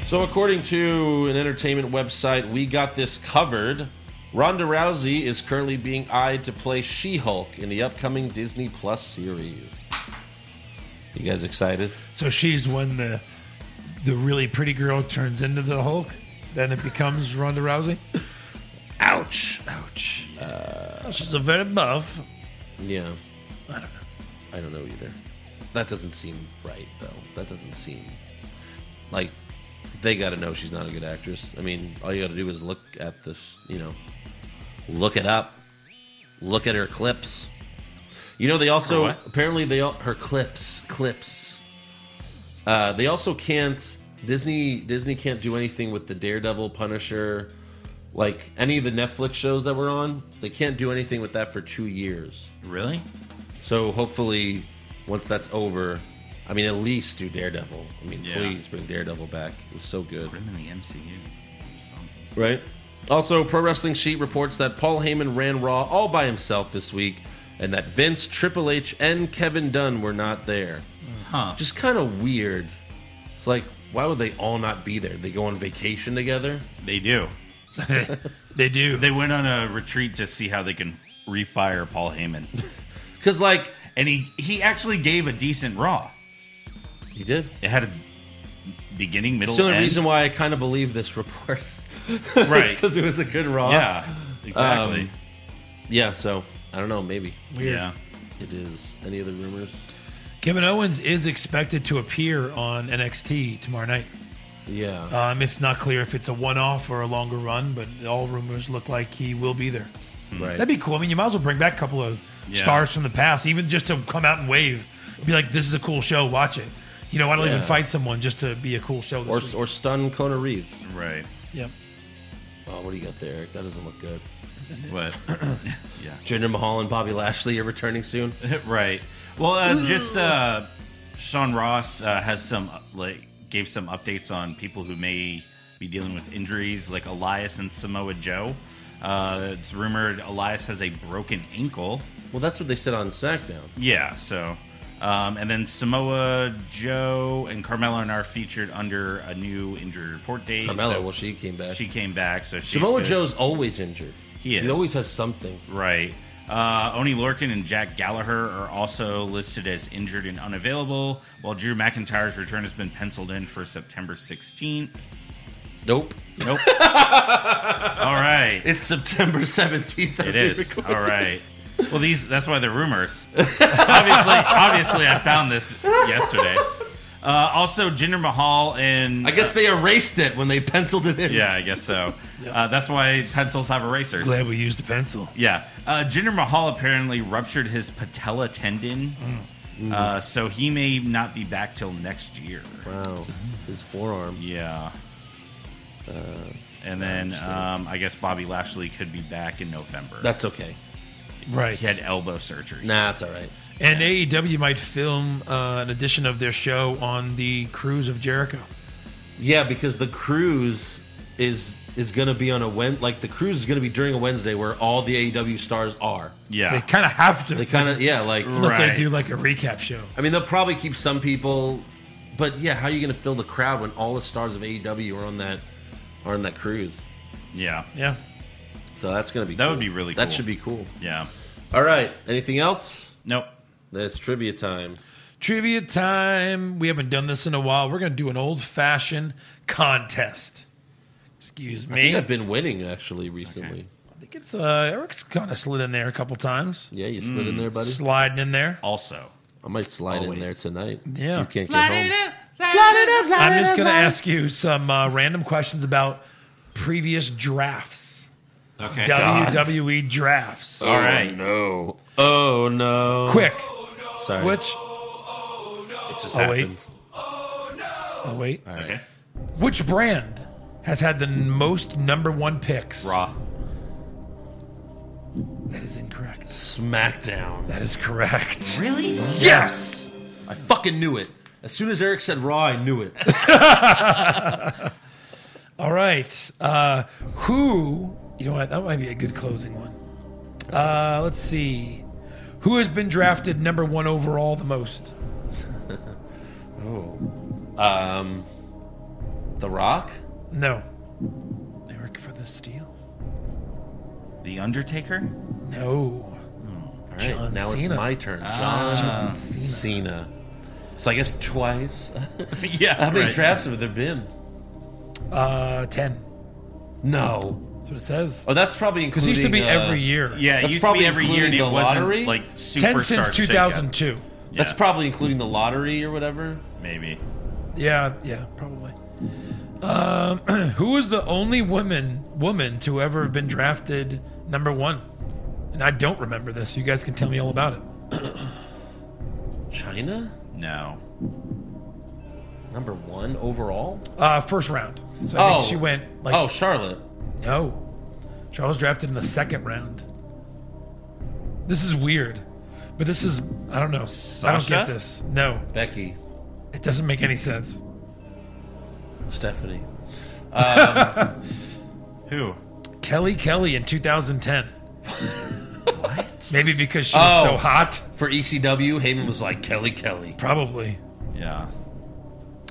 [SPEAKER 1] So, according to an entertainment website, we got this covered. Ronda Rousey is currently being eyed to play She-Hulk in the upcoming Disney Plus series. You guys excited?
[SPEAKER 5] So she's when the the really pretty girl turns into the Hulk, then it becomes Ronda Rousey.
[SPEAKER 1] Ouch.
[SPEAKER 5] Ouch. Oh, she's a very buff.
[SPEAKER 1] Yeah. I don't know. I don't know either. That doesn't seem right, though. That doesn't seem like they got to know she's not a good actress. I mean, all you got to do is look at this, you know, look it up, look at her clips. You know, they also apparently they all, her clips clips. Uh, they also can't Disney Disney can't do anything with the Daredevil, Punisher, like any of the Netflix shows that we're on. They can't do anything with that for two years.
[SPEAKER 6] Really?
[SPEAKER 1] So hopefully, once that's over, I mean, at least do Daredevil. I mean,
[SPEAKER 6] Yeah.
[SPEAKER 1] please bring Daredevil back. It was so good.
[SPEAKER 6] Put him in the MCU. or something.
[SPEAKER 1] Right. Also, Pro Wrestling Sheet reports that Paul Heyman ran Raw all by himself this week, and that Vince, Triple H, and Kevin Dunn were not there.
[SPEAKER 6] Huh.
[SPEAKER 1] Just kind of weird. It's like, why would they all not be there? They go on vacation together.
[SPEAKER 6] They do.
[SPEAKER 5] They do.
[SPEAKER 6] They went on a retreat to see how they can refire Paul Heyman,
[SPEAKER 1] Because, like,
[SPEAKER 6] and he he actually gave a decent Raw.
[SPEAKER 1] he did.
[SPEAKER 6] It had a beginning, middle,
[SPEAKER 1] It's the only
[SPEAKER 6] end.
[SPEAKER 1] reason why I kind of believe this report.
[SPEAKER 6] Right.
[SPEAKER 1] Because it was a good Raw.
[SPEAKER 6] yeah. Exactly.
[SPEAKER 1] Um, Yeah, so, I don't know, maybe.
[SPEAKER 6] yeah.
[SPEAKER 1] It is. Any other rumors?
[SPEAKER 5] Kevin Owens is expected to appear on NXT tomorrow night.
[SPEAKER 1] Yeah.
[SPEAKER 5] Um, it's not clear if it's a one-off or a longer run, but all rumors look like he will be there.
[SPEAKER 6] Um,
[SPEAKER 1] right.
[SPEAKER 5] That'd be cool. I mean, you might as well bring back a couple of
[SPEAKER 6] Yeah.
[SPEAKER 5] stars from the past, even just to come out and wave, be like, "This is a cool show. Watch it." You know, I don't even
[SPEAKER 1] Yeah.
[SPEAKER 5] fight someone just to be a cool show. This
[SPEAKER 1] or,
[SPEAKER 5] week.
[SPEAKER 1] or stun Kona Reeves.
[SPEAKER 6] Right.
[SPEAKER 5] Yep.
[SPEAKER 1] Oh, what do you got there, Eric? That doesn't look good.
[SPEAKER 6] What?
[SPEAKER 1] Jinder Mahal and Bobby Lashley are returning soon.
[SPEAKER 6] right. Well, uh, just uh, Sean Ross uh, has some uh, like gave some updates on people who may be dealing with injuries, like Elias and Samoa Joe. Uh, it's rumored Elias has a broken ankle.
[SPEAKER 1] Well, that's what they said on SmackDown.
[SPEAKER 6] Yeah. So, um, and then Samoa Joe and Carmella are now featured under a new injury report date.
[SPEAKER 1] Carmella,
[SPEAKER 6] so
[SPEAKER 1] well, she came back.
[SPEAKER 6] she came back. So she's
[SPEAKER 1] Samoa
[SPEAKER 6] good.
[SPEAKER 1] Joe's always injured.
[SPEAKER 6] He
[SPEAKER 1] He
[SPEAKER 6] is.
[SPEAKER 1] always has something.
[SPEAKER 6] Right. Uh, Oni Lorcan and Jack Gallagher are also listed as injured and unavailable, while Drew McIntyre's return has been penciled in for September 16th.
[SPEAKER 1] Nope.
[SPEAKER 6] Nope. All right.
[SPEAKER 1] It's September 17th. as
[SPEAKER 6] It
[SPEAKER 1] we
[SPEAKER 6] is. All
[SPEAKER 1] record
[SPEAKER 6] right. Well, these that's why they're rumors. obviously, obviously, I found this yesterday. Uh, also, Jinder Mahal and
[SPEAKER 1] I guess they erased it when they penciled it in.
[SPEAKER 6] yeah, I guess so. Uh, that's why pencils have erasers.
[SPEAKER 5] Glad we used the pencil.
[SPEAKER 6] Yeah. Uh, Jinder Mahal apparently ruptured his patella tendon.
[SPEAKER 1] Mm.
[SPEAKER 6] Uh, so he may not be back till next year.
[SPEAKER 1] Wow. His forearm.
[SPEAKER 6] Yeah.
[SPEAKER 1] Uh,
[SPEAKER 6] And then um, I guess Bobby Lashley could be back in November.
[SPEAKER 1] That's okay.
[SPEAKER 5] Right.
[SPEAKER 6] he had elbow surgery.
[SPEAKER 1] Nah, it's all right.
[SPEAKER 5] And AEW might film uh, an edition of their show on the cruise of Jericho.
[SPEAKER 1] Yeah, because the cruise is is going to be on a when like the cruise is going to be during a Wednesday where all the AEW stars are.
[SPEAKER 5] They
[SPEAKER 6] Yeah.
[SPEAKER 5] kind of have to.
[SPEAKER 1] They kind of yeah, like
[SPEAKER 5] Unless
[SPEAKER 6] Right.
[SPEAKER 5] they do like a recap show.
[SPEAKER 1] I mean, they'll probably keep some people, but yeah, how are you going to fill the crowd when all the stars of AEW are on that are on that cruise?
[SPEAKER 6] Yeah.
[SPEAKER 5] Yeah.
[SPEAKER 1] So that's going to be
[SPEAKER 6] That would
[SPEAKER 1] cool.
[SPEAKER 6] be really
[SPEAKER 1] That
[SPEAKER 6] cool.
[SPEAKER 1] should be cool.
[SPEAKER 6] Yeah.
[SPEAKER 1] All right, anything else?
[SPEAKER 6] Nope.
[SPEAKER 1] Then it's trivia time.
[SPEAKER 5] Trivia time. We haven't done this in a while. We're going to do an old fashioned contest. Excuse
[SPEAKER 1] I
[SPEAKER 5] me.
[SPEAKER 1] think I've been winning actually recently.
[SPEAKER 5] I think it's uh, Eric's kind of slid in there a couple times,
[SPEAKER 1] Yeah, you slid
[SPEAKER 6] Mm.
[SPEAKER 1] in there, buddy.
[SPEAKER 5] sliding in there.
[SPEAKER 6] Also,
[SPEAKER 1] I might slide in
[SPEAKER 6] Always.
[SPEAKER 1] there tonight.
[SPEAKER 5] Yeah.
[SPEAKER 1] if you can't get home.
[SPEAKER 5] I'm just going to ask you some uh, random questions about previous drafts,
[SPEAKER 1] Oh
[SPEAKER 6] okay.
[SPEAKER 5] WWE drafts.
[SPEAKER 6] All right.
[SPEAKER 1] No. Oh no.
[SPEAKER 5] Quick,
[SPEAKER 1] Sorry.
[SPEAKER 5] which?
[SPEAKER 1] It just
[SPEAKER 5] Oh, wait.
[SPEAKER 1] happened.
[SPEAKER 5] Oh wait,
[SPEAKER 1] All right.
[SPEAKER 6] Okay.
[SPEAKER 5] which brand has had the most number one picks?
[SPEAKER 6] Raw.
[SPEAKER 5] That is incorrect.
[SPEAKER 1] SmackDown.
[SPEAKER 5] That is correct.
[SPEAKER 1] Really?
[SPEAKER 5] Yes.
[SPEAKER 1] I fucking knew it. As soon as Eric said Raw, I knew it.
[SPEAKER 5] All right. Uh, who? You know what? That might be a good closing one. Uh, let's see. Who has been drafted number one overall the most?
[SPEAKER 1] Um, The Rock.
[SPEAKER 5] No. Eric for the steal.
[SPEAKER 6] The Undertaker?
[SPEAKER 5] No.
[SPEAKER 1] Oh, All right,
[SPEAKER 5] John
[SPEAKER 1] now
[SPEAKER 5] Cena.
[SPEAKER 1] it's my turn. Ah. John,
[SPEAKER 5] John
[SPEAKER 1] Cena. So I guess twice.
[SPEAKER 6] yeah.
[SPEAKER 1] How many
[SPEAKER 6] right.
[SPEAKER 1] drafts have there been?
[SPEAKER 5] Uh, ten.
[SPEAKER 1] No.
[SPEAKER 5] That's what it says.
[SPEAKER 1] Oh, that's probably
[SPEAKER 5] Because
[SPEAKER 1] including.
[SPEAKER 5] it used to be
[SPEAKER 1] uh,
[SPEAKER 5] every year.
[SPEAKER 6] Yeah,
[SPEAKER 1] That's
[SPEAKER 6] it used to
[SPEAKER 1] probably
[SPEAKER 6] be every year and
[SPEAKER 1] including
[SPEAKER 6] it
[SPEAKER 1] the
[SPEAKER 6] wasn't
[SPEAKER 1] lottery?
[SPEAKER 6] like super
[SPEAKER 5] ten since two thousand two.
[SPEAKER 1] That's probably including the lottery or whatever.
[SPEAKER 6] Maybe.
[SPEAKER 5] Yeah, yeah, probably. Um, who is the only woman woman to ever have been drafted number one? And I don't remember this. You guys can tell me all about it.
[SPEAKER 1] China
[SPEAKER 6] No.
[SPEAKER 1] number one overall.
[SPEAKER 5] Uh, first round. So I
[SPEAKER 1] Oh.
[SPEAKER 5] think she went like
[SPEAKER 1] oh, Charlotte.
[SPEAKER 5] no. Charles drafted in the second round. This is weird, but this is I don't know. I don't
[SPEAKER 6] Sasha?
[SPEAKER 5] get this. No,
[SPEAKER 1] Becky.
[SPEAKER 5] it doesn't make any sense.
[SPEAKER 1] Stephanie.
[SPEAKER 6] Who?
[SPEAKER 5] Kelly Kelly in 2010. what? Maybe because she
[SPEAKER 1] Oh.
[SPEAKER 5] was so hot.
[SPEAKER 1] For ECW, Heyman was like Kelly Kelly.
[SPEAKER 5] Probably.
[SPEAKER 6] Yeah.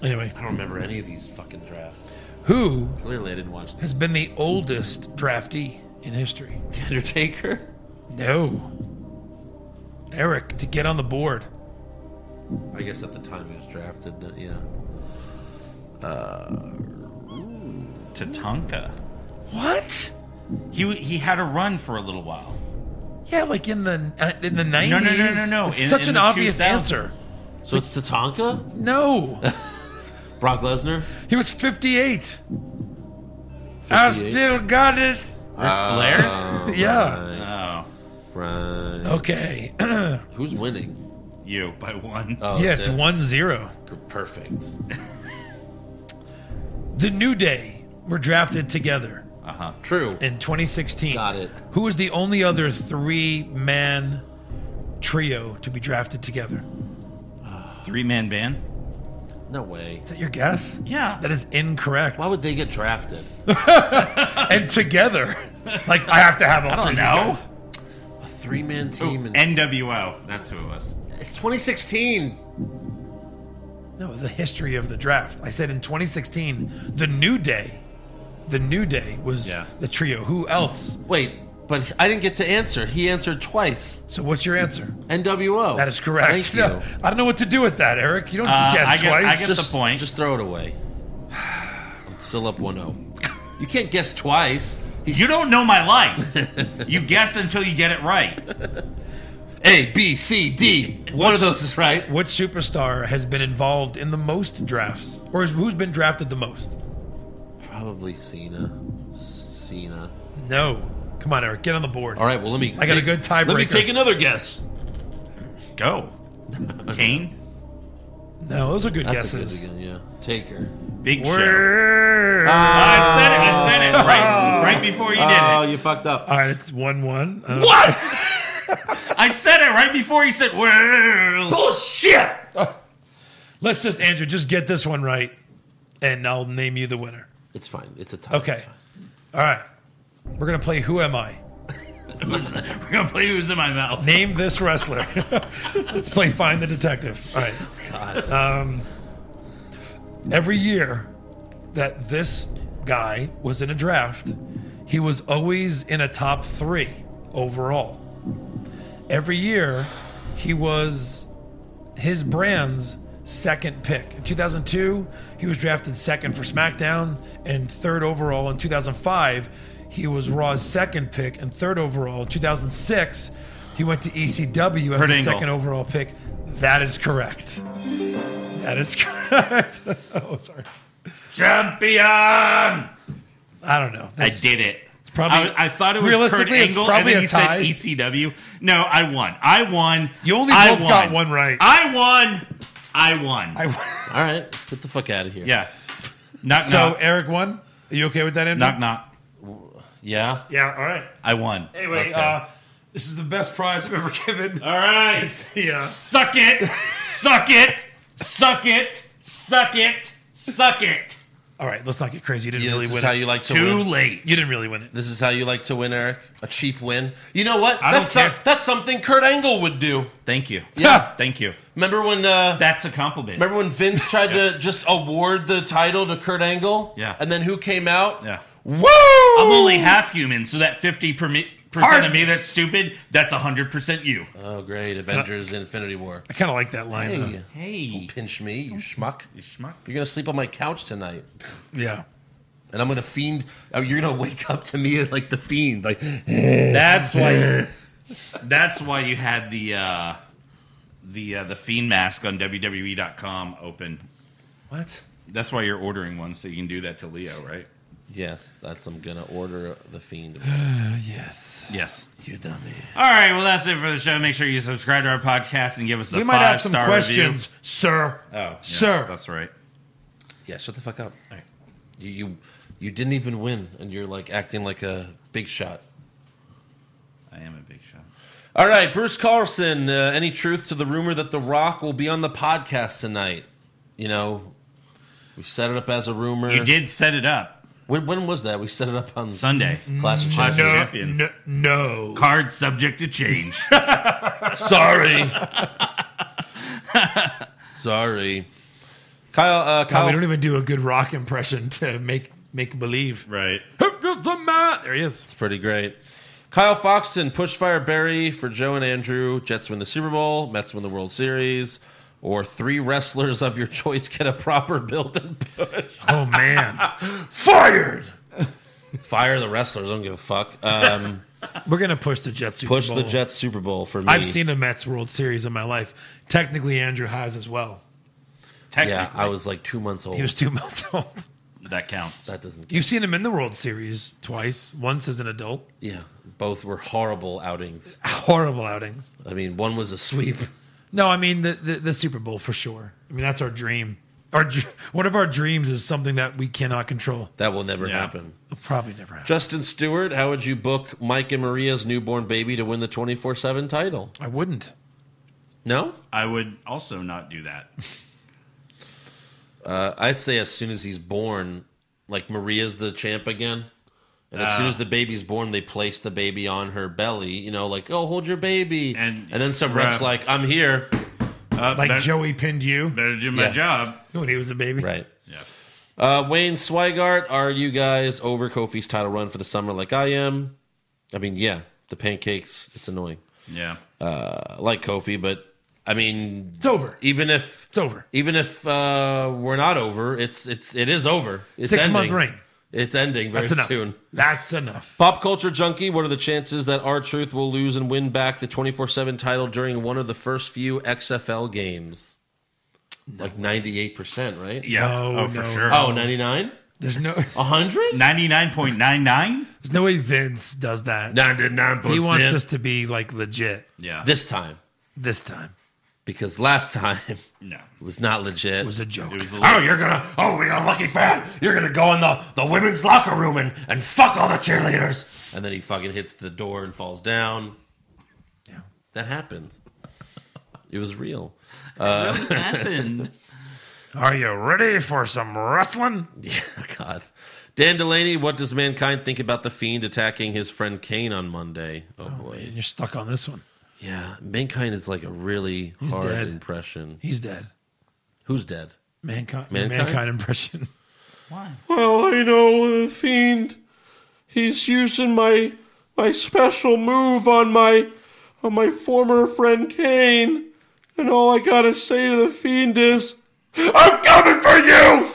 [SPEAKER 5] Anyway,
[SPEAKER 1] I don't remember any of these fucking drafts.
[SPEAKER 5] who
[SPEAKER 1] Clearly, I didn't watch The
[SPEAKER 5] has been the oldest draftee in history?
[SPEAKER 1] Undertaker.
[SPEAKER 5] No. Eric to get on the board.
[SPEAKER 1] I guess at the time he was drafted, uh, yeah.
[SPEAKER 6] Tatanka.
[SPEAKER 5] What?
[SPEAKER 6] He he had a run for a little while.
[SPEAKER 5] Yeah, like in the uh, in the nineties.
[SPEAKER 6] no, no, no.
[SPEAKER 5] It's
[SPEAKER 6] In-
[SPEAKER 5] such
[SPEAKER 6] in
[SPEAKER 5] an
[SPEAKER 6] the
[SPEAKER 5] obvious
[SPEAKER 6] 2000s.
[SPEAKER 5] answer.
[SPEAKER 1] So it's Tatanka,
[SPEAKER 5] No,
[SPEAKER 1] Brock Lesnar.
[SPEAKER 5] he was fifty-eight. I
[SPEAKER 1] 58?
[SPEAKER 5] still got it.
[SPEAKER 1] Uh,
[SPEAKER 6] Flair?
[SPEAKER 5] yeah.
[SPEAKER 1] Right,
[SPEAKER 6] Oh,
[SPEAKER 1] right.
[SPEAKER 5] Okay.
[SPEAKER 1] Who's winning?
[SPEAKER 6] you by one.
[SPEAKER 1] Oh,
[SPEAKER 5] yeah,
[SPEAKER 1] that's
[SPEAKER 5] it's
[SPEAKER 1] it.
[SPEAKER 5] one zero.
[SPEAKER 1] Perfect.
[SPEAKER 5] The New Day were drafted together
[SPEAKER 6] Uh-huh.
[SPEAKER 1] True.
[SPEAKER 5] in 2016.
[SPEAKER 1] Got it.
[SPEAKER 5] Who was the only other three-man trio to be drafted together?
[SPEAKER 6] Three man band?
[SPEAKER 1] No way.
[SPEAKER 5] Is that your guess?
[SPEAKER 6] Yeah.
[SPEAKER 5] That is incorrect.
[SPEAKER 1] Why would they get drafted?
[SPEAKER 5] and together, like I have to have all
[SPEAKER 6] I don't
[SPEAKER 5] three
[SPEAKER 6] know.
[SPEAKER 5] of these guys.
[SPEAKER 1] A three-man team. And
[SPEAKER 6] NWO. That's who it was.
[SPEAKER 1] it's 2016.
[SPEAKER 5] No, it was the history of the draft. I said in 2016, the New Day, the New Day was
[SPEAKER 6] Yeah.
[SPEAKER 5] the trio. Who else?
[SPEAKER 1] Wait, but I didn't get to answer. He answered twice.
[SPEAKER 5] So what's your answer?
[SPEAKER 1] NWO.
[SPEAKER 5] That is correct.
[SPEAKER 1] Thank you.
[SPEAKER 5] No, I don't know what to do with that, Eric. You don't
[SPEAKER 6] Uh,
[SPEAKER 5] guess
[SPEAKER 6] I get- I
[SPEAKER 5] twice.
[SPEAKER 6] get
[SPEAKER 1] just,
[SPEAKER 6] the point.
[SPEAKER 1] Just throw it away. I'm still up 1-0. You can't guess twice. He's
[SPEAKER 6] You don't know my life. you guess until you get it right.
[SPEAKER 1] A, B, C, D. One of those is right.
[SPEAKER 5] What superstar has been involved in the most drafts, or is, who's been drafted the most?
[SPEAKER 1] Probably Cena. Cena.
[SPEAKER 5] No, come on, Eric, get on the board.
[SPEAKER 1] All right. Well, let me.
[SPEAKER 5] I got a
[SPEAKER 1] take-
[SPEAKER 5] good
[SPEAKER 1] Let me
[SPEAKER 5] tiebreaker.
[SPEAKER 1] take another guess.
[SPEAKER 6] Go. Kane.
[SPEAKER 5] No, those are good
[SPEAKER 1] That's a
[SPEAKER 5] guesses.
[SPEAKER 1] good again. Yeah. Taker.
[SPEAKER 6] Big Show.
[SPEAKER 5] We're Burr.
[SPEAKER 6] I said it. I said it right, right before you did
[SPEAKER 1] Oh,
[SPEAKER 6] it.
[SPEAKER 1] you fucked up.
[SPEAKER 5] All right, it's one one.
[SPEAKER 6] What? I said it right before you said well.
[SPEAKER 5] Bullshit. Let's just Andrew, just get this one right, and I'll name you the winner.
[SPEAKER 1] It's fine. It's a tie.
[SPEAKER 5] Okay. All right. We're gonna play Who Am I?
[SPEAKER 6] We're gonna play who's in my mouth.
[SPEAKER 5] Name this wrestler. Let's play Find the Detective. All right. Um, every year that this guy was in a draft, he was always in a top three overall. Every year, he was his brand's second pick. In 2002, he was drafted second for SmackDown and third overall. In 2005, he was Raw's second pick and third overall. In 2006, he went to ECW as
[SPEAKER 6] Kurt
[SPEAKER 5] the
[SPEAKER 6] Angle.
[SPEAKER 5] second overall pick. That is correct. That is correct. oh, sorry.
[SPEAKER 6] Champion.
[SPEAKER 5] I don't know.
[SPEAKER 6] I
[SPEAKER 5] This-
[SPEAKER 6] did it.
[SPEAKER 5] probably-
[SPEAKER 6] I, I thought it was
[SPEAKER 5] realistically,
[SPEAKER 6] Kurt
[SPEAKER 5] it's
[SPEAKER 6] Angle,
[SPEAKER 5] probably
[SPEAKER 6] and then
[SPEAKER 5] a
[SPEAKER 6] he
[SPEAKER 5] tie.
[SPEAKER 6] said ECW. No, I won. I won.
[SPEAKER 5] You only
[SPEAKER 6] I
[SPEAKER 5] both
[SPEAKER 6] won.
[SPEAKER 5] got one right.
[SPEAKER 6] I won. I won.
[SPEAKER 5] I-
[SPEAKER 1] All right. Get the fuck out of here.
[SPEAKER 6] yeah. Knock
[SPEAKER 5] so
[SPEAKER 6] knock.
[SPEAKER 5] Eric won. Are you okay with that, Andrew?
[SPEAKER 6] knock knock.
[SPEAKER 1] Yeah.
[SPEAKER 5] Yeah. All right.
[SPEAKER 6] I won.
[SPEAKER 5] Anyway, uh, this is the best prize I've ever given.
[SPEAKER 6] All right.
[SPEAKER 5] Yeah.
[SPEAKER 6] Suck it. Suck it. Suck it. Suck it. Suck it.
[SPEAKER 5] All right. Let's not get crazy. You didn't
[SPEAKER 1] Yeah,
[SPEAKER 5] really
[SPEAKER 1] this
[SPEAKER 5] win.
[SPEAKER 1] is
[SPEAKER 5] it.
[SPEAKER 1] how you like to
[SPEAKER 6] Too
[SPEAKER 1] win.
[SPEAKER 6] late.
[SPEAKER 5] You didn't really win it.
[SPEAKER 1] This is how you like to win, Eric. A cheap win. You know what?
[SPEAKER 6] I don't
[SPEAKER 1] that's
[SPEAKER 6] care.
[SPEAKER 1] that's something Kurt Angle would do.
[SPEAKER 6] Thank you.
[SPEAKER 1] Yeah.
[SPEAKER 6] Thank you.
[SPEAKER 1] Remember when uh
[SPEAKER 6] That's a compliment.
[SPEAKER 1] remember when Vince tried to just award the title to Kurt Angle?
[SPEAKER 6] Yeah.
[SPEAKER 1] And then who came out?
[SPEAKER 6] Yeah.
[SPEAKER 1] Woo!
[SPEAKER 6] I'm only half human, so that 50 per me, percent of me that's stupid, that's 100% you.
[SPEAKER 1] Oh great, Avengers Infinity War.
[SPEAKER 5] I kind of like that line.
[SPEAKER 1] Hey,
[SPEAKER 6] Hey.
[SPEAKER 1] pinch me, you schmuck.
[SPEAKER 6] You schmuck.
[SPEAKER 1] You're gonna sleep on my couch tonight.
[SPEAKER 5] though. Yeah.
[SPEAKER 1] And I'm gonna fiend. oh, You're gonna wake up to me like the fiend. Like
[SPEAKER 6] That's why. that's why you had the uh, the uh, the fiend mask on WWE.com open.
[SPEAKER 1] what?
[SPEAKER 6] That's why you're ordering one, so you can do that to Leo, right?
[SPEAKER 1] Yes, that's. I'm gonna order the fiend.
[SPEAKER 5] Yes.
[SPEAKER 6] Yes.
[SPEAKER 1] you dummy.
[SPEAKER 6] All right. Well, that's it for the show. Make sure you subscribe to our podcast and give us a
[SPEAKER 5] We
[SPEAKER 6] five
[SPEAKER 5] might have some
[SPEAKER 6] star
[SPEAKER 5] questions, sir.
[SPEAKER 6] Review. Oh, yeah,
[SPEAKER 5] Sir.
[SPEAKER 6] that's right.
[SPEAKER 1] Yeah, shut the fuck up.
[SPEAKER 6] All right.
[SPEAKER 1] You you you didn't even win, and you're like acting like a big shot.
[SPEAKER 6] I am a big shot.
[SPEAKER 1] All right, Bruce Carlson. Uh, any truth to the rumor that The Rock will be on the podcast tonight? You know, we set it up as a rumor.
[SPEAKER 6] You did set it up
[SPEAKER 1] When, when was that? We set it up on
[SPEAKER 6] Sunday.
[SPEAKER 1] Clash of
[SPEAKER 6] Clash
[SPEAKER 1] Champions.
[SPEAKER 5] No.
[SPEAKER 6] of Champions.
[SPEAKER 5] No. no.
[SPEAKER 6] Card subject to change.
[SPEAKER 1] Sorry. Sorry. Kyle, uh,
[SPEAKER 5] God,
[SPEAKER 1] Kyle,
[SPEAKER 5] we don't even do a good rock impression to make make believe.
[SPEAKER 6] right.
[SPEAKER 5] The man. There he is.
[SPEAKER 1] it's pretty great. Kyle Foxton, push fire Barry for Joe and Andrew. Jets win the Super Bowl, Mets win the World Series, or three wrestlers of your choice get a proper build and push.
[SPEAKER 5] Oh man.
[SPEAKER 1] Fired! Fire the wrestlers, I don't give a fuck. Um,
[SPEAKER 5] We're gonna push the Jets. Super
[SPEAKER 1] push the
[SPEAKER 5] Bowl.
[SPEAKER 1] Jets Super Bowl for me.
[SPEAKER 5] I've seen the Mets World Series in my life. Technically, Andrew has as well.
[SPEAKER 6] Technically,
[SPEAKER 1] Yeah, I was like two months old.
[SPEAKER 5] He was two months old.
[SPEAKER 6] that counts.
[SPEAKER 1] that doesn't.
[SPEAKER 5] You've seen him in the World Series twice. Once as an adult.
[SPEAKER 1] Yeah, both were horrible outings.
[SPEAKER 5] Horrible outings.
[SPEAKER 1] I mean, one was a sweep.
[SPEAKER 5] No, I mean the, the the Super Bowl for sure. I mean that's our dream. Our dr- one of our dreams is something that we cannot control.
[SPEAKER 1] That will never
[SPEAKER 6] Yeah.
[SPEAKER 1] happen.
[SPEAKER 5] It'll probably never happen.
[SPEAKER 1] Justin Stewart, how would you book Mike and Maria's newborn baby to win the 24 7 title?
[SPEAKER 5] I wouldn't.
[SPEAKER 1] No?
[SPEAKER 6] I would also not do that.
[SPEAKER 1] Uh, I'd say as soon as he's born, like Maria's the champ again. And as soon as the baby's born, they place the baby on her belly, you know, like, oh, hold your baby.
[SPEAKER 6] And-
[SPEAKER 1] And, then some ref's
[SPEAKER 6] Ref.
[SPEAKER 1] like, I'm here.
[SPEAKER 6] Uh,
[SPEAKER 5] Like
[SPEAKER 6] better,
[SPEAKER 5] Joey pinned you
[SPEAKER 6] better do my
[SPEAKER 1] Yeah.
[SPEAKER 6] job.
[SPEAKER 5] when he was a baby.
[SPEAKER 1] Right.
[SPEAKER 6] Yeah.
[SPEAKER 1] Uh, Wayne Swigart, are you guys over Kofi's title run for the summer like I am? I mean, yeah, the pancakes, it's annoying.
[SPEAKER 6] Yeah.
[SPEAKER 1] I like Kofi, but I mean,
[SPEAKER 5] It's over.
[SPEAKER 1] even if
[SPEAKER 5] It's over.
[SPEAKER 1] even if uh, we're not over, it's it's it is over. It's
[SPEAKER 5] Six month
[SPEAKER 1] ending.
[SPEAKER 5] reign.
[SPEAKER 1] It's ending very
[SPEAKER 5] That's enough.
[SPEAKER 1] soon.
[SPEAKER 5] That's enough.
[SPEAKER 1] Pop culture junkie. What are the chances that our truth will lose and win back the twenty four seven title during one of the first few XFL games? Like ninety eight percent, right?
[SPEAKER 6] Yeah.
[SPEAKER 5] No,
[SPEAKER 6] oh, for
[SPEAKER 5] no.
[SPEAKER 6] sure.
[SPEAKER 1] Oh, 99?
[SPEAKER 5] There's no there's
[SPEAKER 1] 100?
[SPEAKER 6] 99.99?
[SPEAKER 5] no way Vince does that.
[SPEAKER 1] 99
[SPEAKER 5] He wants this to be like legit
[SPEAKER 6] Yeah.
[SPEAKER 1] This time.
[SPEAKER 5] this time.
[SPEAKER 1] because last time it
[SPEAKER 6] No.
[SPEAKER 1] was not legit.
[SPEAKER 5] was a joke.
[SPEAKER 6] It was a
[SPEAKER 4] Oh, you're gonna. Oh, you're a lucky fan. You're gonna go in the, the women's locker room and, and fuck all the cheerleaders.
[SPEAKER 1] and then he fucking hits the door and falls down. Yeah, that happened. It was real.
[SPEAKER 6] happened.
[SPEAKER 5] Are you ready for some wrestling?
[SPEAKER 1] Yeah, God. Dan Delaney, what does mankind think about the fiend attacking his friend Kane on Monday? Oh, boy.
[SPEAKER 5] You're stuck on this one.
[SPEAKER 1] Yeah, mankind is like a really
[SPEAKER 5] He's
[SPEAKER 1] hard
[SPEAKER 5] dead.
[SPEAKER 1] impression.
[SPEAKER 5] He's dead.
[SPEAKER 1] Who's dead?
[SPEAKER 5] Mankind,
[SPEAKER 1] Mankind?
[SPEAKER 5] mankind, impression.
[SPEAKER 1] Well, I know the fiend. He's using my my special move on my on my former friend Kane, and all I gotta say to the fiend is, "I'm coming for you."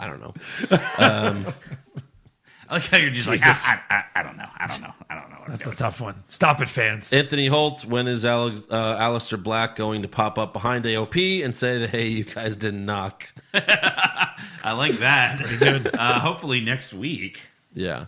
[SPEAKER 1] I don't know.
[SPEAKER 6] I like how you're just
[SPEAKER 5] Jesus.
[SPEAKER 6] like, I, I, I, I don't know. I don't know. I don't know. What I'm
[SPEAKER 5] That's
[SPEAKER 6] doing.
[SPEAKER 5] a tough one. Stop it, fans.
[SPEAKER 1] Anthony Holt, when is Alex, uh, Alistair Black going to pop up behind AOP and say, "Hey, you guys didn't knock"?
[SPEAKER 6] I like that. Uh, hopefully next week.
[SPEAKER 1] Yeah.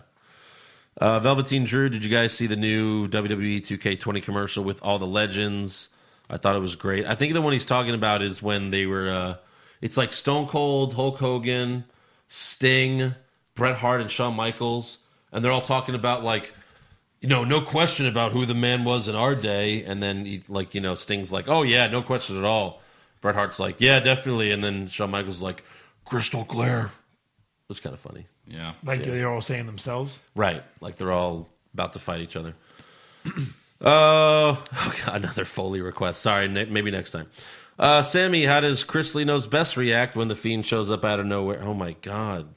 [SPEAKER 1] Uh, Velveteen Drew, did you guys see the new E WWE 2K20 commercial with all the legends? I thought it was great. I think the one he's talking about is when they were. Uh, it's like Stone Cold, Hulk Hogan, Sting, Bret Hart, and Shawn Michaels, and they're all talking about like, you know, no question about who the man was in our day. And then he, like, you know, Sting's like, oh yeah, no question at all. Bret Hart's like, yeah, definitely. And then Shawn Michaels is like, crystal clear. It was kind of funny.
[SPEAKER 6] Yeah.
[SPEAKER 5] Like they're all saying themselves.
[SPEAKER 1] Right. Like they're all about to fight each other. Oh, oh God, another Foley request. Sorry, ne- maybe next time. Uh, Sammy, how does Chris Lino's best react when the fiend shows up out of nowhere? Oh my God.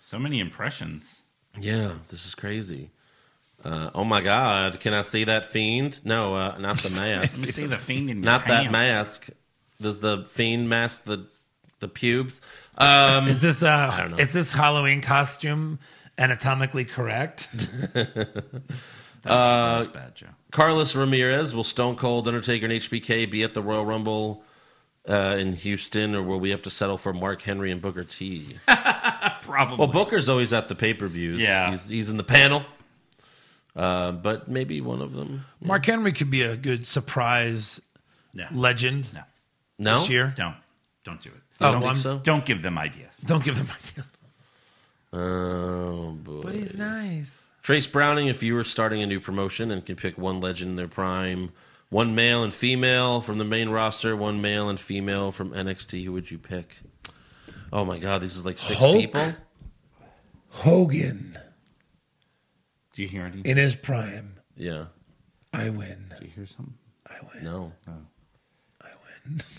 [SPEAKER 6] So many impressions.
[SPEAKER 1] Yeah, this is crazy. Uh, oh my God, can I see that fiend? No, uh, not the
[SPEAKER 6] Let
[SPEAKER 1] mask.
[SPEAKER 6] me see the fiend in your
[SPEAKER 1] not that
[SPEAKER 6] pants.
[SPEAKER 1] mask. Does the fiend mask the the pubes? Um,
[SPEAKER 5] Is this
[SPEAKER 1] don't
[SPEAKER 5] uh,
[SPEAKER 1] know.
[SPEAKER 5] is this Halloween costume anatomically correct?
[SPEAKER 6] That was, that was bad, Joe.
[SPEAKER 1] Carlos Ramirez, will Stone Cold, Undertaker, and HBK be at the Royal Rumble uh, in Houston, or will we have to settle for Mark Henry and Booker T?
[SPEAKER 6] Probably.
[SPEAKER 1] Well, Booker's always at the pay per views.
[SPEAKER 6] Yeah.
[SPEAKER 1] He's, he's in the panel. Uh, but maybe one of them.
[SPEAKER 5] Mark Henry could be a good surprise
[SPEAKER 6] no.
[SPEAKER 5] legend
[SPEAKER 6] No.
[SPEAKER 1] No?
[SPEAKER 5] this year.
[SPEAKER 6] Don't. Don't do it.
[SPEAKER 5] Oh,
[SPEAKER 6] don't,
[SPEAKER 5] I'm-
[SPEAKER 1] so?
[SPEAKER 6] don't give them ideas.
[SPEAKER 5] Don't give them ideas.
[SPEAKER 1] Oh, boy.
[SPEAKER 5] nice.
[SPEAKER 1] Trace Browning, if you were starting a new promotion and could pick one legend in their prime, one male and female from the main roster, one male and female from NXT, who would you pick? Oh, my God. This is like six
[SPEAKER 5] Hulk?
[SPEAKER 1] people.
[SPEAKER 5] Hogan
[SPEAKER 6] Do you hear anything?
[SPEAKER 5] in his prime.
[SPEAKER 1] Yeah.
[SPEAKER 5] I win.
[SPEAKER 6] Do you hear something?
[SPEAKER 5] I win.
[SPEAKER 1] No.
[SPEAKER 5] I win.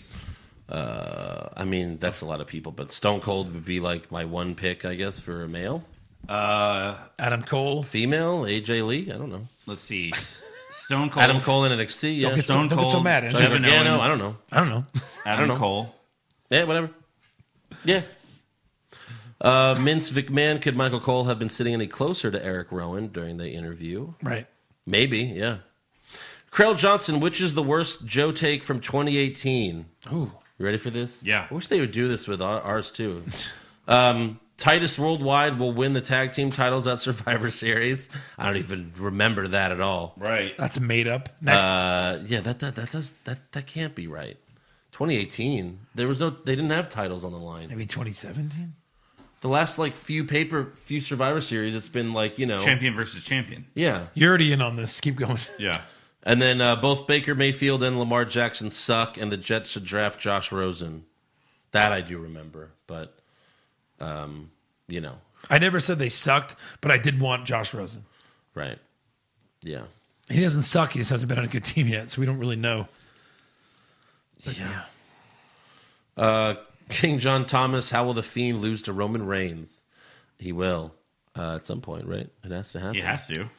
[SPEAKER 1] Uh, I mean, that's a lot of people, but Stone Cold would be like my one pick, I guess, for a male,
[SPEAKER 5] Adam Cole.
[SPEAKER 1] female, AJ Lee. I don't know.
[SPEAKER 6] Uh, Let's see. Stone Cold.
[SPEAKER 1] Adam Cole in NXT.
[SPEAKER 5] Don't
[SPEAKER 1] Yes.
[SPEAKER 5] get so-
[SPEAKER 6] Stone
[SPEAKER 5] don't get so
[SPEAKER 6] Cold.
[SPEAKER 5] mad, Andrew.
[SPEAKER 1] Johnny
[SPEAKER 6] Kevin
[SPEAKER 1] Gargano.
[SPEAKER 6] Owens,
[SPEAKER 1] I don't know.
[SPEAKER 5] I don't know.
[SPEAKER 6] Adam
[SPEAKER 1] know.
[SPEAKER 6] Cole.
[SPEAKER 1] Yeah, whatever. Yeah. Uh, Vince McMahon. Could Michael Cole have been sitting any closer to Eric Rowan during the interview?
[SPEAKER 5] right.
[SPEAKER 1] Maybe. Yeah. Krell Johnson. Which is the worst Joe take from 2018?
[SPEAKER 5] Ooh.
[SPEAKER 1] You ready for this?
[SPEAKER 6] Yeah.
[SPEAKER 1] I wish they would do this with our- ours too. Um, Titus Worldwide will win the tag team titles at Survivor Series. I don't even remember that at all.
[SPEAKER 6] Right.
[SPEAKER 5] That's made up. Next.
[SPEAKER 1] Uh, yeah, that, that that does that that can't be right. 2018, there was no, they didn't have titles on the line.
[SPEAKER 5] Maybe 2017?
[SPEAKER 1] The last like few paper, few Survivor Series, it's been like you know,
[SPEAKER 6] Champion versus champion.
[SPEAKER 1] yeah.
[SPEAKER 5] You're already in on this. Keep going.
[SPEAKER 6] Yeah.
[SPEAKER 1] And then uh, both Baker Mayfield and Lamar Jackson suck, and the Jets should draft Josh Rosen. That I do remember, but um, you know,
[SPEAKER 5] I never said they sucked, but I did want Josh Rosen.
[SPEAKER 1] right? Yeah.
[SPEAKER 5] He doesn't suck. He just hasn't been on a good team yet, so we don't really know.
[SPEAKER 1] Yeah. Uh, King John Thomas, how will the Fiend lose to Roman Reigns? He will uh, at some point, right? It has to happen.
[SPEAKER 6] He has to.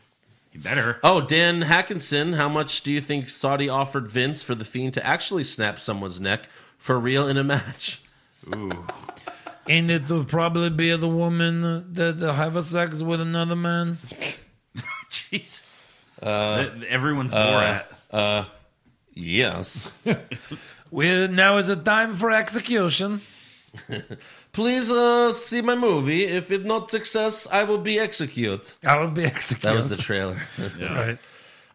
[SPEAKER 6] He better.
[SPEAKER 1] Oh, Dan Hackinson, how much do you think Saudi offered Vince for the Fiend to actually snap someone's neck for real in a match?
[SPEAKER 5] And it'll probably be the woman that have sex with another man.
[SPEAKER 6] Jesus. Th- th- everyone's Borat.
[SPEAKER 1] Yes.
[SPEAKER 5] Well, now is the time for execution.
[SPEAKER 1] Please uh, see my movie. If it's not success, I will be executed.
[SPEAKER 5] I will be executed.
[SPEAKER 1] That was the trailer.
[SPEAKER 6] Yeah.
[SPEAKER 5] right.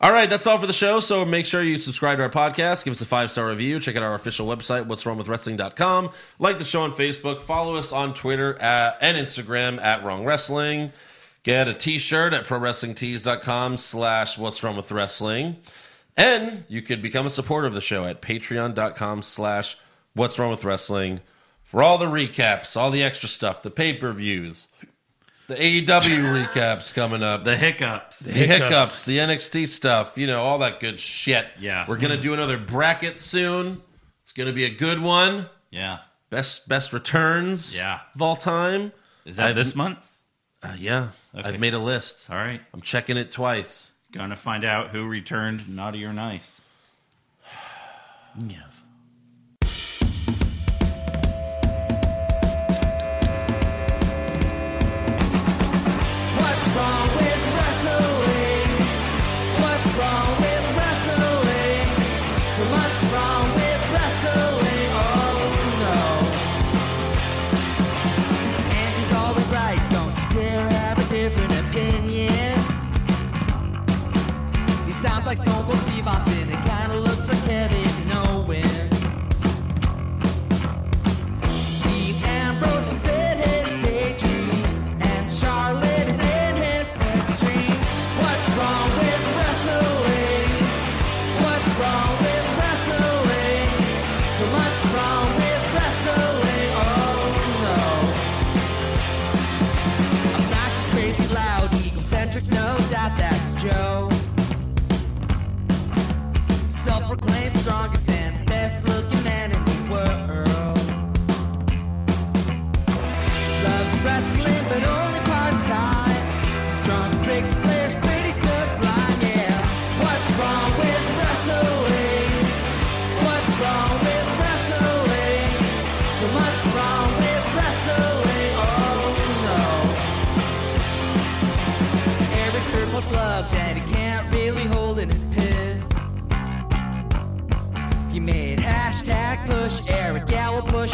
[SPEAKER 1] All right, that's all for the show. So make sure you subscribe to our podcast, give us a five star review, check out our official website, what's wrong with wrestling.com. Like the show on Facebook, follow us on Twitter at, and Instagram at Wrong Wrestling. Get a t shirt at prowrestlingtees.com slash what's wrong with wrestling. And you could become a supporter of the show at patreon.com slash what's wrong with wrestling for all the recaps, all the extra stuff, the pay per views, the AEW recaps coming up
[SPEAKER 6] The hiccups.
[SPEAKER 1] the hiccups, the NXT stuff, you know, all that good shit.
[SPEAKER 6] Yeah. Hmm.
[SPEAKER 1] We're gonna do another bracket soon. It's gonna be a good one.
[SPEAKER 6] Yeah.
[SPEAKER 1] Best best returns
[SPEAKER 6] Yeah.
[SPEAKER 1] of all time.
[SPEAKER 6] Is that
[SPEAKER 1] I've-
[SPEAKER 6] this month?
[SPEAKER 1] Uh, yeah.
[SPEAKER 6] Okay.
[SPEAKER 1] I've made a list.
[SPEAKER 6] All right.
[SPEAKER 1] I'm checking it twice.
[SPEAKER 6] Gonna find out who returned naughty or nice.
[SPEAKER 1] Yes.
[SPEAKER 11] What's wrong with wrestling? What's wrong with wrestling? So much wrong with wrestling. Oh no. And he's always right. Don't you dare have a different opinion. He sounds like Stone Cold Steve Austin. It kinda looks like Kevin Owens. Dean Ambrose is in his daydreams, and Charlotte is in his sex dream. What's wrong with wrestling? What's wrong with wrestling? So much wrong with wrestling. Oh no. I'm not just crazy loud, egocentric, no doubt that's Joe. Self-proclaimed strongest and best-looking man in the world. Loves wrestling, but only part time. Strong big players, pretty sublime, yeah. What's wrong with wrestling? What's wrong with wrestling? So much wrong with wrestling, oh no. Every circle's loved, and he can't really hold in his piss. He made hashtag push Eric Gallo push